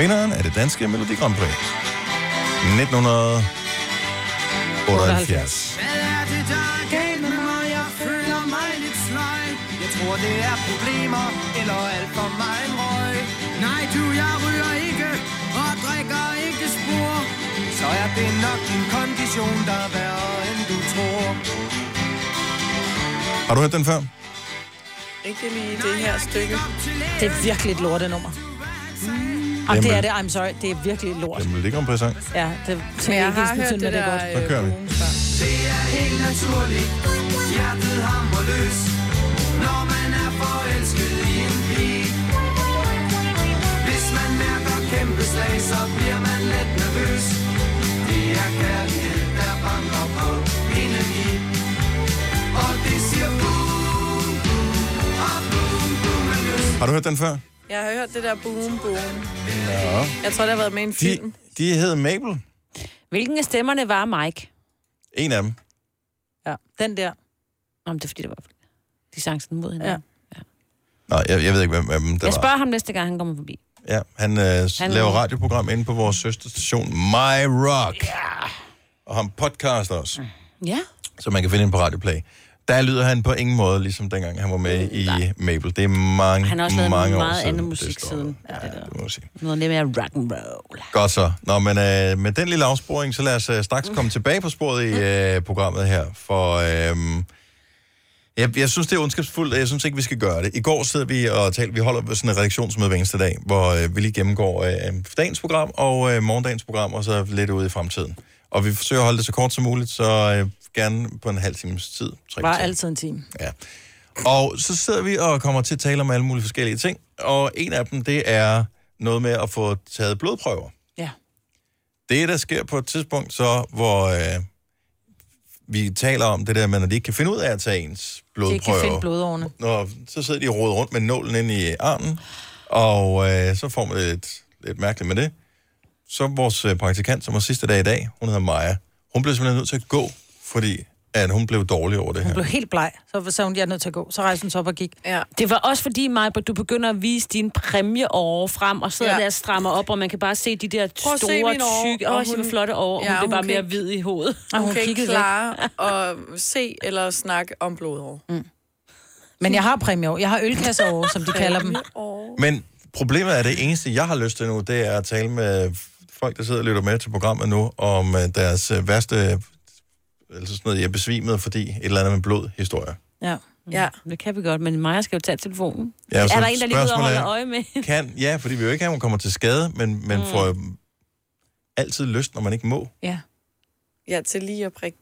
Speaker 1: Vinderen af det danske Melodi Grand Prix. 1978.
Speaker 6: Hvad er det, der er galt med mig? Jeg
Speaker 12: tror, det er problemer eller alt for meget røg. Nej, du, jeg ryger ikke og drikker ikke spor. Så er det nok din kondition, der er værre, end du tror.
Speaker 1: Har du hørt den før?
Speaker 5: Ikke lige det her stykke.
Speaker 4: Det er virkelig et lortenummer. Mm. Jamen, det
Speaker 1: Jamen.
Speaker 4: er det, I'm sorry. Det er virkelig et lort.
Speaker 1: Den vil ligge om på en sang.
Speaker 4: Ja, det,
Speaker 5: Men jeg har
Speaker 4: ensbetydende
Speaker 5: hørt
Speaker 4: med,
Speaker 5: det
Speaker 4: er godt.
Speaker 5: der, øh,
Speaker 1: Så kører vi.
Speaker 12: Det er helt naturligt, hjertet hamrer løs, når man er forelsket i en pige. Hvis man mærker kæmpe slag, så bliver man let nervøs. Det er kærlighed, der banker på indeni. Og det siger boom, boom, og boom, boom med lyst.
Speaker 1: Har du hørt den før?
Speaker 5: Jeg har hørt det der boom boom.
Speaker 1: Ja.
Speaker 5: Jeg tror, det har været med i en film.
Speaker 1: De, de hedder Mabel.
Speaker 2: Hvilken af stemmerne var Mike?
Speaker 1: En af dem.
Speaker 4: Ja, den der.
Speaker 2: Om det er fordi, det var... De sang sådan mod hinanden. Ja.
Speaker 1: Nej, jeg, jeg ved ikke, hvem, hvem det
Speaker 2: Jeg
Speaker 1: var.
Speaker 2: spørger ham næste gang, han kommer forbi.
Speaker 1: Ja, han, øh, han
Speaker 2: Han-
Speaker 1: laver radioprogram inde på vores søsterstation My Rock. Yeah. Og han podcaster også,
Speaker 2: Ja.
Speaker 1: så man kan finde ind på Radioplay. Der lyder han på ingen måde, ligesom dengang han var med i Mabel. Det er mange,
Speaker 2: Mm, Han har også lavet
Speaker 1: mange år
Speaker 2: meget
Speaker 1: siden.
Speaker 2: andet
Speaker 1: det
Speaker 2: musik
Speaker 1: står
Speaker 2: siden. Ja,
Speaker 1: der. Det må jeg sige.
Speaker 2: Noget lidt mere rock'n'roll.
Speaker 1: Godt så. Nå, men øh, med den lille afsporing, så lad os øh, straks komme tilbage på sporet i øh, programmet her, for øh, jeg, jeg synes, det er ondskabsfuldt, og jeg synes ikke, vi skal gøre det. I går sidder vi og talte, vi holder sådan en redaktionsmøde hver eneste dag, hvor øh, vi lige gennemgår øh, dagens program og øh, morgendagens program, og så lidt ude i fremtiden. Og vi forsøger at holde det så kort som muligt, så øh, gerne på en halv times tid. Tre
Speaker 4: Var
Speaker 1: kvarter.
Speaker 4: altid en time.
Speaker 1: Ja. Og så sidder vi og kommer til at tale om alle mulige forskellige ting, og en af dem, det er noget med at få taget blodprøver.
Speaker 4: Ja.
Speaker 1: Det, der sker på et tidspunkt så, hvor øh, vi taler om det der med, når de ikke kan finde ud af at tage ens
Speaker 4: Det
Speaker 1: blodprøver.
Speaker 4: ikke kan finde blodårene.
Speaker 1: Når, så sidder de og roder rundt med nålen ind i armen, og øh, så får man det lidt, lidt mærkeligt med det. Så vores øh, praktikant, som var sidste dag i dag, hun hedder Maja, hun blev simpelthen nødt til at gå, fordi at hun blev dårlig over det
Speaker 4: Hun
Speaker 1: her.
Speaker 4: blev helt bleg. Så sagde hun, jeg er nødt til at gå. Så rejste hun sig op og gik.
Speaker 5: Ja.
Speaker 2: Det var også fordi, Maja, du begynder at vise dine præmieåre frem, og sidder
Speaker 5: Ja.
Speaker 2: ja. der og strammer op, og man kan bare se de der
Speaker 5: Prøv at se
Speaker 2: store,
Speaker 5: mine åre,
Speaker 2: tykke...
Speaker 5: og
Speaker 2: Åh, hun...
Speaker 5: hun-
Speaker 2: flotte år. Ja, hun
Speaker 5: Ja, hun
Speaker 2: blev bare
Speaker 5: kan
Speaker 2: mere
Speaker 5: ikke-
Speaker 2: hvid i hovedet.
Speaker 5: Hun, hun kan ikke
Speaker 4: kiggede
Speaker 5: klare at se eller snakke om blodår. Mm.
Speaker 4: Men jeg har præmie over. Jeg har ølkasser over, som de kalder dem.
Speaker 1: Men problemet er, at det eneste, jeg har lyst til nu, det er at tale med folk, der sidder og lytter med til programmet nu, om øh, deres øh, værste, øh, altså sådan noget, jeg besvimede, fordi et eller andet med blod historier.
Speaker 4: Ja.
Speaker 5: ja.
Speaker 2: Det kan vi godt, men Maja skal jo tage telefonen.
Speaker 1: Ja,
Speaker 2: er
Speaker 1: så
Speaker 2: der en, der lige gider at
Speaker 1: spørgsmålet
Speaker 2: holde
Speaker 1: er-
Speaker 2: øje med?
Speaker 1: Kan, ja, fordi vi jo ikke have, at hun kommer til skade, men man
Speaker 5: Mm.
Speaker 1: mm. får øh, altid lyst, når man ikke må.
Speaker 4: Ja.
Speaker 5: Ja, til lige at prikke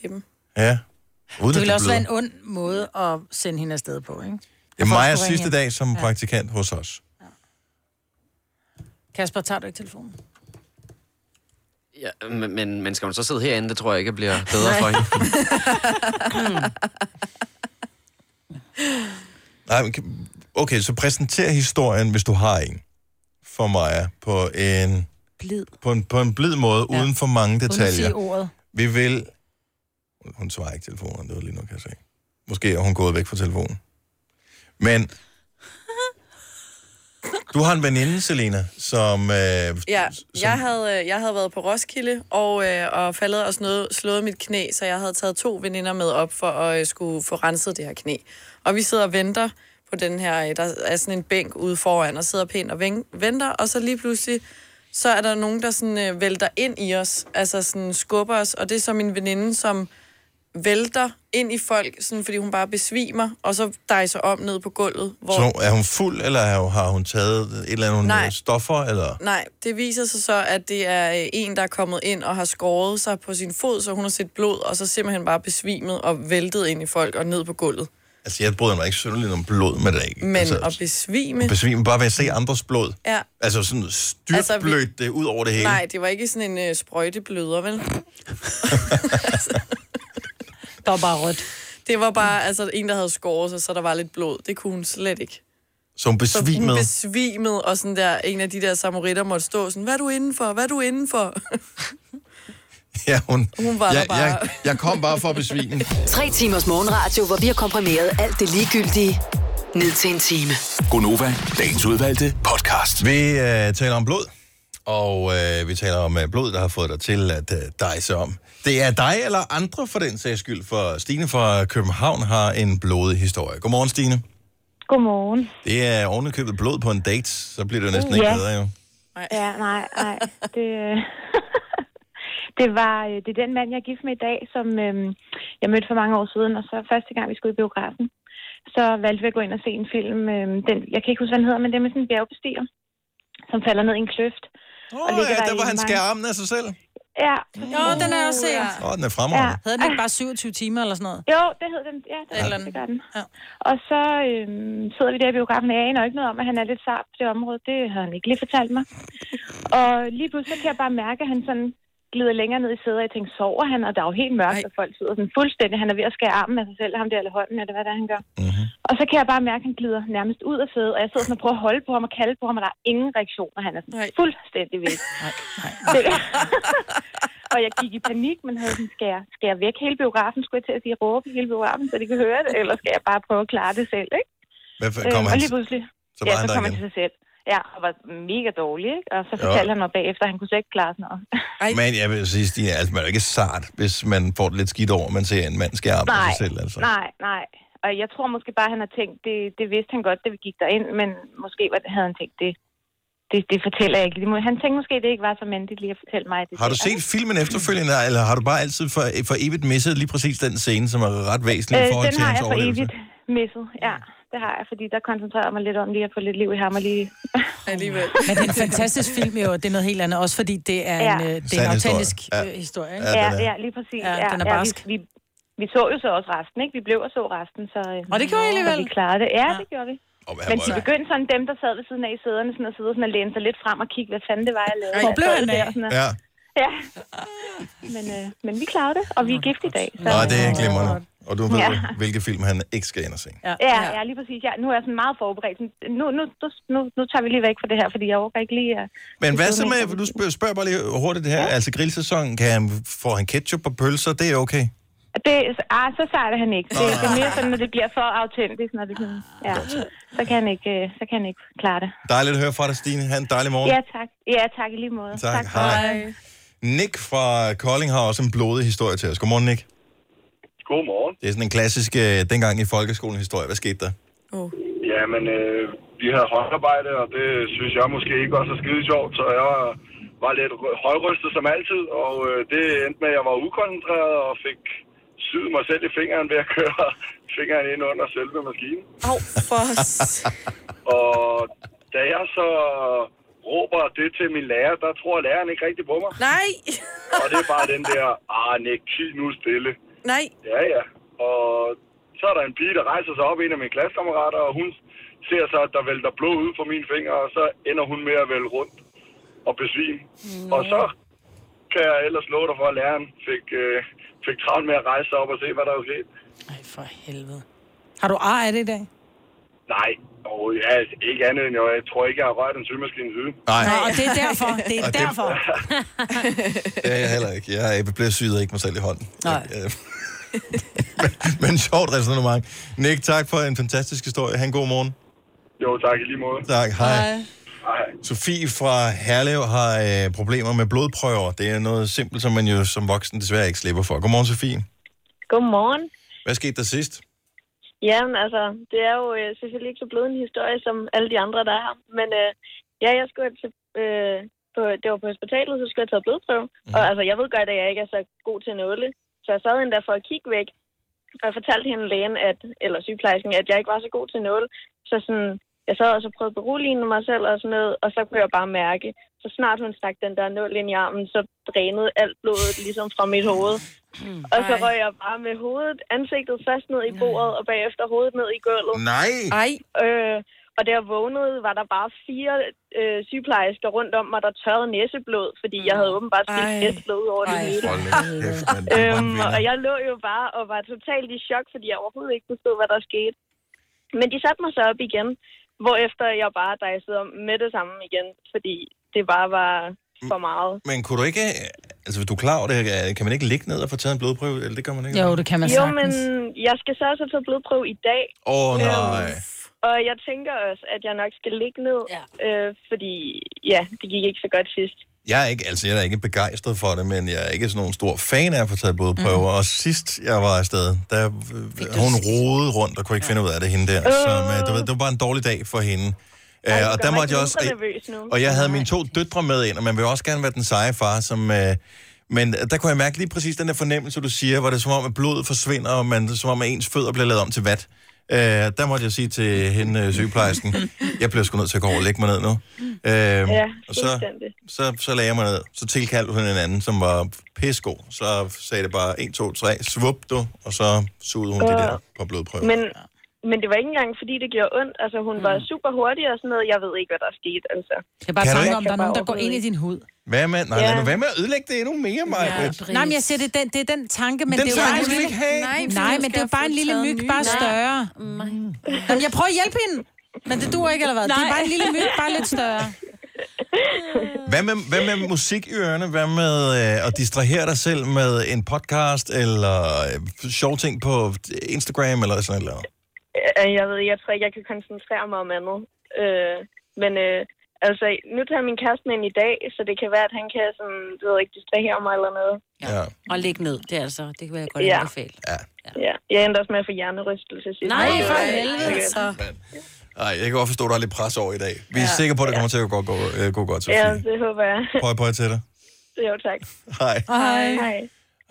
Speaker 5: til dem.
Speaker 1: Ja. Uden
Speaker 4: Det
Speaker 1: at
Speaker 4: ville også
Speaker 1: bløder.
Speaker 4: være en ond måde at sende hende afsted på, ikke?
Speaker 1: Det er Majas
Speaker 4: skulle ringe
Speaker 1: sidste
Speaker 4: hjem.
Speaker 1: dag som
Speaker 4: Ja.
Speaker 1: praktikant hos os.
Speaker 4: Kasper, tager du ikke telefonen?
Speaker 18: Ja, men, men, men skal man så sidde herinde? Det tror jeg ikke bliver bedre for hende.
Speaker 1: Mm. Nej, men kan- okay, så præsenter historien, hvis du har en, for Maja, på en,
Speaker 2: Blid.
Speaker 1: på en, på en blid måde, ja. uden for mange detaljer.
Speaker 4: sige ordet.
Speaker 1: Vi vil... Hun svarer ikke telefonen, det var lige nu, kan jeg se. Måske er hun gået væk fra telefonen. Men... Du har en veninde, Selina, som... Øh,
Speaker 5: Ja, jeg havde, øh, jeg havde været på Roskilde og, øh, og faldet og snød, slået mit knæ, så jeg havde taget to veninder med op for at øh, skulle få renset det her knæ. Og vi sidder og venter på den her, øh, der er sådan en bænk ude foran, og sidder pænt og ven- venter, og så lige pludselig, så er der nogen, der sådan, øh, vælter ind i os, altså sådan skubber os, og det er så min veninde, som vælter ind i folk, sådan, fordi hun bare besvimer, og så dejser om ned på gulvet. Hvor...
Speaker 1: så er hun fuld, eller har hun- har hun taget et eller andet
Speaker 5: Nej.
Speaker 1: Nej. stoffer? Eller?
Speaker 5: Nej, det viser sig så, at det er øh, en, der er kommet ind og har skåret sig på sin fod, så hun har set blod, og så simpelthen bare besvimet og væltet ind i folk og ned på gulvet.
Speaker 1: Altså, jeg bryder mig ikke synderligt om blod med det, ikke?
Speaker 5: Men
Speaker 1: altså,
Speaker 5: at besvime...
Speaker 1: at besvime bare ved at se andres blod.
Speaker 5: Ja.
Speaker 1: Altså sådan styrtblødt
Speaker 5: Altså,
Speaker 1: altså,
Speaker 5: vi-
Speaker 1: vi... det ud over det hele.
Speaker 5: Nej, det var ikke sådan en øh, sprøjtebløder, vel?
Speaker 4: Der var bare rødt.
Speaker 5: Det var bare altså, en, der havde skåret sig, så der var lidt blod. Det kunne hun slet ikke.
Speaker 1: Som
Speaker 5: Så hun
Speaker 1: besvimede.
Speaker 5: besvimede, og sådan der, en af de der samaritter måtte stå sådan, hvad er du indenfor? Hvad er du indenfor?
Speaker 1: Ja, hun,
Speaker 5: Hun var der
Speaker 1: jeg,
Speaker 5: bare.
Speaker 1: Jeg, jeg kom bare for at besvime.
Speaker 7: Tre timers morgenradio, hvor vi har komprimeret alt det ligegyldige ned til en time.
Speaker 19: Gonova, dagens udvalgte podcast.
Speaker 1: Vi øh, taler om blod, og øh, vi taler om øh, blod, der har fået dig til at øh, dejse om. Det er dig eller andre for den sags skyld, for Stine fra København har en blodig historie. Godmorgen, Stine.
Speaker 17: Godmorgen.
Speaker 1: Det er ovenikøbet blod på en date, så bliver det jo næsten ikke
Speaker 17: Ja.
Speaker 1: bedre jo.
Speaker 17: Ja, nej, nej. Det, øh, det var øh, det er den mand, jeg er gift med i dag, som øh, jeg mødte for mange år siden, og så første gang, vi skulle i biografen, så valgte vi at gå ind og se en film. Øh, den, jeg kan ikke huske, hvad den hedder, men det er med sådan en bjergbestiger, som falder ned i en kløft.
Speaker 1: Åh, oh, ja, der var han skærer armen af sig selv.
Speaker 17: Ja.
Speaker 4: Jo, den er jeg også set.
Speaker 1: Åh, oh, den er fremragende. Ja.
Speaker 4: Havde den ikke bare 27 timer eller sådan noget?
Speaker 17: Jo, det hed den. Ja, det, ja. det gør den. Ja. Og så øhm, sidder vi der i biografen, og jeg aner ikke noget om, at han er lidt sart på det område. Det havde han ikke lige fortalt mig. og lige pludselig kan jeg bare mærke, at han sådan glider længere ned i sædet, og jeg tænker, sover han? Og der er jo helt mørkt, og folk sidder sådan fuldstændig. Han er ved at skære armen af sig selv, ham der eller hånden, eller hvad det er, han gør. Mm-hmm. Og så kan jeg bare mærke, at han glider nærmest ud af sædet, og jeg sidder sådan og prøver at holde på ham og kalde på ham, og der er ingen reaktion, og han er sådan fuldstændig væk. Og jeg gik i panik, men havde sådan, skal jeg, skal jeg væk hele biografen? Skulle jeg til at sige råbe hele biografen, så de kan høre det? Eller skal jeg bare prøve at klare det selv, ikke?
Speaker 1: Hvad for- kom
Speaker 17: Øh, og
Speaker 1: han?
Speaker 17: lige pludselig,
Speaker 1: så
Speaker 17: så
Speaker 1: var
Speaker 17: ja,
Speaker 1: han
Speaker 17: så
Speaker 1: der
Speaker 17: kom han
Speaker 1: igen.
Speaker 17: til sig selv. Ja, og var mega dårlig, ikke? Og så fortalte han mig bagefter, at han kunne slet ikke klare sådan noget.
Speaker 1: Men jeg vil sige, Stine, altså, man er jo ikke sart, hvis man får det lidt skidt over, at man ser en mand skære armen af
Speaker 17: nej,
Speaker 1: sig selv. Altså.
Speaker 17: nej, nej. Og jeg tror måske bare, at han har tænkt, det, det vidste han godt, da vi gik derind, men måske var- havde han tænkt, det, det, det fortæller jeg ikke. Det må- Han tænkte måske, det ikke var så mandigt lige at fortælle mig. at Det
Speaker 1: Har du
Speaker 17: der.
Speaker 1: set filmen efterfølgende, eller har du bare altid for, for evigt misset lige præcis den scene, som er ret væsentlig i forhold
Speaker 17: Øh, den
Speaker 1: til
Speaker 17: har
Speaker 1: hans
Speaker 17: jeg for
Speaker 1: overlevelse?
Speaker 17: evigt misset, ja. Det har jeg, fordi der koncentrerer jeg mig lidt om lige at få lidt liv i ham og lige...
Speaker 5: Alligevel.
Speaker 4: Men det er en fantastisk film jo, og det er noget helt andet. Også fordi det er en,
Speaker 17: Ja.
Speaker 4: øh, det er
Speaker 1: Sand
Speaker 4: en
Speaker 1: historie.
Speaker 4: autentisk
Speaker 1: Ja.
Speaker 4: historie. Øh, historie ikke?
Speaker 17: Ja, ja, ja lige præcis.
Speaker 4: Ja, den er barsk.
Speaker 17: Ja, vi, vi, vi så jo så også resten, ikke? Vi blev og så resten, så... øh,
Speaker 4: Og det gjorde I alligevel?
Speaker 17: så Vi klarede det. Ja, ja. det gjorde vi.
Speaker 1: Oh,
Speaker 17: Men de begyndte sådan, dem der sad ved siden af i sæderne, sådan at sidde sådan og læne sig lidt frem og kigge, hvad fanden det var, jeg lavede.
Speaker 4: Hvor blev
Speaker 17: Jeg
Speaker 4: han
Speaker 17: sad
Speaker 4: af?
Speaker 17: der sådan og-
Speaker 1: Ja.
Speaker 17: Ja. Men, øh, men vi klarede det, og vi er gift i dag. Så,
Speaker 1: Nej, det er glimrende. Og du ved,
Speaker 17: Ja.
Speaker 1: hvilke film han ikke skal ind og se.
Speaker 17: Ja, ja, ja, lige præcis. Ja, nu er jeg sådan meget forberedt. Sådan, Nu, nu, nu, nu, nu tager vi lige væk fra det her, fordi jeg overgår ikke lige... øh,
Speaker 1: Men hvad
Speaker 17: sidde
Speaker 1: så
Speaker 17: med
Speaker 1: med, for du spørger, spørger bare lige hurtigt det her, ja. altså grillsæsonen, kan han, får han ketchup på pølser, det er okay.
Speaker 17: Det, ah, så sejler han ikke. Det, det er mere sådan, når det bliver for autentisk, når det sådan, ja. så, kan han ikke, øh, så kan han ikke klare det.
Speaker 1: Dejligt at høre fra dig, Stine. Ha' en dejlig morgen.
Speaker 17: Ja, tak. Ja, tak i lige måde.
Speaker 1: Tak. Hej. Nick fra Kolding har også en blodig historie til os. Godmorgen, Nick.
Speaker 13: Godmorgen.
Speaker 1: Det er sådan en klassisk øh, dengang i folkeskolen historie. Hvad skete der?
Speaker 13: Jamen, øh, vi havde håndarbejde, og det synes jeg måske ikke var så skide sjovt, så jeg var- var lidt rø- højrystet som altid, og øh, det endte med, at jeg var ukoncentreret og fik syet mig selv i fingeren ved at køre fingeren ind under selve maskinen.
Speaker 5: Au, for
Speaker 13: Og da jeg så råber det til min lærer, der tror læreren ikke rigtig på mig.
Speaker 5: Nej,
Speaker 13: Og det er bare den der, ah Nick, ti nu stille.
Speaker 5: nej.
Speaker 13: Ja, ja. Og så er der en pige, der rejser sig op, en af mine klassekammerater, og hun ser så, at der vælter blod ud fra mine fingre, og så ender hun med at vælge rundt og besvime. Mm. Og så kan jeg ellers love dig for, at læreren fik, øh, fik travlt med at rejse sig op og se, hvad der var sket.
Speaker 4: For helvede. Har du ar af det i dag?
Speaker 13: Nej, og ja, ikke andet end, jeg tror ikke, jeg har rørt en symaskine siden.
Speaker 1: Nej.
Speaker 4: Og det er derfor. Det er
Speaker 1: Og det-
Speaker 4: derfor.
Speaker 1: Det er jeg heller ikke. Jeg bliver syet ikke mig selv i hånden.
Speaker 4: Nej.
Speaker 1: Øh, Men sjovt resonemang. Nick, tak for en fantastisk historie. Ha' en god morgen.
Speaker 13: Jo, tak i lige måde.
Speaker 1: Tak, hej. hej. Sofie fra Herlev har øh, problemer med blodprøver. Det er noget simpelt, som man jo som voksen desværre ikke slipper for. Godmorgen, Sofie.
Speaker 15: Godmorgen.
Speaker 1: Hvad skete der sidst?
Speaker 15: Jamen altså, det er jo øh, selvfølgelig ikke så blød en historie som alle de andre, der er her. Men øh, ja, jeg skulle til, øh, på, det var på hospitalet, så skulle jeg tage blodprøve. Mm. Og altså, jeg ved godt, at jeg ikke er så god til nåle. Så jeg sad endda for at kigge væk, og jeg fortalte hende lægen, at, eller sygeplejersken, at jeg ikke var så god til nåle. Så sådan, jeg sad også og prøvede at berolige mig selv og sådan noget, og så kunne jeg bare mærke, så snart hun stak den der nål ind i armen, så drænede alt blodet ligesom fra mit hoved. Og så røg jeg bare med hovedet, ansigtet først ned i bordet, og bagefter hovedet ned i gulvet.
Speaker 1: Nej.
Speaker 15: Ej. Øh, og der vågnede, var der bare fire øh, sygeplejersker rundt om mig, der tørrede næseblod, fordi jeg havde åbenbart spildt næseblod ud over det hele. Øhm, og jeg lå jo bare og var totalt i chok, fordi jeg overhovedet ikke forstod, hvad der skete. Men de satte mig så op igen, hvorefter jeg bare dejsede om med det samme igen, fordi det bare var for meget.
Speaker 1: Men kunne du ikke... Altså, hvis du er klar over det, øh, kan man ikke ligge ned og få taget en blodprøve? Eller det gør man ikke?
Speaker 15: jo, men jeg skal så også have taget blodprøve i dag.
Speaker 1: Åh, oh, nej.
Speaker 15: Øhm, Og jeg tænker også, at jeg nok skal ligge ned, ja. Øh, fordi ja, det gik ikke så godt sidst.
Speaker 1: Jeg er, ikke, altså, jeg er ikke begejstret for det, men jeg er ikke sådan nogen stor fan af at få taget blodprøver. Mm. Og sidst jeg var afsted, der øh, hun rodede rundt og kunne ikke ja. finde ud af det, hende der. Så, men, du ved, det var bare en dårlig dag for hende.
Speaker 15: Ej,
Speaker 1: Øh,
Speaker 15: det
Speaker 1: og
Speaker 15: gør
Speaker 1: der
Speaker 15: mig
Speaker 1: måtte jeg også...
Speaker 15: mindre nervøs nu.
Speaker 1: Og jeg havde mine to døtre med ind, og man vil også gerne være den seje far, som... Øh, men der kunne jeg mærke lige præcis den der fornemmelse, du siger, hvor det er som om, at blodet forsvinder, og man, det er som om, at ens fødder bliver lavet om til vat. Øh, der måtte jeg sige til hende, øh, sygeplejersken, jeg bliver sgu nødt til at gå over og lægge mig ned nu. Øh,
Speaker 15: ja,
Speaker 1: og så, så, så lagde jeg mig ned. Så tilkaldte hun en anden, som var pissegod. Så sagde det bare 1, 2, 3, svup du, og så sugede hun det
Speaker 15: Åh.
Speaker 1: der på blodprøver.
Speaker 15: Men, men det var ikke engang, fordi det gjorde ondt. Altså, hun mm. var super hurtig og sådan noget. Jeg ved ikke, hvad der skete, altså.
Speaker 4: Jeg bare
Speaker 1: Kan
Speaker 4: tænker,
Speaker 1: du ikke-
Speaker 4: om der er nogen, der går ind i din hud.
Speaker 1: Hvad med, nej,
Speaker 4: Ja.
Speaker 1: ja. hvad med at ødelægge det endnu mere, Maja?
Speaker 4: Nej, men jeg siger, det er den, det er den tanke, men det
Speaker 1: Den
Speaker 4: er jo
Speaker 1: tanke
Speaker 4: bare en
Speaker 1: skal vi
Speaker 4: lille...
Speaker 1: ikke have. Nej,
Speaker 4: Nej,
Speaker 1: fordi
Speaker 4: nej
Speaker 1: du
Speaker 4: men det er
Speaker 1: skal
Speaker 4: jo bare en
Speaker 1: få
Speaker 4: lille
Speaker 1: taget
Speaker 4: myg,
Speaker 1: en ny.
Speaker 4: bare
Speaker 1: Nej.
Speaker 4: større. Jamen, jeg prøver at hjælpe hende, men det duer ikke, eller hvad? Det er
Speaker 6: Nej.
Speaker 4: bare en lille myg, bare lidt større.
Speaker 1: Hvad med, hvad med musik i ørerne? Hvad med øh, at distrahere dig selv med en podcast eller øh, sjove ting på Instagram eller sådan noget?
Speaker 15: Øh, Jeg ved, jeg tror ikke, jeg kan koncentrere mig om andet. Øh, men øh, altså, nu tager min kæreste med ind i dag, så det kan være, at han kan sådan, du ved ikke, distrahere mig eller noget.
Speaker 1: Ja. ja.
Speaker 2: Og ligge ned, det er altså, det kan jeg godt
Speaker 15: Ja.
Speaker 2: anbefale.
Speaker 1: Ja.
Speaker 15: ja. Jeg endte også med at få hjernerystelse sidst.
Speaker 2: Nej, for
Speaker 15: Øh,
Speaker 2: helvede,
Speaker 15: sikkert.
Speaker 2: så.
Speaker 1: Ej, jeg kan godt forstå, at der er lidt pres over i dag. Vi er ja. sikre på, at det kommer til at gå, gå, øh, gå godt, Sofie.
Speaker 15: Ja,
Speaker 1: Ja.
Speaker 15: det håber jeg.
Speaker 1: Prøv, prøv til dig.
Speaker 15: Jo, tak.
Speaker 1: Hej.
Speaker 15: Hej.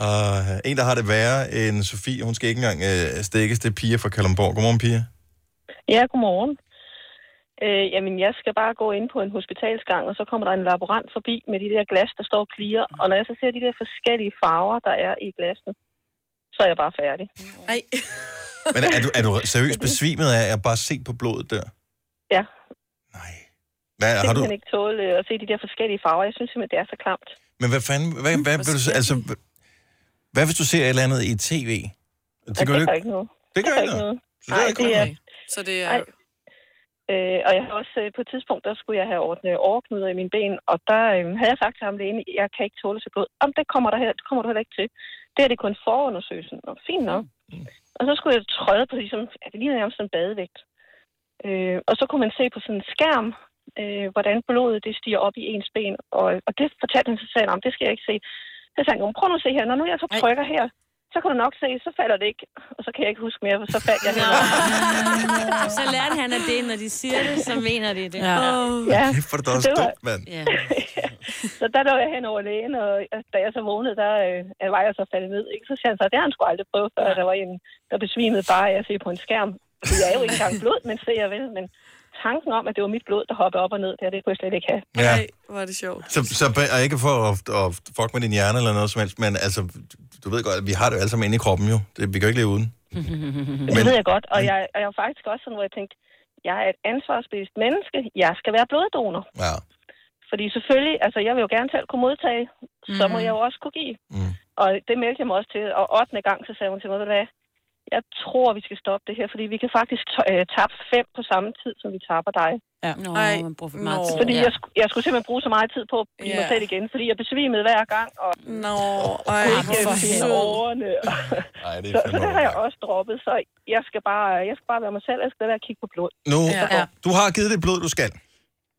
Speaker 1: Og øh, en, der har det værre end Sofie, hun skal ikke engang øh, stikkes, det er Pia fra Kalundborg. Godmorgen, Pia.
Speaker 3: Ja, godmorgen. Øh, jamen, jeg skal bare gå ind på en hospitalsgang, og så kommer der en laborant forbi med de der glas, der står og clear. Og når jeg så ser de der forskellige farver, der er i glasene, så er jeg bare færdig.
Speaker 5: Nej.
Speaker 1: Men er du, er du seriøst besvimet af at bare se på blodet der?
Speaker 3: Ja,
Speaker 1: Hvad, har du,
Speaker 3: simpelthen ikke tåle øh, at se de der forskellige farver. Jeg synes simpelthen, det er så klamt.
Speaker 1: Men hvad fanden, hvad, hvad, hvad, du, altså, hvad, hvad hvis du ser et eller andet i tv? Det
Speaker 3: Ja,
Speaker 1: gør du
Speaker 3: det gør
Speaker 1: ikke.
Speaker 3: Altså, ikke noget.
Speaker 1: Det gør ikke noget. Så det er ikke
Speaker 3: det er...
Speaker 5: Så det er...
Speaker 3: Ej. Øh, og jeg har også øh, på et tidspunkt, der skulle jeg have ordnet overknuder i mine ben, og der øh, havde jeg sagt til ham lægen, jeg kan ikke tåle så godt. Om det kommer, der heller, det kommer du heller ikke til. Det er det kun forundersøgelsen. Nå, fint nok.
Speaker 5: Mm.
Speaker 3: Og så skulle jeg trøde på, ligesom, ja, det ligner nærmest en badevægt. Øh, og så kunne man se på sådan en skærm, øh, hvordan blodet det stiger op i ens ben. Og, og det fortalte han, så sagde han, "Nå, men det skal jeg ikke se. Så sagde han, "Jo, men prøv nu at se her, når nu jeg så trykker her, så kan du nok se, så falder det ikke. Og så kan jeg ikke huske mere, for så faldt jeg heller.
Speaker 2: Så lærte han, at det, når de siger det, så mener de det.
Speaker 3: Ja.
Speaker 2: Ja.
Speaker 1: Kæft, hvor er det da også
Speaker 3: Det var-
Speaker 1: dumt, mand.
Speaker 2: Ja.
Speaker 3: Så der lå jeg hen over lægen, og da jeg så vågnede, der øh, var jeg så faldet ned. Ikke? Så siger han så, det har han sgu aldrig prøvet før. Der var en, der besvimede bare af at se på en skærm. Fordi Jeg er jo ikke engang blod, men ser jeg vel. Men tanken om, at det var mit blod, der hoppede op og ned, der, det kunne jeg slet ikke have.
Speaker 1: Ja.
Speaker 5: Hvor er det sjovt.
Speaker 1: Så, så ba- og ikke for at, at fuck med din hjerne eller noget som helst, men altså, du ved godt, at vi har det jo alle sammen inde i kroppen jo. Det, vi kan jo ikke leve uden.
Speaker 3: Men, det ved jeg godt, og jeg, og jeg var faktisk også sådan, hvor jeg tænkte, jeg er et ansvarsbevidst menneske, jeg skal være bloddonor.
Speaker 1: Ja.
Speaker 3: Fordi selvfølgelig, altså jeg vil jo gerne selv kunne modtage, så må jeg jo også kunne give.
Speaker 1: Mm.
Speaker 3: Og det meldte jeg mig også til, og 8. gang, så sagde hun til mig, ved du hvad, jeg tror, vi skal stoppe det her, fordi vi kan faktisk t- øh, tabe fem på samme tid, som vi taber dig.
Speaker 4: Ja.
Speaker 2: Nå,
Speaker 3: Ej,
Speaker 2: man bruger for meget
Speaker 3: Nå.
Speaker 2: tid.
Speaker 3: Fordi
Speaker 2: Ja.
Speaker 3: jeg, sku- jeg skulle simpelthen bruge så meget tid på at blive mig
Speaker 2: Ja.
Speaker 3: selv igen, fordi jeg besvimede hver gang, og
Speaker 5: Nå,
Speaker 3: ej,
Speaker 5: hvor sød.
Speaker 3: årene.
Speaker 1: Ej, det
Speaker 3: så,
Speaker 1: er
Speaker 3: så
Speaker 1: fandme
Speaker 3: det har jeg også droppet, så jeg skal bare, jeg skal bare være mig selv, jeg skal lade være at kigge på blod.
Speaker 1: Nu,
Speaker 3: Ja.
Speaker 1: ja. du har givet det blod, du skal,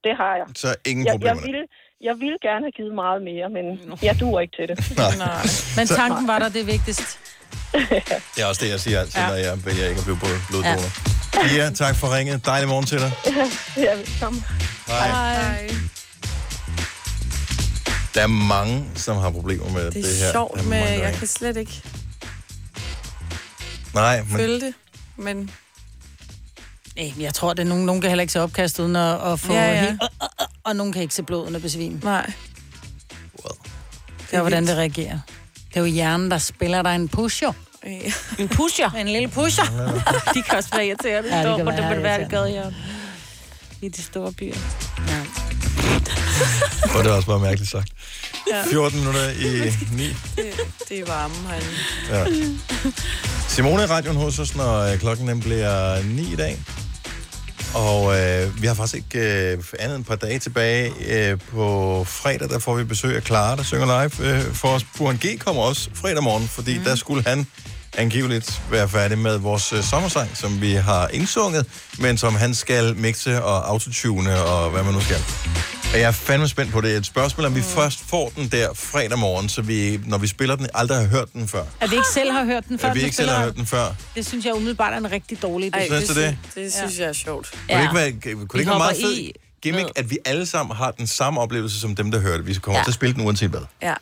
Speaker 3: Det har jeg.
Speaker 1: så ingen
Speaker 3: Jeg, jeg,
Speaker 1: problemer.
Speaker 3: ville, jeg ville gerne have givet meget mere, men jeg duer ikke til det.
Speaker 1: Nej.
Speaker 4: Men tanken var der det vigtigste.
Speaker 1: Det er også det, jeg siger altid, ja.
Speaker 3: Ja.
Speaker 1: når jeg vælger ikke at blive blod- bloddonor. Ja. ja, tak for ringet. Dejlig morgen til dig.
Speaker 3: ja, velkommen.
Speaker 1: Hej.
Speaker 3: Hej.
Speaker 1: Der er mange, som har problemer med det,
Speaker 5: Det
Speaker 1: her.
Speaker 5: er
Speaker 1: Der
Speaker 5: sjovt
Speaker 1: er
Speaker 5: med,
Speaker 1: mange, der
Speaker 5: jeg
Speaker 1: ikke-
Speaker 5: kan slet ikke
Speaker 1: Nej, men
Speaker 5: følge det, men...
Speaker 4: Nej, men jeg tror, at nogen, nogen kan heller ikke se opkast uden at, at få
Speaker 5: Ja,
Speaker 4: ja,
Speaker 5: ja.
Speaker 4: ja. Helt, og, og, og, og nogen kan ikke se blod uden at besvime.
Speaker 5: Nej.
Speaker 4: Det er jo, hvordan det reagerer. Det er jo hjernen, der spiller dig en pusher.
Speaker 2: En pusher?
Speaker 4: En lille pusher.
Speaker 2: De kan også være irriterende.
Speaker 4: Ja,
Speaker 2: Ja,
Speaker 4: det
Speaker 2: det
Speaker 4: kan
Speaker 2: kan
Speaker 4: være
Speaker 2: det være, det
Speaker 4: irriterende.
Speaker 2: gad jeg. I de store byer.
Speaker 1: Og det er også bare mærkeligt sagt.
Speaker 5: Ja.
Speaker 1: 14 minutter i 9.
Speaker 5: Det, det er varmen herinde.
Speaker 1: Ja. Simone i radioen hos os, når øh, klokken den bliver 9 i dag. Og øh, vi har faktisk ikke øh, andet end et par dage tilbage. Øh, på fredag, der får vi besøg af Clara, der synger live øh, for os. Buren G kommer også fredag morgen, fordi mm. der skulle han angiveligt være færdig med vores øh, sommersang, som vi har indsunget, men som han skal mixe og autotune og hvad man nu skal. Og jeg er fandme spændt på det. Et spørgsmål, om vi først får den der fredag morgen, så vi, når vi spiller den, aldrig har hørt den før.
Speaker 4: At vi ikke selv har hørt den før.
Speaker 1: At vi
Speaker 4: den
Speaker 1: ikke selv
Speaker 4: spiller
Speaker 1: har
Speaker 4: her.
Speaker 1: hørt den før.
Speaker 4: Det synes jeg umiddelbart er en rigtig dårlig idé.
Speaker 1: Ej, Synes du det?
Speaker 5: Det synes jeg er sjovt.
Speaker 1: Ja. Kunne det ikke være, kunne det
Speaker 5: Vi
Speaker 1: ikke være meget
Speaker 5: hopper
Speaker 1: fedt
Speaker 5: i
Speaker 1: gimmick, at vi alle sammen har den samme oplevelse som dem, der hørte? Vi kommer
Speaker 2: Ja.
Speaker 1: ja. til at spille den uanset hvad.
Speaker 5: Ja.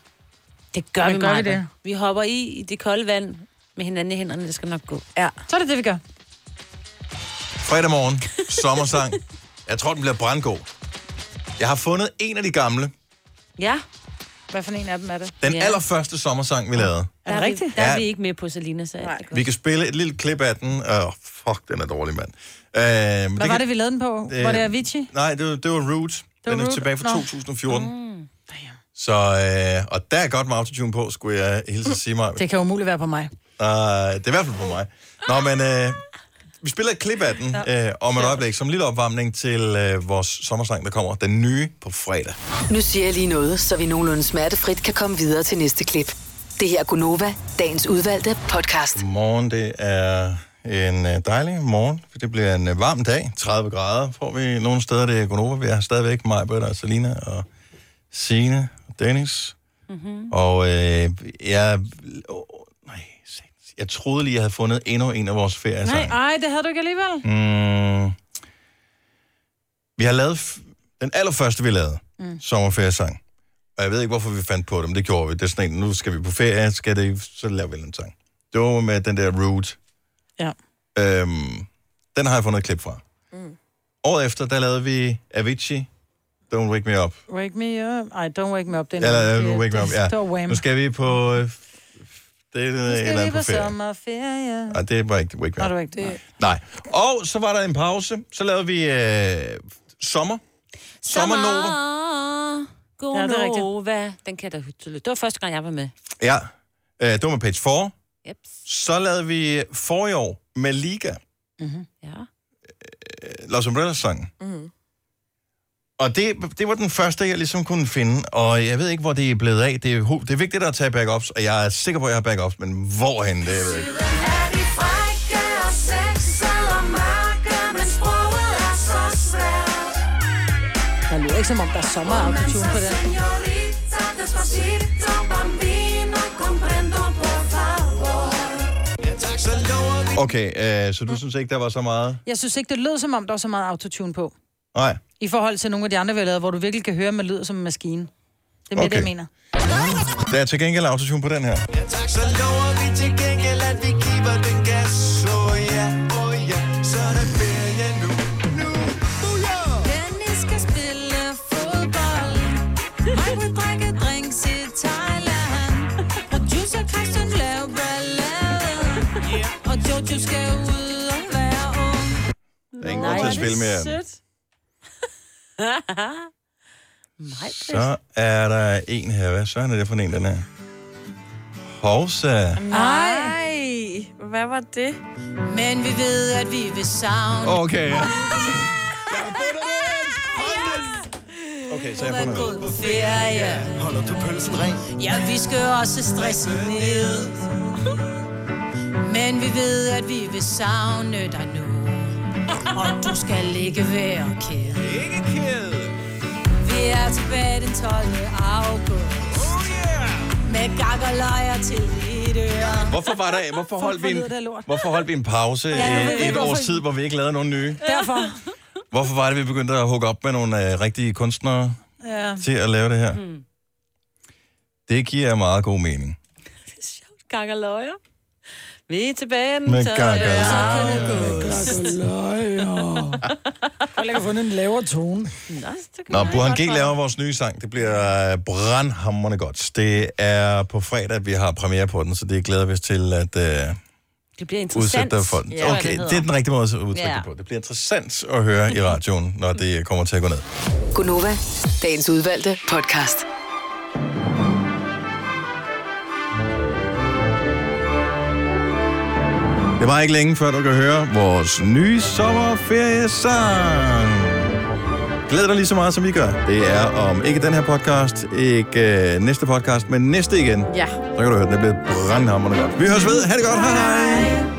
Speaker 2: Det gør
Speaker 4: Men
Speaker 2: vi,
Speaker 4: gør vi
Speaker 2: Maja.
Speaker 4: det?
Speaker 2: Vi hopper i, i det kolde vand med hinanden i hænderne. Det skal nok gå.
Speaker 5: Ja.
Speaker 4: Så er det det, vi gør.
Speaker 1: Fredag morgen, sommersang. Jeg tror, den bliver brandgod. Jeg har fundet en af de gamle.
Speaker 2: Ja.
Speaker 4: Hvad for en af dem er det?
Speaker 1: Den
Speaker 2: Ja.
Speaker 1: ja. allerførste sommersang, vi lavede.
Speaker 2: Der er, vi,
Speaker 1: rigtigt?
Speaker 2: der er
Speaker 1: Ja.
Speaker 2: vi ikke med på Selina, så Nej.
Speaker 1: Vi kan spille et lille klip af den. Åh, oh, fuck, den er dårlig, mand. Uh, Hvad
Speaker 4: Hvad var det, vi lavede den på?
Speaker 1: Øh,
Speaker 4: Var det Avicii?
Speaker 1: Nej, det var, det var Roots.
Speaker 4: var
Speaker 1: Den er
Speaker 4: Roots.
Speaker 1: tilbage fra
Speaker 4: Nå.
Speaker 1: 2014. Så, øh, og der er godt med autotune på, skulle jeg hilse at sige mig.
Speaker 4: Det kan umuligt være på mig.
Speaker 1: Uh, det er i hvert fald på mig. Nå, men øh, vi spiller et klip af den øh, om et øjeblik, som en lille opvarmning til øh, vores sommersang, der kommer den nye på fredag.
Speaker 7: Nu siger jeg lige noget, så vi nogenlunde smertefrit kan komme videre til næste klip. Det her er Gunova, dagens udvalgte podcast.
Speaker 1: Morgen, det er en øh, dejlig morgen, for det bliver en øh, varm dag. 30 grader får vi nogle steder, det er Gonova. Vi har stadigvæk mig, Britt og Selina og Signe og Dennis. Mm-hmm. Og øh, jeg... Åh, nej, sat. jeg troede lige, jeg havde fundet endnu en af vores ferier.
Speaker 4: Nej, ej, det havde du ikke alligevel.
Speaker 1: Mm. Vi har lavet f- den allerførste, vi lavede, mm. sommerferiesang. Og jeg ved ikke, hvorfor vi fandt på dem. Det gjorde vi. Det er sådan en, nu skal vi på ferie, skal det, så laver vi en sang. Det var med den der Root.
Speaker 4: Ja.
Speaker 1: Øhm, den har jeg fundet et klip fra.
Speaker 4: Mm.
Speaker 1: Året efter, der lavede vi Avicii, Don't Wake Me Up.
Speaker 4: Wake me up. Ej, don't wake me up. Det er
Speaker 1: Eller
Speaker 4: noget-
Speaker 1: Don't Wake Me Up,
Speaker 4: det-
Speaker 1: ja.
Speaker 4: Det var wham.
Speaker 1: Nu skal vi på... Øh, det er et eller
Speaker 4: vi
Speaker 1: andet
Speaker 4: på
Speaker 1: på ferie.
Speaker 4: sommerferie.
Speaker 1: Nej, det var ikke Wake Me
Speaker 4: Nå,
Speaker 1: Up.
Speaker 4: det var ikke det.
Speaker 1: Nej. Og så var der en pause. Så lavede vi øh, sommer. Sommernova.
Speaker 2: God
Speaker 4: Ja,
Speaker 2: ja,
Speaker 4: det er rigtigt.
Speaker 2: Nova. Den kan jeg da tydeligt. Det var første gang, jeg var med.
Speaker 1: Ja. Øh, det var med page 4.
Speaker 2: Yep.
Speaker 1: Så lavede vi for i år med Liga.
Speaker 2: Mm-hmm. Ja.
Speaker 1: øh, Los Umbrellas sangen.
Speaker 2: Mm.
Speaker 1: Og det, det var den første, jeg ligesom kunne finde. Og jeg ved ikke, hvor det er blevet af. Det er, ho- det er vigtigt at tage backups, og jeg er sikker på, at jeg har backups, men hvorhen det er jeg ved ikke.
Speaker 6: Er de frække og sexede og mørke, men sproget er så svært?
Speaker 4: Der lyder ikke, som om der er sommerautotune på det.
Speaker 6: Señorita, despacito, bambino, comprendo, por favor.
Speaker 12: Tak, så lover vi.
Speaker 1: Okay, øh, så du synes ikke, der var så meget?
Speaker 4: Jeg synes ikke, det lød som om, der var så meget autotune på.
Speaker 1: Nej.
Speaker 4: I forhold til nogle af de andre, vi har lavet, hvor du virkelig kan høre, at man lyder som en maskine. Det er mere okay. det,
Speaker 1: Okay.
Speaker 4: jeg mener.
Speaker 1: Der er til gengæld autotune på den her.
Speaker 12: Ja, tak, så lover vi til gengæld, at vi giver den gas. Oh ja, oh ja, så er det ferie nu. Nu,
Speaker 6: Dennis skal spille fodbold. Mig vil drikke drinks i Thailand. Producer Christian laver ballade. Og Jojo skal ud og være ung.
Speaker 1: Der er ingen grund til at spille mere.
Speaker 2: Nej,
Speaker 1: Så er der en her. Hvad søren er det for en, den er? Hovsa.
Speaker 5: Nej. Hvad var det?
Speaker 6: Men vi ved, at vi vil savne.
Speaker 1: Okay. Jeg
Speaker 6: Okay,
Speaker 1: så jeg har fundet
Speaker 6: gået på ferie.
Speaker 12: Holder du pølsen ren?
Speaker 6: Ja, vi skal også stresse ned. Men vi ved, at vi vil savne dig nu. Og du skal ikke være ked.
Speaker 12: Ikke ked.
Speaker 6: Vi er tilbage den 12. august. Med gak og løjer til dit øre.
Speaker 1: Hvorfor var der, hvorfor holdt vi en, hvorfor holdt vi en pause
Speaker 6: Ja, jeg ved
Speaker 1: ja,
Speaker 6: ikke,
Speaker 1: et års
Speaker 6: hvorfor.
Speaker 1: tid, hvor vi ikke lavede nogen nye?
Speaker 4: Derfor.
Speaker 1: Hvorfor var det, vi begyndte at hugge op med nogle øh, rigtige kunstnere
Speaker 4: Ja.
Speaker 1: til at lave det her?
Speaker 6: Hmm.
Speaker 1: Det giver meget god mening.
Speaker 2: Ganger løjer. Vi er tilbage.
Speaker 1: Med gakkerløjer.
Speaker 2: løjer.
Speaker 4: Jeg har fundet en lavere tone.
Speaker 1: Nå, Burhan G laver vores nye sang. Det bliver øh, brandhammerende godt. Det er på fredag, at vi har premiere på den, så det glæder vi os til at øh,
Speaker 2: Det bliver interessant.
Speaker 1: udsætte dig for den.
Speaker 2: Ja,
Speaker 1: Okay,
Speaker 2: hedder.
Speaker 1: det er den rigtige måde at udtrykke
Speaker 7: Ja.
Speaker 1: det på. Det bliver interessant at høre i radioen, når det kommer til at gå ned.
Speaker 7: Gunova, dagens udvalgte podcast.
Speaker 1: Det var ikke længe før, du kan høre vores nye sommerferiesang. Glæd dig lige så meget, som vi gør. Det er om ikke den her podcast, ikke øh, næste podcast, men næste igen.
Speaker 9: Ja.
Speaker 1: Så kan du høre, den er blevet brandhammerende godt. Vi høres ved. Ha' det godt. Hej hej.